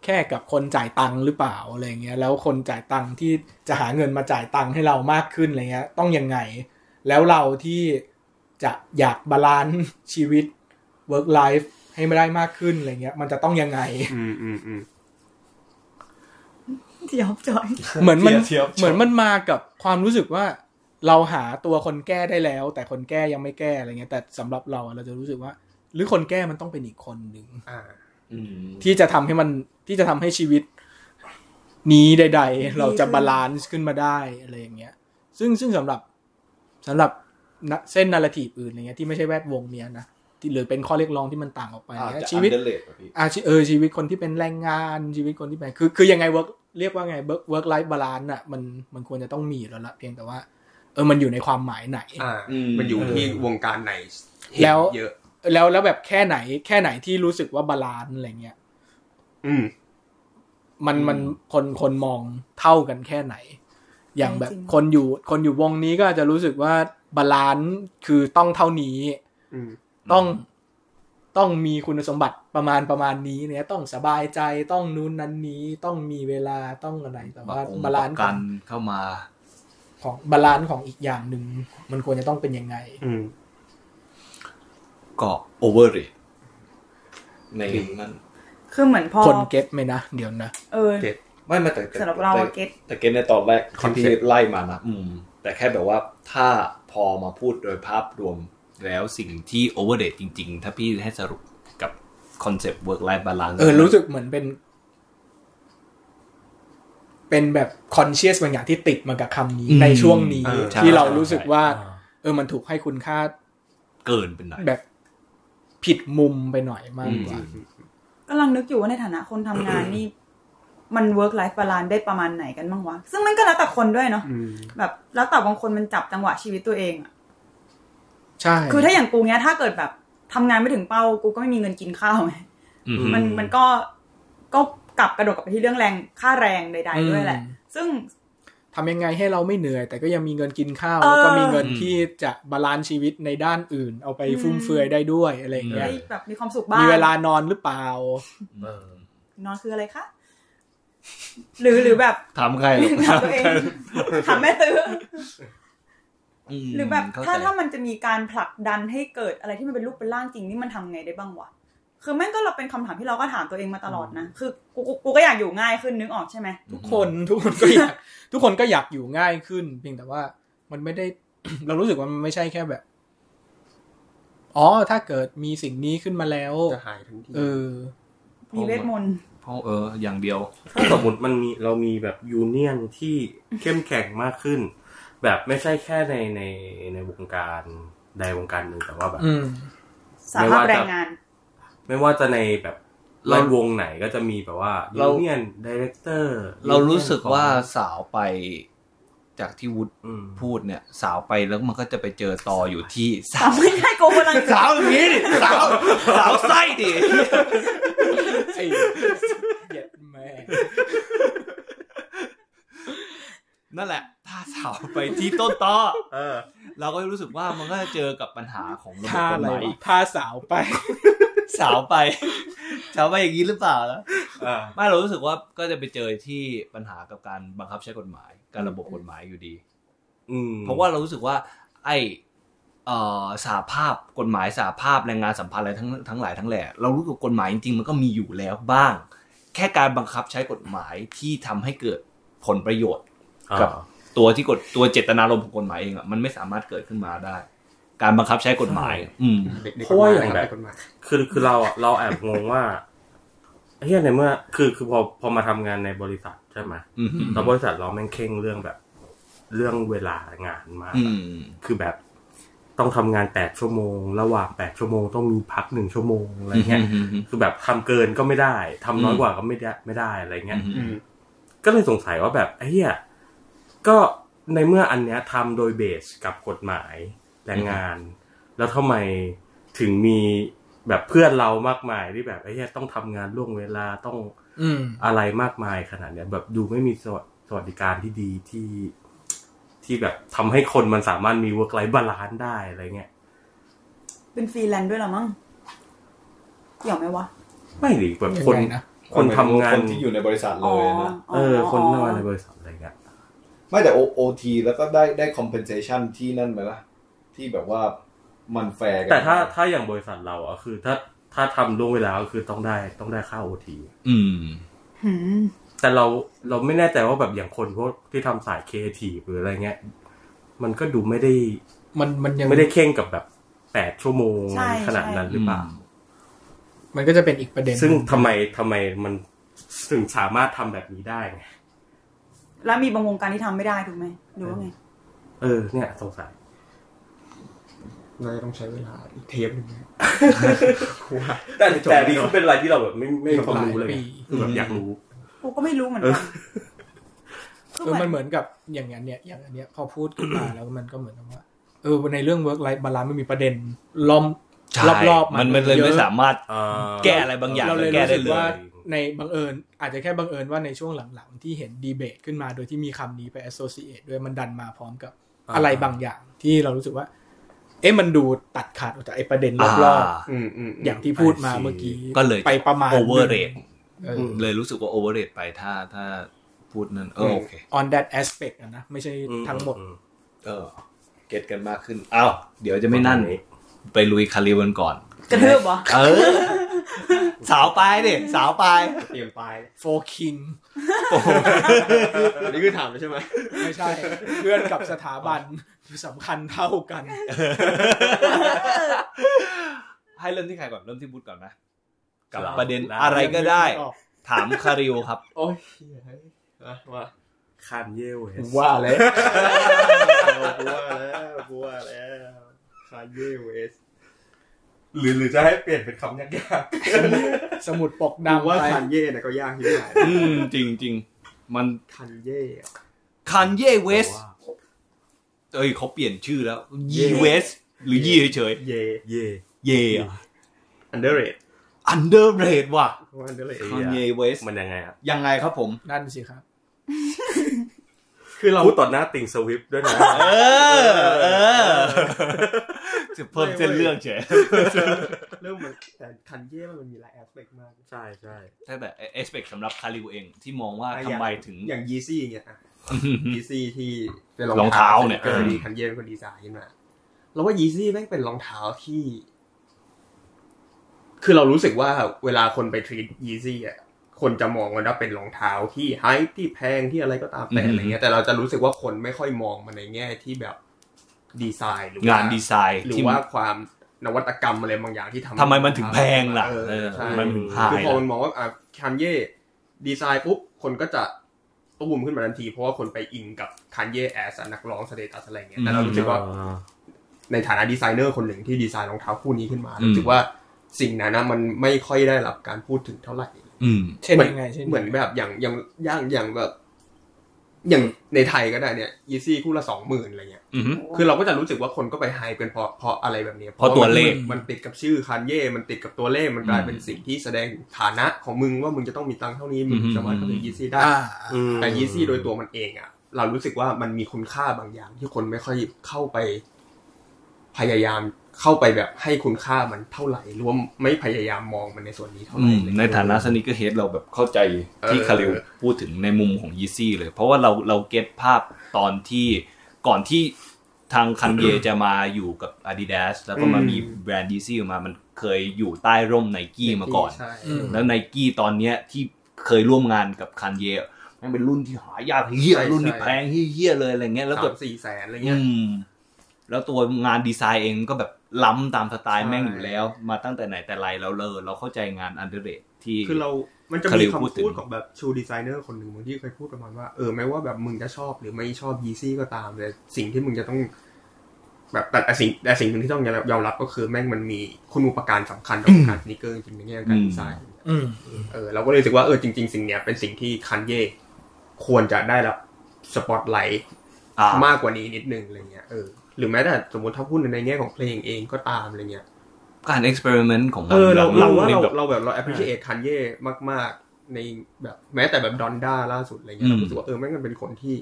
S5: แค่กับคนจ่ายตังค์หรือเปล่าอะไรเงี้ย แล้วคนจ่ายตังค์ที่จะหาเงินมาจ่ายตังค์ให้เรามากขึ้นอะไรเงี้ย ต้องยังไง แล้วเราที่จะอยากบาลานซ์ชีวิต work life ให้ไม่ได้มากขึ้นอะไรเงี้ย มันจะต้องยังไง
S4: อืมอืมอืม
S2: เดี๋ยวจอย
S5: เหมือนมัน
S7: เทียบๆ
S5: เหมือนมันมากับความรู้สึกว่า เราหาตัวคนแก้ได้แล้ว แต่คนแก้ยังไม่แก้อะไรเงี้ย แต่สำหรับเราอะเราจะรู้สึกว่า หรือคนแก้มันต้องเป็นอีกคนหนึ่ง
S4: อ่า
S1: อืม
S5: ที่จะทำให้มันที่จะทำให้ชีวิต นี้ใด ๆ เราจะบาลานซ์ขึ้นมาได้อะไรอย่างเงี้ย ซึ่งซึ่งสำหรับสำหรับนะเส้นนาราทีฟอื่นอะไรเงี้ยที่ไม่ใช่แวดวงเนี้ยนะที่หรือเป็นข้อเรียกร้องที่มันต่างออกไป
S7: อาจ
S5: เนี่ย
S7: จะ
S5: ชีวิต
S7: อันเดอร์เลดอะพี่
S5: อาชีเออชีวิตคนที่เป็นแรงงานชีวิตคนที่เป็นคือคือยังไง work เรียกว่าไง work work life balance น่ะมันมันควรจะต้องมีอยู่แล้วละเพียงแต่ว่า เออมันอยู่ในความหมายไหน
S4: อ่า
S1: อืม
S4: มันอยู่ที่วงการไหนเห็น
S5: แล้ว
S4: เยอะ
S5: แล้วแล้วแบบแค่ไหนแค่ไหนที่รู้สึกว่าบาลานซ์อะไรเงี้ย
S4: อืม
S5: มันมันคนคนมองเท่ากันแค่ไหน อย่างแบบ
S2: จริง
S5: คนอยู่คนอยู่วงนี้ก็อาจจะรู้สึกว่าบาลานซ์คือต้องเท่านี้
S4: อืม
S5: ต้องต้องมีคุณสมบัติประมาณประมาณนี้เนี่ยต้องสบายใจต้องนู้นนั้นนี้ต้องมีเวลาต้องอะไรแต่ว่า
S1: องค์
S5: บาลานซ์
S1: ปะ
S5: ข
S1: กั
S5: อน ง
S1: เข้ามา
S5: ของบาลานซ์ของอีกอย่างหนึ่งมันควรจะต้องเป็นยังไง
S4: อืม
S1: ก็โอเวอร์เรทในนั้น
S2: คือเหมือนพอ
S5: คนเก็ตไหมนะเดี๋ยวนะ
S2: เออ
S4: เก็ต
S1: ไม่ไม่แต่แต่
S2: สำหรับเราอะ
S1: แต่
S2: เก็ต
S1: แต่เก็ตในตอนแรก
S4: คอนเซ็ปต์
S1: ที่ไล่มานะอืม แต่แค่แบบว่าถ้าพอมาพูดโดยภาพรวมแล้วสิ่งที่โอเวอร์เรทจริง ๆ ถ้าพี่ให้สรุปกับคอนเซปต์เวิร์กไลฟ์บาลานซ์
S5: เออ รู้สึกเหมือนเป็น เป็นแบบคอนเชียสบางอย่างที่ติดมากับคำนี้ ในช่วงนี้
S4: เออ
S5: ที่
S1: ใช่
S5: เรารู้สึกว่า
S3: อ่า
S5: เออมันถูกให้คุณค่า
S1: เกินไปหน่อย
S5: แบบผิดมุมไปหน่อยมากกว่า
S2: กำลังนึกอยู่ว่าในฐานะคนทำงานนี่ มัน work life balance ได้ประมาณไหนกันบ้างวะ ซึ่งมันก็แล้วแต่คนด้วยเนาะ
S4: อืม
S2: แบบแล้วแต่บางคนมันจับจังหวะชีวิตตัวเองอะ
S5: ใช่
S2: คือถ้าอย่างกูเนี้ยถ้าเกิดแบบทำงานไม่ถึงเป้ากูก็ไม่มีเงินกินข้าวไง
S1: อืม
S2: มันมันก็ก็กลับกระโดดกลับไปที่เรื่องแรงค่าแรงใด ๆ ด้วยแหละ ซึ่ง
S5: ทำยังไงให้เราไม่เหนื่อย แต่ก็ยังมีเงินกินข้าว
S2: เออ
S5: แล้วก็มีเงินที่จะบาลานซ์ชีวิตในด้านอื่น เอาไปฟุ่มเฟือยได้ด้วยอะไรอย่างเงี้
S2: ได้
S5: ย
S2: แบบมีความสุขบ้าง
S5: มีเวลานอนหรือเปล่า
S2: นอนคืออะไรคะ หรือหรือแบบ
S1: ถามใครหรอก
S2: ถามตัวเองถามแม่ตื้อ
S1: ม
S2: หรือแบบ
S1: เข้
S2: ถ้า
S1: ใจ
S2: ถ้ามันจะมีการผลักดันให้เกิดอะไรที่มันเป็นรูปเป็นร่างจริงนี่มันทำไงได้บ้างวะ คือแม่งก็เราเป็นคำถามที่เราก็ถามตัวเองมาตลอดนะ คือกูกูกูก็อยากอยู่ง่ายขึ้นนึกออกใช่ไหม
S5: ทุกคน ทุกคนก็อยากทุกคนก็อยากอยู่ง่ายขึ้น เพียงแต่ว่ามันไม่ได้ เรารู้สึกว่ามันไม่ใช่แค่แบบ อ๋อ ถ้าเกิดมีสิ่งนี้ขึ้นมาแล้ว
S4: จะหายทันที
S5: เออ
S2: มีเวทมนต์
S1: เพราะเออ อย่างเดียว
S3: ถ้าสมมติมันมีเรามีแบบยูเนียนที่เข้มแข็งมากขึ้น แบบไม่ใช่แค่ในในในวงการใดวงการหนึ่งแต่ว่าแบบ
S5: อืม
S2: สาภาพแรงงาน
S3: ไม่ว่าจะในแบบ
S1: เรา
S3: เราวงไหนก็จะมีแบบว่ายูเนียนดีเรคเตอร์
S1: เรารู้สึกว่าสาวไปจากที่วุฒ
S3: อืม
S1: พูดเนี่ย สาวไปแล้วมันก็จะไปเจอต่ออยู่ที่สา
S2: สาว
S1: ว
S2: ไม่ได้กูกำลัง
S1: สาวอย่างนี้ดิสาวสาวไส้ดิ
S5: ไอ้เหยียดแม่
S1: นั่นแหละ ถ้า สาวไปที่ต้นต่อ
S3: เออ
S1: เราก็รู้สึกว่ามันก็จะเจอกับปัญหาของระบบ
S5: ท่าก อะ
S1: ฎห
S5: ไร
S1: มายว
S5: ะท่าสาวไป
S1: สาวไป สาวไปอย่างนี้หรือเปล่าแล้ว
S3: อ่า
S1: ไม่เรารู้สึกว่าก็จะไปเจอที่ปัญหากับการบังคับใช้กฎหมาย การระบบกฎหมายอยู่ดี
S3: อืม
S1: เพราะว่าเรารู้สึกว่า ไอเอ่อสาภาพกฎหมายสาภาพแรงงานสัมพันธ์อะไรทั้งทั้งหลายทั้งแหล่เรารู้กับกฎหมายจริงๆมันก็มีอยู่แล้วบ้าง แค่การบังคับใช้กฎหมายที่ทำให้เกิดผลประโยชน์
S3: อ่า
S1: กับตัวที่กฎตัวเจตนารมณ์ของกฎหมายเองอ่ะมันไม่สามารถเกิดขึ้นมาได้ การบังคับใช้กฎหมาย อืม
S3: เพราะว่าอย่างแบบ
S4: กฎหมาย
S3: คือคือเราอะเราแอบงงว่าเฮียในเมื่อ คือคือพอพอมาทำงานในบริษัทใช่ไหม
S1: อืม
S3: แล้วบริษัทเราแม่งเข่งเรื่องแบบ เรื่องเวลางานมาก
S1: อืม
S3: คือแบบต้องทำงานแปดชั่วโมง ระหว่างแปดชั่วโมงต้องมีพักหนึ่งชั่วโมงอะไรเงี้ย
S1: อืม
S3: คือแบบทำเกินก็ไม่ได้ทำน้อย
S1: อืม
S3: กว่าก็ไม่ได้ไม่ได้อะไรเงี้ย
S1: อืม
S3: ก็เลยสงสัยว่าแบบไอ้เฮียก็ในเมื่ออันเนี้ยทำโดยเบสกับกฎหมายแรงงาน แล้วทำไมถึงมีแบบเพื่อนเรามากมายที่แบบไอ้เฮียต้องทำงานล่วงเวลาต้อง
S5: อืม
S3: อะไรมากมายขนาดเนี้ย แบบดูไม่มีสวัสสวัสดิการที่ดีที่ที่แบบทำให้คนมันสามารถมี work life balance ได้อะไรเงี้ย
S2: เป็นฟรีแลนซ์ด้วยเหรอมั้งเกี่ยวไหมวะ
S3: ไม่หรือแบบคน
S5: ยังไงนะ
S3: คนทำงาน
S7: คนที่อยู่ในบริษัทเลยนะ
S3: เออ คนทำงานในบริษัทอะไรเงี้ย
S7: ไม่แต่โอทีแล้วก็ได้ได้ compensation ที่นั่นไหมล่ะที่แบบว่ามันแฟร์กั
S3: แต่ถ้าถ้าอย่างบริษัทเราอะคือ ถ้าถ้าทำล่วงเวลาก็คือต้องได้ต้องได้ค่าโอที
S1: อืม
S2: หืม
S3: แต่เราเราไม่แน่ใจว่าแบบอย่างคนพวกที่ทำสายเคทีหรืออะไรเงี้ย มันก็ดูไม่ได้
S5: มันมันยัง
S3: ไม่ได้เข่งกับแบบแปดชั่วโมง
S2: ใช่
S3: ขนาดนั้นหรือเปล่า
S5: มันก็จะเป็นอีกประเด็น
S3: ซึ่งทำไมทำไมมันถึงสามารถทำแบบนี้ได้ไง
S2: แล้วมีบางวงการที่ทำไม่ได้ถูกไหมหรือว่าไง
S3: เออเนี่ยสงสัย
S4: น่าจะต้องใช้เวลาอีกเทปหนึงนะ
S3: แต่แต่ดีเขาเป็นอะไรที่เราแบบไม่ไม่มีความรู้เลยไงคือแบบอยากรู้
S2: กูก็ไม่รู้เหมือนกัน
S5: เออมันเหมือนกับอย่างนั้นเนี่ยอย่างอันเนี้ยพอพูดขึ้นมาแล้วมันก็เหมือนกับว่าเออในเรื่อง work life balance มันมีประเด็นล้อม
S1: ใช่
S5: รอบๆ
S1: มันมันเลย
S5: อะ
S1: ไม่สามารถ
S3: อ่า
S1: แก้อะไรบางอย่าง
S5: เราเลย
S1: แก้
S5: รู้
S1: ได้
S5: สึก
S1: เลย
S5: ว่าในบังเอิญ อาจจะแค่บังเอิญว่าในช่วงหลังๆ ที่เห็นดีเบตขึ้นมาโดยที่มีคำนี้ไป associate ด้วยมันดันมาพร้อมกับอะไรบางอย่างที่เรารู้สึกว่า เอ๊ะมันดูตัดขาดออกจากไอ้ประเด็นรอบ
S4: อืมอืม
S5: ๆอย่างที่พูดมาเมื่อกี้
S1: ก็เลย
S5: ไปประมาณ
S1: โอเวอร์เรท
S5: เออ
S1: เลยรู้สึกว่าโอเวอร์เรทไปถ้าถ้าพูดนั่นเออโอเค
S5: on that aspect อะนะ ไม่ใช่
S3: อื
S5: ทั้งหมด
S3: อื
S1: เออ เก็ตกันมากขึ้นอ้าวเดี๋ยวจะไม่นั่น
S3: ประาณ
S1: ไปลุยคาริวันก่อน
S2: กระเทือบเหรอ
S1: เออ สาวไปดิสาวไป
S4: เตรียมไป
S5: for king
S4: อันนี้คือถามแล้วใช่ไหม
S5: ไม่ใช่ เพื่อนกับสถาบันสำคัญเท่ากัน
S1: ให้เริ่มที่ใครก่อนเริ่มที่บุ๊ทก่อนไหมกับ
S3: เรา
S1: ประเด็นอะไรก็ได้
S5: ออก
S1: ถามคาริวครับ
S4: โอ้ยเหี้ยอ่ะว่า
S3: คานเย่เวส
S4: ว่าแล้ว
S7: บัวแล้วบัวแล้ว
S4: คาเย่เวส
S3: หรือหรือจะให้เปลี่ยนเป็นคำยาก
S5: สมุดปก
S4: ดัง
S5: ดำ
S4: ว่า
S5: ไป
S4: คานเย่เนี่ยก็ยากที่ไหน
S1: อืม จริงจริงๆ มัน
S4: คานเย่
S1: ค a นเย่
S3: ๆ
S1: เวส
S3: แต่ว่า
S1: เอ้ยเขาเปลี่ยนชื่อแล้วยีเวสหรือยีเฉย
S4: เย่
S3: เย่
S1: ๆเย่
S4: อันเดอร์เรด
S1: อันเดอร์เรดว่ะ
S4: ว่าอันเดอร์เรด
S1: ค a นเย่เวส
S3: มันยังไงอะ
S1: ยังไงครับผม
S5: นั่นสิครับ
S4: คือเรา
S3: พูดต่อหน้าติ่งสวิฟต์ด้วยนะ
S1: เออ เออ จะเพิ่มเส้นเรื่องเฉย
S4: เรื่องมันแต่คันเย่มันมีหลายแอสเปกมาก
S3: ใช่ใช่
S1: แต่แต่เอสเปกสำหรับคาริวเองที่มองว่า
S4: อ่ะ
S1: ทำไมถึง
S4: อย่างยีซี่างเงี้ยยีซี่ที่เป็น
S1: รองเท้าเนี่ย
S4: ก็
S1: เออ
S4: ดีคันเย่เป็นคนดีไซน์ขึ้นมาเราว่ายีซี่แม่งเป็นรองเท้าที่ คือเรารู้สึกว่าเวลาคนไปทรีตยีซี่อ่ะคนจะมองมันว่าเป็นรองเท้าที่ไฮที่แพงที่อะไรก็ตามแต่อะไรเงี้ยแต่เราจะรู้สึกว่าคนไม่ค่อยมองมันในแง่ที่แบบดีไซน์หรือว่
S1: งานดีไซน์
S4: หรือ
S1: ที่
S4: ว่าความนวัตกรรมอะไรบางอย่างที่ทำ
S1: ทำไมมันถึงแพงล่ะ
S4: เออ
S1: เออ
S4: ใช่
S1: มันถึงหา
S4: คือย พอ
S1: ล่ะ
S4: มันมองว่าอ่ะคันเย่ดีไซน์ปุ๊บ คนก็จะก็บูมขึ้นมาทันที เพราะว่าคนไปอิงกับคันเย่แอสนักร้องสเตตัสอะไรเงี้ยแต่เรา
S1: อืม
S4: รู้สึกว่า
S3: อ่
S4: ในฐานะดีไซเนอร์คนหนึ่งที่ดีไซน์รองเท้าคู่นี้ขึ้นมา
S1: อืม
S4: รู้สึกว่าสิ่งนั้นนะมันไม่ค่อยได้รับการพูดถึงเท่าไหร่
S1: อืม
S5: เช่นยังไงเช่นยังไง
S4: เหมือนแบบอย่างอย่างอย่างอย่างแบบ อย่างในไทยก็ได้เนี่ยยีซี่คู่ละสองหมื่นอะไรเงี้ย
S1: อืม
S4: คือเราก็จะรู้สึกว่าคนก็ไปไฮเป็นเพราะเพราะอะไรแบบนี้
S1: เพราะตัวเลข
S4: มันมันติดกับชื่อคันเย่มันติดกับตัวเลขมันกลายเป็นสิ่งที่แสดงฐานะของมึงว่ามึงจะต้องมีตังค์เท่านี้มึงจะสามารถเข้าถึงยีซี่ได้
S5: อ่า
S4: แต่ยีซี่โดยตัวมันเองอ่ะ เรารู้สึกว่ามันมีคุณค่าบางอย่าง ที่คนไม่ค่อยเข้าไป พยายามเข้าไปแบบให้คุณค่ามันเท่าไหร่รวมไม่พยายามมองมันในส่วนนี้เท่าไห
S1: อื
S4: ร่
S1: ม
S4: เลย
S1: ในฐานะสนิกเฮดเราแบบเข้าใจที่
S4: เออ
S1: คาริวพูดถึงในมุมของยีซี่เลย เพราะว่าเราเราเก็ตภาพตอนที่ก่อนที่ทางคันเยจะมาอยู่กับ Adidas แล้วก็มามีแบรนด์ยีซี่ออกมามันเคยอยู่ใต้ร่มไนกี้มาก่อน
S4: ใช่
S1: แล้วไนกี้ตอนเนี้ยที่เคยร่วมงานกับคันเยมันเป็นรุ่นที่หายากเฮี้ย
S4: ใช่
S1: รุ่นที่
S4: ใช่
S1: แพงเฮี้ยเลยอะไรเงี้ยแล้ว
S4: สา
S1: ก็
S4: มสี่แสนอะไร
S1: อื
S4: เงี้ย
S1: มแล้วตัวงานดีไซน์เองก็แบบล้ำตามสไตล์
S4: ใช่
S1: แม่งอยู่แล้ว มาตั้งแต่ไหนแต่ไรแล้วเลยเราเข้าใจงานอันเดอร์เรที่
S4: คือเรา มันจะ
S1: คาริ
S4: มี
S1: วพูด
S4: คำ
S1: ถึง
S4: พูดของแบบชูดีไซเนอร์คนหนึ่งบางที่เคยพูดประมาณว่าเออแม้ว่าแบบมึงจะชอบหรือไม่ชอบยีซี่ก็ตามแต่สิ่งที่มึงจะต้อง แบบแต่แต่สิ่งแต่สิ่งหนึ่งที่ต้องยอมรับก็คือแม่งมันมีคุณอุปการสำคัญต่อการสนิเกอร์จริงๆในแง่การดีไซน์
S5: อืม
S4: เออเราก็เลยรู้สึกว่าเออจริง ๆ สิ่งเนี้ยเป็นสิ่งที่คันเย่ควรจะได้รับสปอตไลท์
S1: อ่าม
S4: ากกว่านี้นิดนึงอะไรเงี้ยเออหรือแม้แต่สมมติถ้าพูดในแง่ของเพลงเองก็ตามอะไรเงี้ย
S1: การเอ็กซ์เพร์เมนต์ของมั
S4: เออเราเราว่า
S1: นี่
S4: เรา
S1: แบบ
S4: เราแบบเรา appreciate คันเย่มาก ๆ ในแบบแม้แต่แบบดอนด้าล่าสุดอะไรเงี้ย
S1: อืม
S4: เรารู้สึกว่าเออแม่งมันเป็นคนที่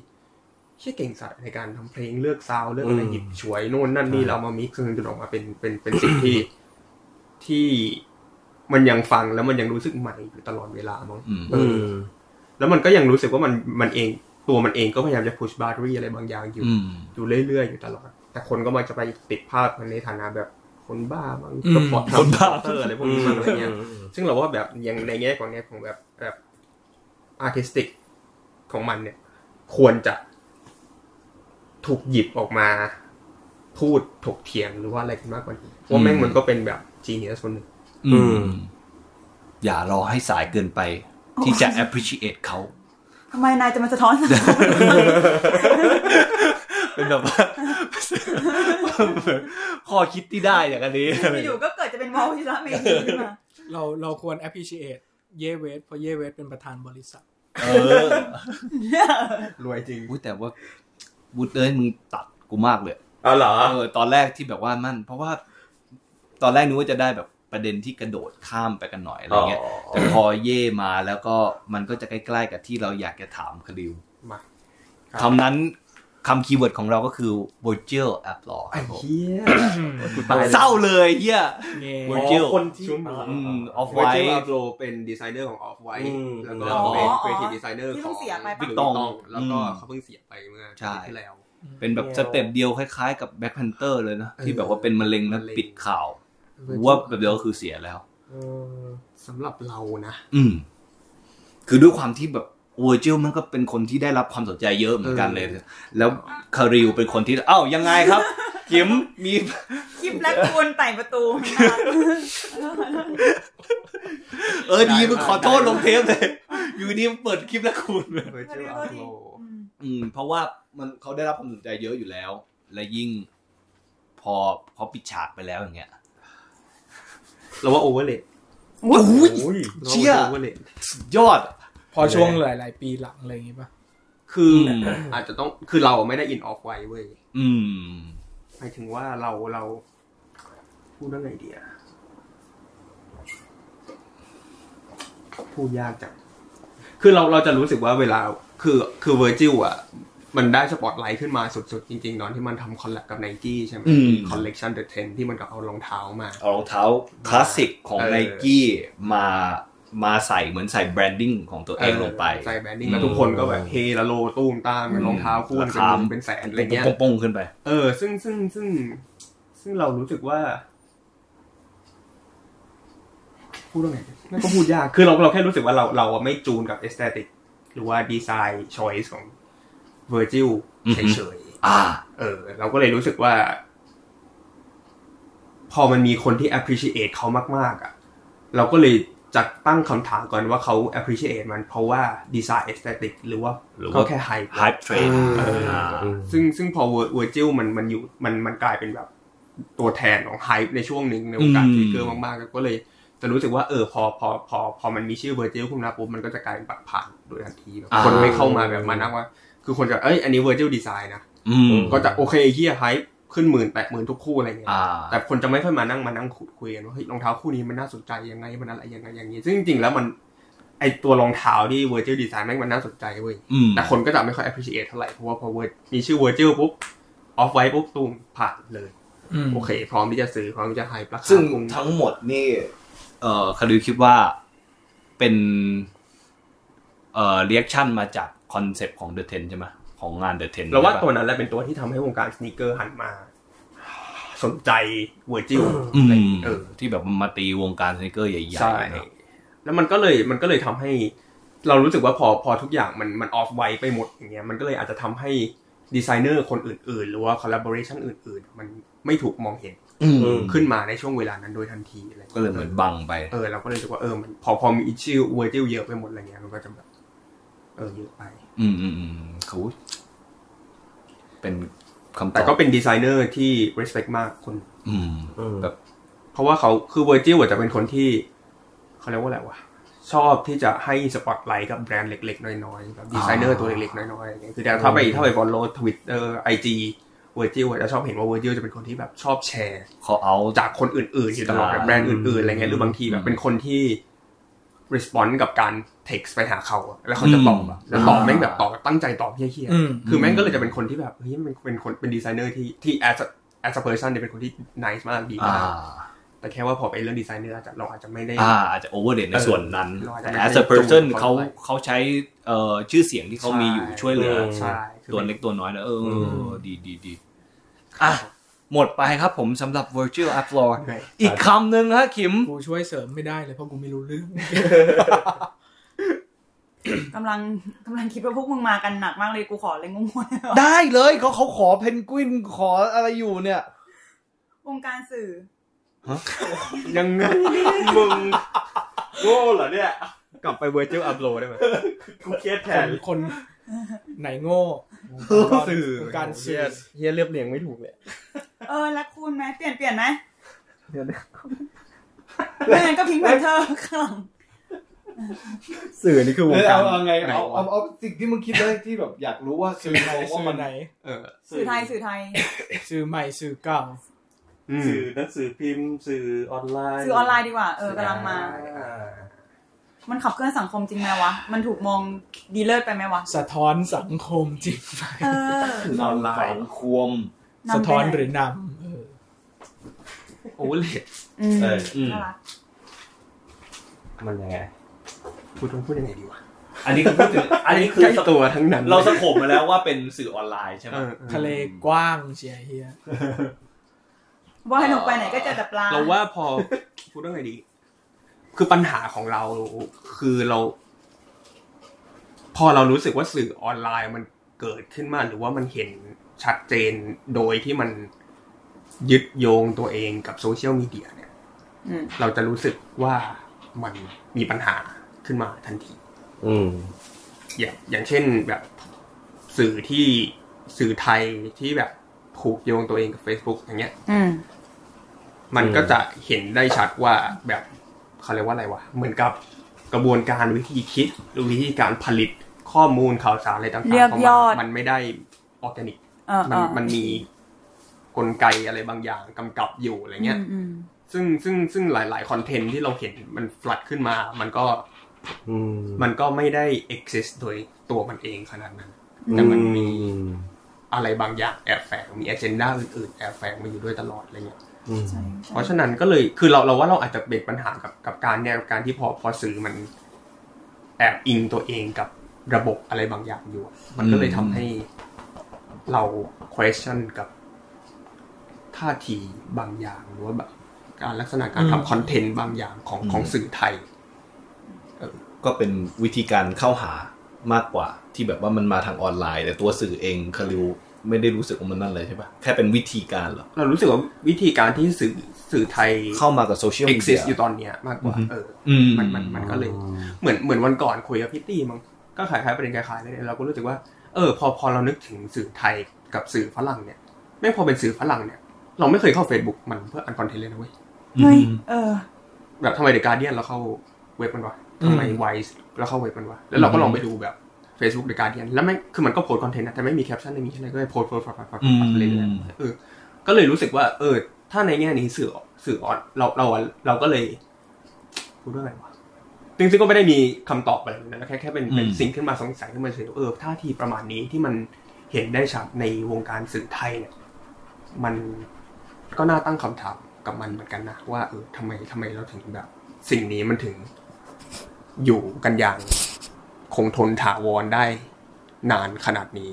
S4: เชี่ยเก่งสัตว์ในการทำเพลงเลือกซาวด์เลือกอะไร
S3: อืม
S4: หยิบฉวยโน่นนั่นนี่เรามามิกซ์จนออกมาเป็นเป็นเป็น สิ่งที่ที่มันยังฟังแล้วมันยังรู้สึกใหม่อยู่ตลอดเวลามั้ง
S1: อืม
S4: เออ แล้วมันก็ยังรู้สึกว่ามันมันเองตัวมันเองก็พยายามจะ push boundary อะไรบางอย่างอยู่
S1: อืม
S4: อยู่เรื่อยๆ อยู่ตลอด แต่คนก็มักจะไปติดภาพมันในฐานะแบบคนบ้าบาง
S5: อืม
S4: ก็พอทำ
S1: คนบ้า
S4: เตอร์อะไรพวกนี้บ้างอะไรเงี้ยซึ่งเราว่าแบบยังในแง่ของแง่ของแบบแบบ artistic ของมันเนี่ย ควรจะถูกหยิบออกมาพูดถกเถียงหรือว่าอะไรกันมากกว่านี้เพราะว่าแม่งมันก็เป็นแบบ genius คนหนึ่ง
S1: อืม อย่ารอให้สายเกิ นไป ที่จะ appreciate เขา
S2: ทำไมนายจะมาสะท้อนสังคม
S1: เป็นแบบ ว่า ข้อคิดที่ได้อย่างอันนี้
S2: อยู่ๆก็เกิดจะเป็นมอลทิระเมนีขึ้นมา
S5: เราเราควร appreciate เยเวสเพราะเยเวสเป็นประธานบริษัท
S1: เออ
S4: รวยจริง
S1: อุ๊ยแต่ว่าบุตเอ้ยมึงตัดกูมากเลย
S3: อ๋อเหรอ
S1: เออตอนแรกที่แบบว่ามั่น เพราะว่า ตอนแรกนึกว่าจะได้แบบประเด็นที่กระโดดข้ามไปกันหน่อยอะไรเงี้ย
S3: อ๋อ
S1: แต่พอเย่มาแล้วก็มันก็จะใกล้ๆกับที่เราอยากจะถามคริว
S4: มา
S1: คำนั้นคำคีย์เวิร์ดของเราก็คือ virtual applause ครับผม
S4: เฮีย
S1: เศร้าเลยเฮีย
S5: เงี้ย
S1: Virgil
S3: คนที่
S4: ช่วงหลัง
S1: อืม off
S4: ไว
S1: white
S4: เจอร์อัพโลเป็นดีไซเนอร์ของออฟไว
S3: อื
S4: ท์
S3: ม
S4: แล้ว
S2: อ๋
S4: ก็
S2: อ
S4: เป็น
S2: อ๋อ
S4: ครีเอทีฟดีไซเนอร์
S2: ที่
S4: ข
S2: เพิ่
S4: อง
S2: งเสียไปปะ
S4: วิกตองแล้วก็
S1: อืม
S4: เขาเพิ่งเสียไปเมื่อ
S1: ใช่
S4: อาทิตย์ที่แล้ว
S1: เป็นแบบสเต็ปเดียวคล้ายๆกับ Black Panther เลยนะ ที่แบบว่าเป็นมะเร็งแล้ว
S4: มะเร็ง
S1: ปิดข่าวว่าแบบเดียวก็คือเสียแล้ว
S4: เออสำหรับเรานะ
S1: อืม คือด้วยความที่แบบเวอร์จิลมันก็เป็นคนที่ได้รับความสนใจเยอะเหมือนกันเลย แล้วคาริวเป็นคนที่อ้าวยังไง ครับ จิมมี
S2: คลิปและกวนไต่ประตู
S1: เออดีมึงขอโทษลงเทปเลย อยู่ดีมึงเปิดคลิปแล้วคุณ
S4: เวเจอร์อัพโล
S1: อืม เพราะว่ามันเขาได้รับความสนใจเยอะอยู่แล้ว และยิ่ง พอพอปิดฉากไปแล้วอย่างเงี้ย
S4: เราว่าโอเวอร์เลด
S1: เชี่ย
S4: โอเวอร์เลด
S1: สุดยอด
S5: พอช่วงหลาย ๆ ปีหลังอะไรอย่างงี้ป่ะ
S4: คืออ
S1: ม
S4: อาจจะต้องคือเราไม่ได้อินออฟไวท์เว้ย
S1: อืม
S4: หมายถึงว่าเราเรา พูดว่าไงดีอะพูดยากจังคือเราเราจะรู้สึกว่าเวลาคือคือเวอร์จิลอ่ะ มันได้สปอตไลท์ขึ้นมาสุดๆ จริงๆ ตอนที่มันทำคอลแลบกับไนกี้ใช่ไหม
S1: อืม
S4: คอลเลกชันเดอะเทนที่มันก็เอารองเท้ามา
S1: เอารองเท้าคลาสสิกของ
S4: เออ
S1: ไนกี้มามาใส่เหมือนใส่แบรนดิ้งของตัวเองลงไป
S4: ใส่แบรนดิ้ง
S1: อืม
S4: แล้วทุกคนก็แบบเฮละโลตูมตามรองเท้าคู่
S1: รา
S4: เป็น
S1: คา
S4: หมื่นเป็นแสนอะไรเงี้ย
S1: ป้งๆขึ้นไป
S4: เออ ซึ่งซึ่งซึ่งซึ่งเรารู้สึกว่า พูดว่าไงนั่นก็พูดยาก คือเราเราแค่รู้สึกว่าเราเราอะไม่จูนกับเอสเตติกหรือว่าดีไซน์ชอยส์ของเวอร์จิล
S1: อือฮึ
S4: เฉย
S1: อ่า
S4: ๆเออ เราก็เลยรู้สึกว่า พอมันมีคนที่ appreciate เขามาก ๆ อ่ะ เราก็เลยจะตั้งคำถามก่อนว่าเขา appreciate มันเพราะว่าดีไซน์เอสเตติกหรือว่า
S1: หรือว่า
S4: เขาแค่ไฮ
S1: ไฮเทรน
S4: ซึ่งซึ่งพอเวอร์จิลมันมันอยู่มันมันกลายเป็นแบบตัวแทนของไฮป์ในช่วงหนึ่งในวงการฟีเกอร์มากๆ ก็เลยจะรู้สึกว่าเออพอพอพอพอมันมีชื่อเวอร์จิลขึ้นมาปุ๊บมันก็จะกลายเป็นปักผ่านโดยทันทีแบบคนไม่เข้ามาแบบมานักว่า คือคนจะเอ้ยอันนี้เวอร์จิลดีไซน์นะ
S1: อืม
S4: ก็จะโอเคเฮียไฮป์ขึ้นหมื่นแปดหมื่นทุกคู่อะไรเงี้ย
S1: อ่า
S4: แต่คนจะไม่ค่อยมานั่งมานั่งขุดคุยกันว่าเฮ้ยรองเท้าคู่นี้มันน่าสนใจยังไงมันอะไรยังไงอย่างนี้ ซึ่งจริงๆแล้วมันไอ ไอตัวรองเท้าที่ Virgil Design แม่งมันน่าสนใจเว้ย
S1: อืม
S4: แต่คนก็จะไม่ค่อย appreciate เท่าไหร่เพราะว่าพอ Vir- มีชื่อ Virgil ปุ๊บออฟไว้ปุ๊บตูมผ่านเลย โอเค พร้อมที่จะซื้อพร้อมที่จะไฮราคา
S7: ซึ่ง
S4: คง
S7: ทั้งหมดนี่
S1: เอ่อคาริวคิดว่าเป็นเอ่อเรียกชั่นมาจากคอนเซปต์ของเดอะเทนใช่ไหมของงานเดอะเทน
S4: เราว่าตัวนั้นแหละเป็นตัวที่ทำให้วงการสเนคเกอร์หันมา สนใจ Virgil
S1: อืม
S4: เออ
S1: ที่แบบมันมาตีวงการสเนคเกอร์ใหญ่ๆ
S4: ใช่
S1: เนอะ
S4: แล้วมันก็เลยมันก็เลยทำให้ เรารู้สึกว่าพอพอทุกอย่างมันมันออฟไว้ไปหมดอย่างเงี้ยมันก็เลยอาจจะทำให้ดีไซเนอร์คนอื่นๆ หรือว่าคอลลาบอร์เรชันอื่นๆ มันไม่ถูกมองเห็น
S1: อืม
S4: ขึ้นมาในช่วงเวลานั้นโดยทันทีอะไร
S1: ก็เลยเหมือนบังไป
S4: เออเราก็เลยรู้สึกว่าเออมันพอพอมีชื่อเวอร์จิลเยอะไปหมดอะไรเงี้ยมันก็จะแบบเออเยอะไป
S1: อืมอืมอืมเขาเป็นคำต
S4: แต่
S1: อบ
S4: ก็เป็นดีไซเนอร์ที่ respect มากคน
S1: อืม
S3: แบบ
S4: เพราะว่าเขาคือเวอร์จิลจะเป็นคนที่เขาเรียกว่าอะไรวะชอบที่จะให้สปอตไลท์กับแบรนด์เล็กๆ น้อยๆกับดีไซเนอร์
S1: อ่า
S4: ตัวเล็กๆ น้อยๆอะไรเงี้ยคือแต่ถ้าไปถ้าไปฟอลโล่ทวิตเตอร์ไอจีเวอร์จิลจะชอบเห็นว่าเวอร์จิลจะเป็นคนที่แบบชอบแชร์
S1: เขาเอา
S4: จากคนอื่นๆอยู่ตลอดแบบแบรนด์อื่นๆอะไรเงี้ยหรือบางทีแบบเป็นคนที่ response กับการ text ไปหาเขาอะแล้วเขาจะตอบอะแล้วตอบแม่งแบบตอบแบบตั้งใจตอบเฮี้ย
S5: อืม
S4: ๆคือแม่งก็เลยจะเป็นคนที่แบบเฮ้ยมันเป็นเป็นคนเป็นดีไซเนอร์ที่ที่ as a as a person เนี่ยเป็นคนที่ nice มากดี
S1: อ่า
S4: มาก แต่แค่ว่าพอไปเรื่องดีไซเนอร์อาจจะเราอาจจะไม่ได้
S1: อ่า อาจจะโอเวอร์เดในส่วนนั้น
S4: เออ
S1: แต่
S4: เราอาจ
S1: as a
S4: จะไม่ได้
S1: person
S4: จูงเขา
S1: เขา
S4: ไป
S1: เขาใช้เอ่อชื่อเสียงที่เขามีอยู่ช่วยเหลือ
S4: ใช่คือ
S1: ตัว
S4: มัน
S1: เล็กตัวน้อยนะเอออ
S5: ม
S1: ดีดีดีอ่ะ หมดไปครับผมสำหรับ virtual a p l o r
S4: เหนื่อย
S1: อีกคำหนึ่งฮะขิม
S5: กูช่วยเสริมไม่ได้เลยเพราะกูไม่รู้เรื่อง
S2: กำลังกำลังคิดว่าพวกมึงมากันหนักมากเลยกูขอเลยงงๆ
S1: ได้เลยเขาเขาขอเพนกวินขออะไรอยู่เนี่ย
S2: วงการสื่อ
S4: ยังไงมึงโง่เหรอเนี่ย กลับไปเวอร์จิลอัพโหลดได้ไหมกูเครียดแท
S5: คน
S4: น
S5: คนไหนโง่
S4: สื่อ
S5: การสื่อ
S4: เฮียเรียบเรียงไม่ถูกเลย
S2: เออและคุณไหมเปลี่ยนเปลี่ยนไหมไม่งั้นก็พิงค์แพนเธอร์ข้างหลัง
S4: สื่อนี่คือว
S7: เองอ
S4: การ
S7: เอาเอาไง
S4: ไหน
S7: เอา
S4: วะ
S7: เอาเอาสิ่งที่มึงคิดเลยที่แบบอยากรู้ว่าคือมองว่า
S5: สื่
S7: มั
S5: อน ไหน
S4: เออ
S2: สื่อไทยสื่อไทย
S5: สื่อใหม่สื่อเก่า
S4: อืม
S3: สื่อหนังสือพิมพ์ สื่อออนไลน์
S2: สื่อออนไลน์ดีกว่าเออกำลังมา
S3: อ่า
S2: มันขับเคลื่อนสังคมจริงไหมวะ มันถูกมองดีเลิศไปไหมวะ
S5: สะท้อนสังคมจริงไหม
S2: เออ
S7: ออนไลน์ควม
S2: ำไป
S5: สะท้อน
S2: ไ
S5: หรือนำเออ
S4: โอ้เลด
S2: อืม
S3: เออ
S2: น่ารัก
S3: มันยังไง
S4: พูดต้องพูดยังไงดีวะ
S1: อันนี้คือพูดถึงอันนี้คือ
S4: ใกล้ตัวทั้งนั้น
S1: เราสโคบมาแล้วว่าเป็นสื่อออนไลน์ใช่ไหม
S4: เออเออ
S5: ทะเลกว้างเชียเฮีย
S2: ว่ายลงไปไหนก็เจอแต่ปลา
S4: เราว่าพ อพูดว่าไงดี คือปัญหาของเราคือเรา พอเรารู้สึกว่าสื่อออนไลน์มันเกิดขึ้นมาหรือว่ามันเห็นชัดเจนโดยที่มันยึดโยงตัวเองกับโซเชียลมีเดียเนี่ย
S2: อืม
S4: เราจะรู้สึกว่ามันมีปัญหาขึ้นมาทันที
S3: อืม
S4: อย่างอย่างเช่นแบบสื่อที่สื่อไทยที่แบบผูกโยงตัวเองกับ Facebook อย่างเงี้ย
S2: อืม
S4: มัน
S3: อืม
S4: ก็จะเห็นได้ชัดว่าแบบเขาเรียกว่าอะไรวะ เหมือนกับกระบวนการวิธีคิดหรือวิธีการผลิตข้อมูลข่าวสารอะไรต่างๆ
S2: เลือก
S4: ของ
S2: ยอ
S4: มัน
S2: ด
S4: มันไม่ได้ออร์แกนิก
S2: เออเอ
S4: มั
S2: น อ
S4: มันมีกลไกอะไรบางอย่างกำกับอยู่อะไรเงี้ย
S2: อืม
S4: ซึ่งซึ่งซึ่งหลายๆคอนเทนต์ที่เราเห็นมันฟลัดขึ้นมา มันก็
S3: อืม
S4: มันก็ไม่ได้ exist โดยตัวมันเองขนาดนั้น
S2: อื
S4: แต่มัน
S2: ม
S4: มี อะไรบางอย่างแอบแฝงมี agenda อื่นๆ แอบแฝงมาอยู่ด้วยตลอดอะไรเงี้ย
S3: อืม
S2: ใช่ใช่
S4: เพราะฉะนั้นก็เลยคือเราเราว่าเราอาจจะเบรกปัญหากับกับการเนี่ยการที่พอพอสื่อมันแอบอิงตัวเองกับระบบอะไรบางอย่างอยู่อะมันก็เลยทำให้เรา question กับท่าทีบางอย่างหรือว่าแบบการลักษณะการทำคอนเทนต์บางอย่างของ
S1: อืม
S4: ของสื่อไทย
S1: ก็เป็นวิธีการเข้าหามากกว่าที่แบบว่ามันมาทางออนไลน์ แต่ตัวสื่อเองคาริวไม่ได้รู้สึกว่ามันนั่นเลยใช่ปะแค่เป็นวิธีการเหรอ
S4: เรารู้สึกว่าวิธีการที่สื่อสื่อไทย
S1: เข้ามากับโซเชียลมีเดี
S4: exist อยู่ตอนเนี้ยมากกว่า
S1: อือฮึ
S4: เออ
S1: อืม
S4: มันมันมันก็เลย เหมือนเหมือนวันก่อนคุยกับพี่ตี้มั้งก็ขายคล้ายๆประเด็นคล้ายๆเลยเราก็รู้สึกว่าเออพอพอเรานึกถึงสื่อไทยกับสื่อฝรั่งเนี่ยแม่งพอเป็นสื่อฝรั่งเนี่ย เราไม่เคยเข้า Facebook มันเพื่ออันคอนเทนต์เลยนะเว้ย
S2: เฮ้ยเออ
S4: แบบทำไมเดอะการเดียนเราเข้าเว็บมันวะทำไมไวส์เราเข้าเว็บมันวะแล้วเราก็ลองไปดูแบบ Facebook เดอะการเดียนแล้วไม่งคือมันก็โพสต์คอนเทนต์นะแต่ไม่มีแคปชั่นไม่มีอะไรก็เลยโพสต์โพสต์โพสต์โพสต์โพ
S1: อื
S4: ส
S1: ม
S4: ต์เรื่อยๆ เออก็เลยรู้สึกว่า เออ ถ้าในแง่นี้สื่อสื่อออนเราเราเราก็เลยพูดว่าไงวะ ซึ่งซึ่งก็ไม่ได้มีคำตอบอะไรนะแค่แค่เป็นเป็น
S1: อืม
S4: สิ่งขึ้นมาสงสัยขึ้นมาเฉยๆเออท่าทีประมาณนี้ที่มันเห็นได้ชัดในวงการสื่อไทยเนี่ย มันก็น่าตั้งคำถามกับมันเหมือนกันนะว่าเออทำไมทำไมเราถึงแบบ สิ่งนี้มันถึงอยู่กันอย่างคงทนถาวรได้นานขนาดนี้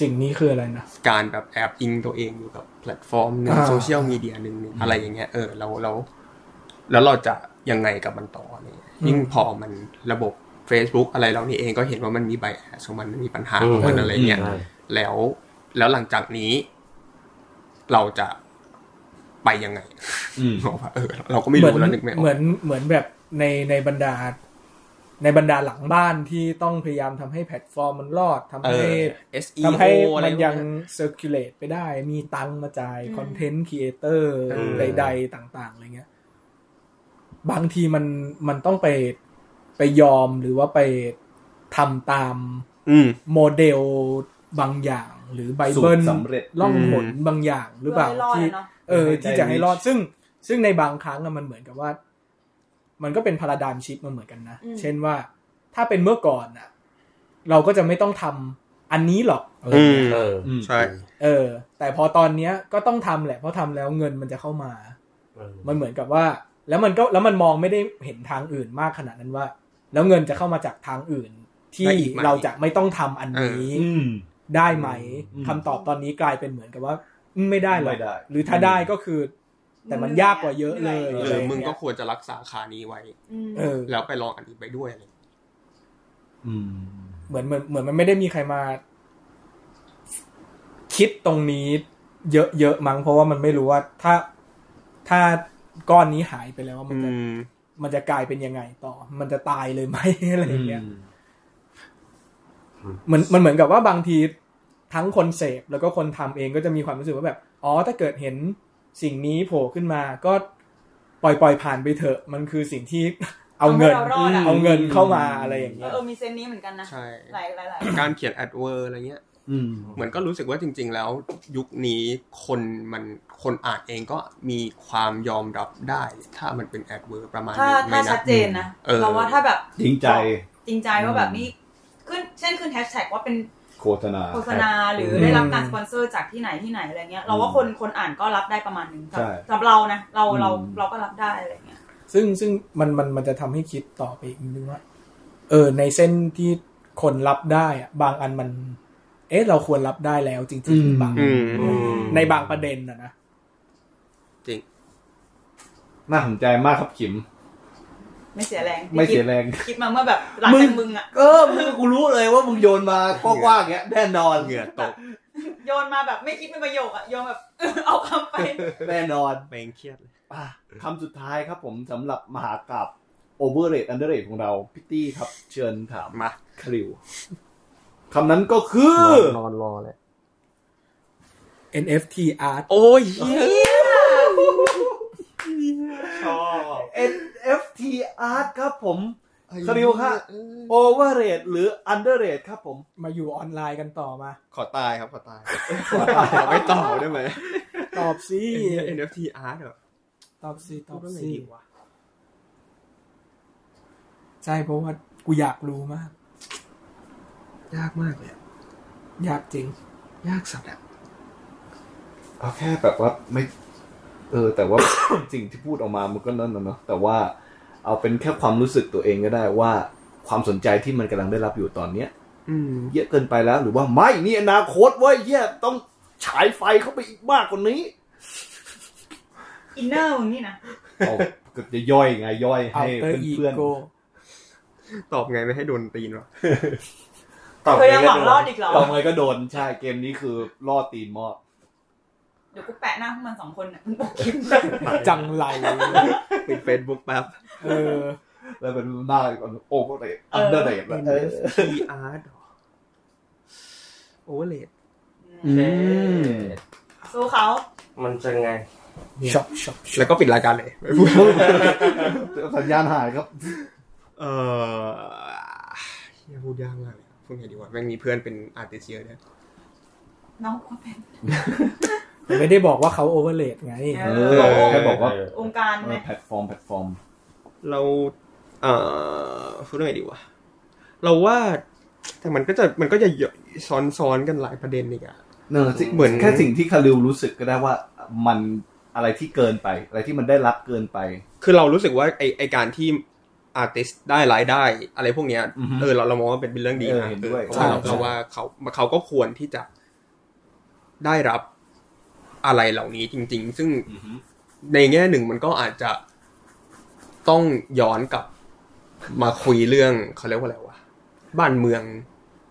S5: สิ่งนี้คืออะไรนะ
S4: การแบบแอบอิงตัวเองอยู่กับแพลตฟอร์มหนึ่ง
S5: อ่า
S4: โซเชียลมีเดียหนึ่งหนึ่งอะไรอย่างเงี้ยเออแล้วแล้วแล้วเราจะยังไงกับมันต่ออะไรเนี่ยยิ่งพอมันระบบ Facebook อะไรเรานี่เองก็เห็นว่ามันมีไบแอสของมันมันมีปัญหาของมันอะไรเงี้ย
S3: ใช่
S4: แล้วแล้วหลังจากนี้ เราจะไปยังไง
S1: อืม
S4: บอกว่าเออ เราก็ไม่รู้แล้วนึกไม่ออ
S5: เหมื
S4: ก
S5: อนเหมือนแบบในในบรรดา ในบรรดาหลังบ้านที่ต้องพยายามทำให้แพลตฟอร์มมันรอดทำ
S4: เอ
S5: ให้
S4: อ
S5: ทำ
S4: SEO
S5: ให้
S4: อะไร
S5: มัน
S4: พวกเ
S5: ยังเซอร์คิลเลตไปได้ มีตังค์มาจ่าย
S2: อืม
S5: คอนเทนต์ครีเอเตอร์
S4: เออ
S5: ใดๆต่าง ๆอะไรเงี้ย บางทีมันมันต้องไปไปยอมหรือว่าไปทำตาม
S4: อืม
S5: โมเดลบางอย่าง หรือไบ
S7: สู
S5: เบิ
S7: ต
S5: ล
S7: รสำเร็จ
S5: ล่อง
S4: อืม
S5: หนบางอย่างหรือเปล่า
S2: ไม่รอด
S5: ที่
S2: เนาะ
S5: เออ
S7: ให้ได้
S5: ที่จะให้
S7: reach
S5: รอดซึ่งซึ่งในบางครั้งอะมันเหมือนกับว่า มันก็เป็นพาราดามชิปมาเหมือนกันนะ เช่นว่าถ้าเป็นเมื่อก่อนอะเราก็จะไม่ต้องทำอันนี้หรอกอะไร
S4: อื
S5: เงี้ย
S4: ม
S3: เออ
S1: อืม
S4: ใช่
S5: เออ แต่พอตอนเนี้ยก็ต้องทำแหละเพราะทำแล้วเงินมันจะเข้ามา
S3: เออ
S5: มันเหมือนกับว่า แล้วมันก็แล้วมันมองไม่ได้เห็นทางอื่นมากขนาดนั้นว่า แล้วเงินจะเข้ามาจากทางอื่น ที่เราจะไม่ต้องทำอันนี้
S1: อืม
S5: ได้ไหม
S1: อืม
S5: คำตอบตอนนี้กลายเป็นเหมือนกับว่าอืมไม่ได้หรอก
S7: ไม่ได้
S5: หรือถ้าได้ก็คือ แต่มันยากกว่าเยอะเลย
S4: หรือมึงก็ควรจะรักษาขานี้ไว้
S5: เออ
S4: แล้วไปลองอันนี้ไปด้วยอะไรอย่างเงี้ย
S1: อืม
S5: เหมือนเหมือนเหมือนมันไม่ได้มีใครมา คิดตรงนี้ เยอะเยอะมั้งเพราะว่ามันไม่รู้ว่าถ้าถ้าก้อนนี้หายไปแล้วมันจะ
S4: อืม
S5: มันจะกลายเป็นยังไงต่อ มันจะตายเลยไหม อะไรอย่างเงี้ยเหมือนมันเหมือนกับว่าบางทีทั้งคนเสพแล้วก็คนทำเองก็จะมีความรู้สึกว่าแบบ อ๋อ ถ้าเกิดเห็นสิ่งนี้โผล่ขึ้นมาก็ปล่อยปล่อยผ่านไปเถอะ มันคือสิ่งที่ เอาเงิน
S2: เอาให้เรารอดอะ
S5: เอาเงินเข้ามาอะไรอย่าง
S2: เอ
S5: เงี้
S2: อย เออมีเซนส์นี้เหมือนกันนะ
S4: ใช่
S2: หลายหลายหลาย
S4: การเขียนแอดเวอร์อะไรเงี้ย
S1: อืม
S4: เหมือนก็รู้สึกว่าจริง ๆ แล้ว ยุคนี้คนมันคนอ่านเองก็มีความยอมรับได้ ถ้ามันเป็นแอดเวอร์ประมาณ
S2: ถ้า
S4: นี้ไหม
S2: ถ้าชั
S4: นะ
S2: ดเจนนะ
S4: เออ
S2: เราว่าถ้าแบบ
S7: จริงใจ
S2: จริงใจว่าแบบนี้ขึ้นเช่นขึ้นแฮชแท็กว่าเป็น
S7: โฆษณา
S2: โฆษณาหรือได้รับการสปอนเซอร์จากที่ไหนที่ไหนอะไรเงี้ย เราว่าคนคนอ่านก็รับได้ประมาณหนึงสำหรับ
S7: ใช่
S2: สำหรับเรานะเราเรา
S1: อืม
S2: เราก็รับได้อะไรเงี้ย
S5: ซึ่งซึ่งมันมันมันจะทำให้คิดต่อไปอีกนิดนึงว่า เออ ในเส้นที่คนรับได้อะบางอันมัน เอ๊ะ เราควรรับได้แล้วจริงๆหรือเปล่า
S4: อืม
S5: ในบางประเด็นนะนะ
S7: น่าสนใจมากครับขิม
S2: ไม่เสียแรง
S7: ไม่เสียแรง
S2: คิดคิดมาเมื่อแบบหลังจากมึงอ่ะ
S8: เออมึงกูรู้เลยว่ามึงโยนมากว้างๆอย่างเงี้ยแน่นอน
S4: เหงื่อตก
S2: โยนมาแบบไม่คิดเป็นประโยคอ่ะโยนแบบ เอา คำไป
S8: แน่นอน
S4: เปงเครียดเลย
S8: อ่ะ
S7: คำสุดท้ายครับผมสำหรับมหากราบโอเวอร์เรทอันเดอร์เรทของเราพิตตี้ครับ เชิญถาม
S4: มา
S7: คริวคำนั้นก็คือ
S4: นอนรอเลย
S5: เอ NFT art
S4: โอ้ย
S7: NFT art ครับผมคริวฮะโอเวอร์เรทหรืออันเดอร์เรทครับผม
S5: มาอยู่ออนไลน์กันต่อมา
S4: ขอตายครับ ขอตาย ขอไม่ต่อได้ไหม
S5: ตอบสิ
S4: NFT art เหรอ
S5: ตอบสิตอบ
S4: พูดว่าไง
S5: สิ
S4: ดีวะ
S5: ใช่เพราะว่ากูอยากรู้มาก
S4: ยากมากเลยอะ
S5: อยากจริง
S4: ยากสัตว์อะ
S7: เอาแค่แบบว่าไม่ เออ แต่ว่า สิ่งที่พูดออกมามันก็นั่นนะเนาะแต่ว่าเอาเป็นแค่ความรู้สึกตัวเองก็ได้ว่า ความสนใจที่มันกำลังได้รับอยู่ตอนเนี้ย
S4: อืม
S7: เยอะเกินไปแล้วหรือว่าไม่นี่อนาคตเว้ยเฮียต้องฉายไฟเข้าไปอีกมากกว่านี้
S2: อินเนอร์มึงนี่นะ
S7: เอาก็จะย่อยไงย่อยให้
S5: outer
S7: เพื่อน
S5: ego
S4: ตอบไงไม่ให้โดนตีนวะ
S7: ๆตอบ
S2: เธอยังหวังรอดอีกเหรอ
S7: ตอบไงก็โดนใช่เกมนี้คือล่อตีนมอก
S2: เดี๋ยวกูแปะหน้าพวกมันสองคนน่ะมึงบอก คลิป
S5: จังไร
S4: ปิดเฟซบุ๊กแป๊บ
S5: เออ
S7: แล้วเป็นหน้าโอ้ก็เตะอันเดอร์เตะแบบ
S4: NFT art เหรอโอเวอร์เลด
S2: สู้เขา
S3: มันจะไง
S5: ช็อปช็อป
S4: แล้วก็ปิดรายการเลยไม่พูด
S7: สัญญาณหายครับ
S4: เออเหี้ยพูดยากมากเลยพูดไงดีวะแม่งมีเพื่อนเป็นอาร์ติสเยอะเนี่ย
S2: น้องก็เป็น
S5: แต่ไม่ได้บอกว่าเขาโอเวอร์เลดไง
S2: เอ
S7: เอ
S2: อ
S7: อแค่บอกว่า
S2: องค์การ
S7: เอ
S2: ไหม
S7: อแพลตฟอร์มแพลตฟอร์ม
S4: เรา เอ่อพูดยังไงดีวะเราว่า แต่มันก็จะมันก็จะเยอะซ้อนๆกันหลายประเด็นอีกอะ
S1: เนอะสิ
S4: เหมือน
S1: แค่สิ่งที่คาริวรู้สึกก็ได้ว่ามันอะไรที่เกินไป อะไรที่มันได้รับเกินไป
S4: คือเรารู้สึกว่าไอไอการที่อาร์ติสได้รายได้ อะไรพวกเนี้ย
S1: อือฮึ
S4: เออเราเรามองว่าเป็นเป็นเรื่องดี
S1: เออ
S4: นะ
S1: เห็นด้วย
S4: เออเพราะว่าเรา
S1: ใช่
S4: เราว่าเขาเขาก็ควรที่จะได้รับอะไรเหล่านี้จริง ๆ ซึ่งในแง่หนึ่งมันก็อาจจะต้องย้อนกลับมาคุยเรื่องเขาเรียกว่าอะไรวะบ้านเมือง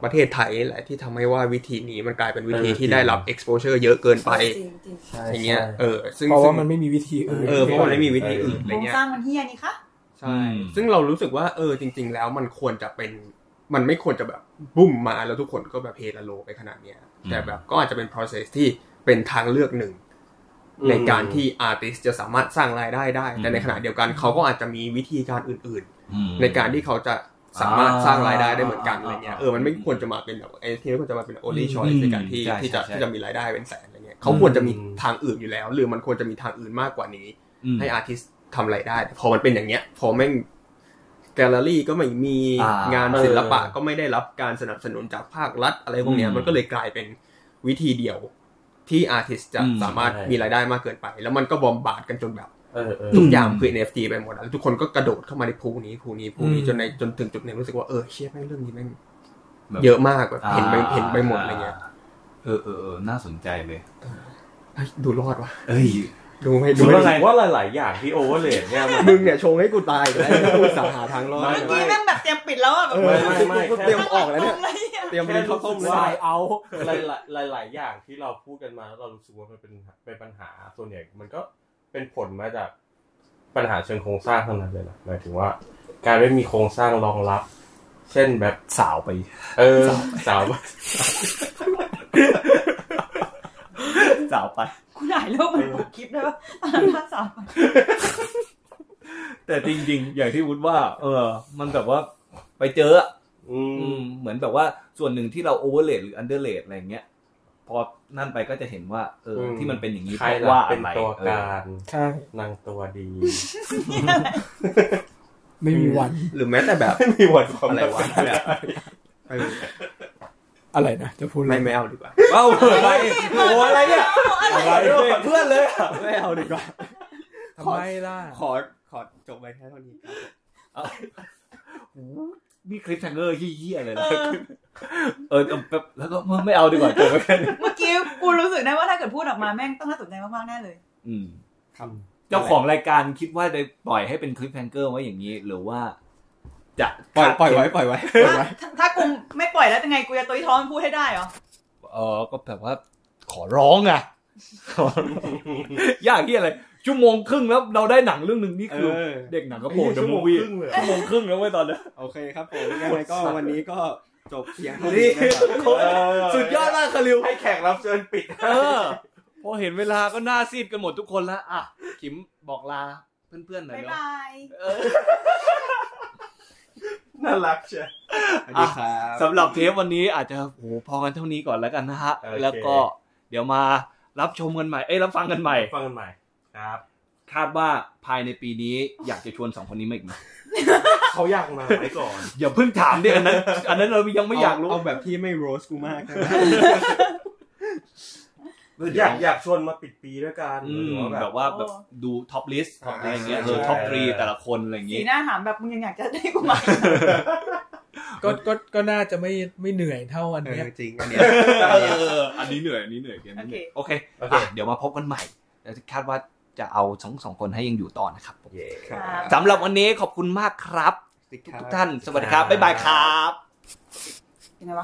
S4: ประเทศไทยแหละที่ทำให้ว่าวิธีนี้มันกลายเป็นวิธีที่ได้รับ exposure เยอะเกินไป
S2: จริงจริง
S4: อย่างเงี้ยเออซึ่ง
S5: เพราะว่า
S4: ซึ่ง
S5: มันไม่มีวิธีอื่น
S4: เออเพราะมันไม่มีวิธีอื่นอะ
S2: ๆ
S4: ไร
S2: โครง
S4: เงี้ย
S2: สร้างมันเฮียนี่คะ
S4: ใช่ ซึ่งเรารู้สึกว่าเออจริง ๆ แล้วมันควรจะเป็น มันไม่ควรจะแบบบุ้มมาแล้วทุกคนก็แบบเฮลาโลไปขนาดเนี้ย แต่แบบก็อาจจะเป็น process ที่เป็นทางเลือกหนึ่ง ในการที่ artist จะสามารถสร้างรายได้ได้ แต่ในขณะเดียวกันเขาก็อาจจะมีวิธีการอื่น ๆ ในการที่เขาจะสามารถสร้างรายได้ได้เหมือนกันอะไรเงี้ย เออมันไม่ควรจะมาเป็นแบบไอ้ที่ไม่ควรจะมาเป็น only choice ในการที่
S9: ใช่
S4: ที่จะ
S9: ใช่
S4: ที่จะมีรายได้เป็นแสนอะไรเงี้ยเขาควรจะมีทางอื่นอยู่แล้ว หรือมันควรจะมีทางอื่นมากกว่านี้ ให้อาร์ติสต์ทำรายได้แต่พอมันเป็นอย่างเงี้ย พอแม่งแกลเลอรี่ก็ไม่มี
S9: อ่าง
S4: งานศิลปะ
S3: เออ
S4: ก็ไม่ได้รับการสนับสนุนจากภาครัฐ อะไรพวกเนี้ย
S9: อืม
S4: มันก็เลยกลายเป็นวิธีเดียวที่อาร์ติสต์จะ
S9: อืม
S4: สามารถมีรายได้มากเกินไป แล้วมันก็บอมบาดกันจนแบบ
S3: เออเออ
S4: ทุกอย่างคือ NFT ไปหมดแล้วทุกคนก็กระโดดเข้ามาในพูนี้พูนี้พูนี้
S5: อืม
S4: จนในจนถึงจุดหนึ่งรู้สึกว่าเออเชี่ยแม่งเรื่องนี้แม่ง
S1: แบบ
S4: เยอะมากแบบเห็นไป
S1: อ่า
S4: เห็นไปหมดอะไรเงี้ย
S1: เออเออเออน่าสนใจเลย
S4: เฮ้ยดูรอดวะ
S1: เอ้ย
S4: ดูไม่
S3: ดู
S4: ดู
S3: ว่า
S4: ไม่
S3: ว่าหลาย ๆ อย่างที่โอเวอร์เลดเนี่ยมัน
S4: มึงเนี่ยชงให้กูตายอีกแล้ว กูอุตสาห์หาทางรอด
S3: ไม่
S2: เมื่อกี้แม่งแบบเตรียมปิดแล้วอะแบบ
S3: ไม่ไม่ไม่
S4: กูเตรียมออกแล้วเนี่
S2: ต
S4: ย
S2: รงเลยอะ
S4: เตรียมไปเล่นข้าวต้มเลย
S3: แค่รู้สึกว่า
S5: สายเอา
S3: หลายหลายหลาย ๆ อย่างที่เราพูดกันมาแล้วเรารู้สึกว่ามันเป็นเป็นปัญหาส่วนใหญ่มันก็เป็นผลมาจากปัญหาเชิงโครงสร้างเท่านั้นเลยนะหมายถึงว่า การไม่มีโครงสร้างรองรับ เช่นแบบ
S1: สาวไป
S3: เอ อสาว
S1: สาวไป
S2: กูถ่ายรูปมันปกคลิปได้ปะตอนนั้นภาพสามอะ
S1: แต่จริงๆ อย่างที่วุฒว่า เออ มันแบบว่าไปเจออะ
S3: อื
S1: อื
S3: ม
S1: มเหมือนแบบว่าส่วนหนึ่งที่เราโอเวอร์เลดหรืออันเดอร์เลดอะไรอย่างเงี้ย พอนั่นไปก็จะเห็นว่า เออ ที่มันเป็นอย่างนี้
S3: ใคร
S1: เพราะ
S3: ล่ะ
S1: ว่า
S3: เป็น
S1: อะไร
S3: ตัว
S1: เออ
S3: การ
S5: ใช่
S3: นางตัวดี
S5: ไม่มีวัน
S4: หรือแม้แต่แบบ
S3: ไม่มีวันความ
S4: อะไรวะแบบเออ
S5: อะไรนะจะพูดอะไร
S4: ไม่ไม่เอาดีกว่า
S1: เอ้าเปิดอะไรโอ้โหอะไรเนี่ยอะไรเนี่ยเพื่อนเลยอะ
S4: ไม่เอาดีกว่า
S5: ทำไมล่ะ
S4: ขอขอจบไปแค่เท่านี้ครับ
S1: นี่คลิปแทงเกอร์เหี้ยๆเลยนะ เออเออแบบแล้วก็ไม่เอาดีกว่าเจอกัน
S2: เมื่อกี้กูรู้สึกได้ว่าถ้าเกิดพูดออกมาแม่งต้องน่าสนใจมากๆแน่เลย
S1: อืมเจ้าของรายการคิดว่าจะปล่อยให้เป็นคลิปแทงเกอร์ไว้อย่างนี้ หรือว่า จะ
S4: ปล่อยปล่อยไว้ปล่อยไว้ปล่อยไว้
S2: ถ้าถ้ากูไม่ปล่อยแล้วจะไงกูจะตัวท้องพูดให้ได้เหรอ
S1: เออก็แบบว่า ขอร้องอ่ะ ขอร้องยากที่อะไร ชั่วโมงครึ่งแล้วเราได้หนังเรื่องหนึ่งนี่คือ
S4: เออ
S1: เด็กหนังกระโปรงเด
S4: ชั่
S1: อะมู
S4: วโมง
S1: วี่
S4: ครึ่งเลย
S1: ชั่วโมงครึ่งแล้วเว้ยตอนเนี้ย
S4: โอเคครับผมยังไงก็วันนี้ก็จบเพียงเท่า
S1: นี่
S4: นี้นะครับ
S1: สุดยอดมากคาริว
S3: ให้แขกรับเชิญปิด
S1: เออพอเห็นเวลาก็หน้าซีดกันหมดทุกคนแล้วอ่ะขิมบอกลาเพื่อนๆหน่อย
S2: บ๊าย
S1: เนาะ
S2: บาย
S4: น่ารักเชียวสวัสดีครับ
S1: สำหรับเทปวันนี้อาจจะโอ้โหพอกันเท่านี้ก่อนแล้วกันนะฮะ
S3: โอเค
S1: แล้วก็เดี๋ยวมารับชมกันใหม่ เอ้ยรับฟังกันใหม่
S3: ฟังกันใหม่ครับ
S1: คาดว่าภายในปีนี้อยากจะชวนสองคนนี้มาอีกไหม
S3: เขาอยากมาไว้ก่อน
S1: อย่าเพิ่งถามดิอันนั้นอันนั้นเรายังไม่อยากรู้
S4: เอาแบบที่ไม่โรสกูมากนะ
S3: อยากอยากชวนมาปิดปีด้วยกัน
S1: อื
S3: หรื
S1: ม
S3: อว่าแบ
S1: แบบ บว่าแบบดูท็อปลิสต์อะไรอย่างเงี้ยเออ
S3: ใช่
S1: ท็อปทรีแต่ละคนอะไรอย่าง
S2: สี
S1: เงี้ย
S2: หน้าถามแบบมึงยังอยากจะได้กูไหม
S5: ก็ก็ก็น่าจะไม่ไม่เหนื่อยเท่าอัน
S4: เอ
S5: เนี้ย
S4: อจริงอันเนี้ย
S1: เอออันนี้เหนื่อยอันนี้เหนื่อยเกม
S2: โอ
S1: นี้เห
S2: เค
S1: นื่อยโอเค
S3: โอเค
S1: อ่ะเดี๋ยวมาพบกันใหม่แล้วคาดว่าจะเอาสองสองคนให้ยังอยู่ต่อนะครับผม
S3: เย้
S2: ครับ
S1: สำหรับวันนี้ขอบคุณมากครับ
S4: สวัสดีค
S1: ทุก
S4: รับ
S1: ท่าน สวัสดีครับ บ๊ายบายครับ
S2: ยังไงวะ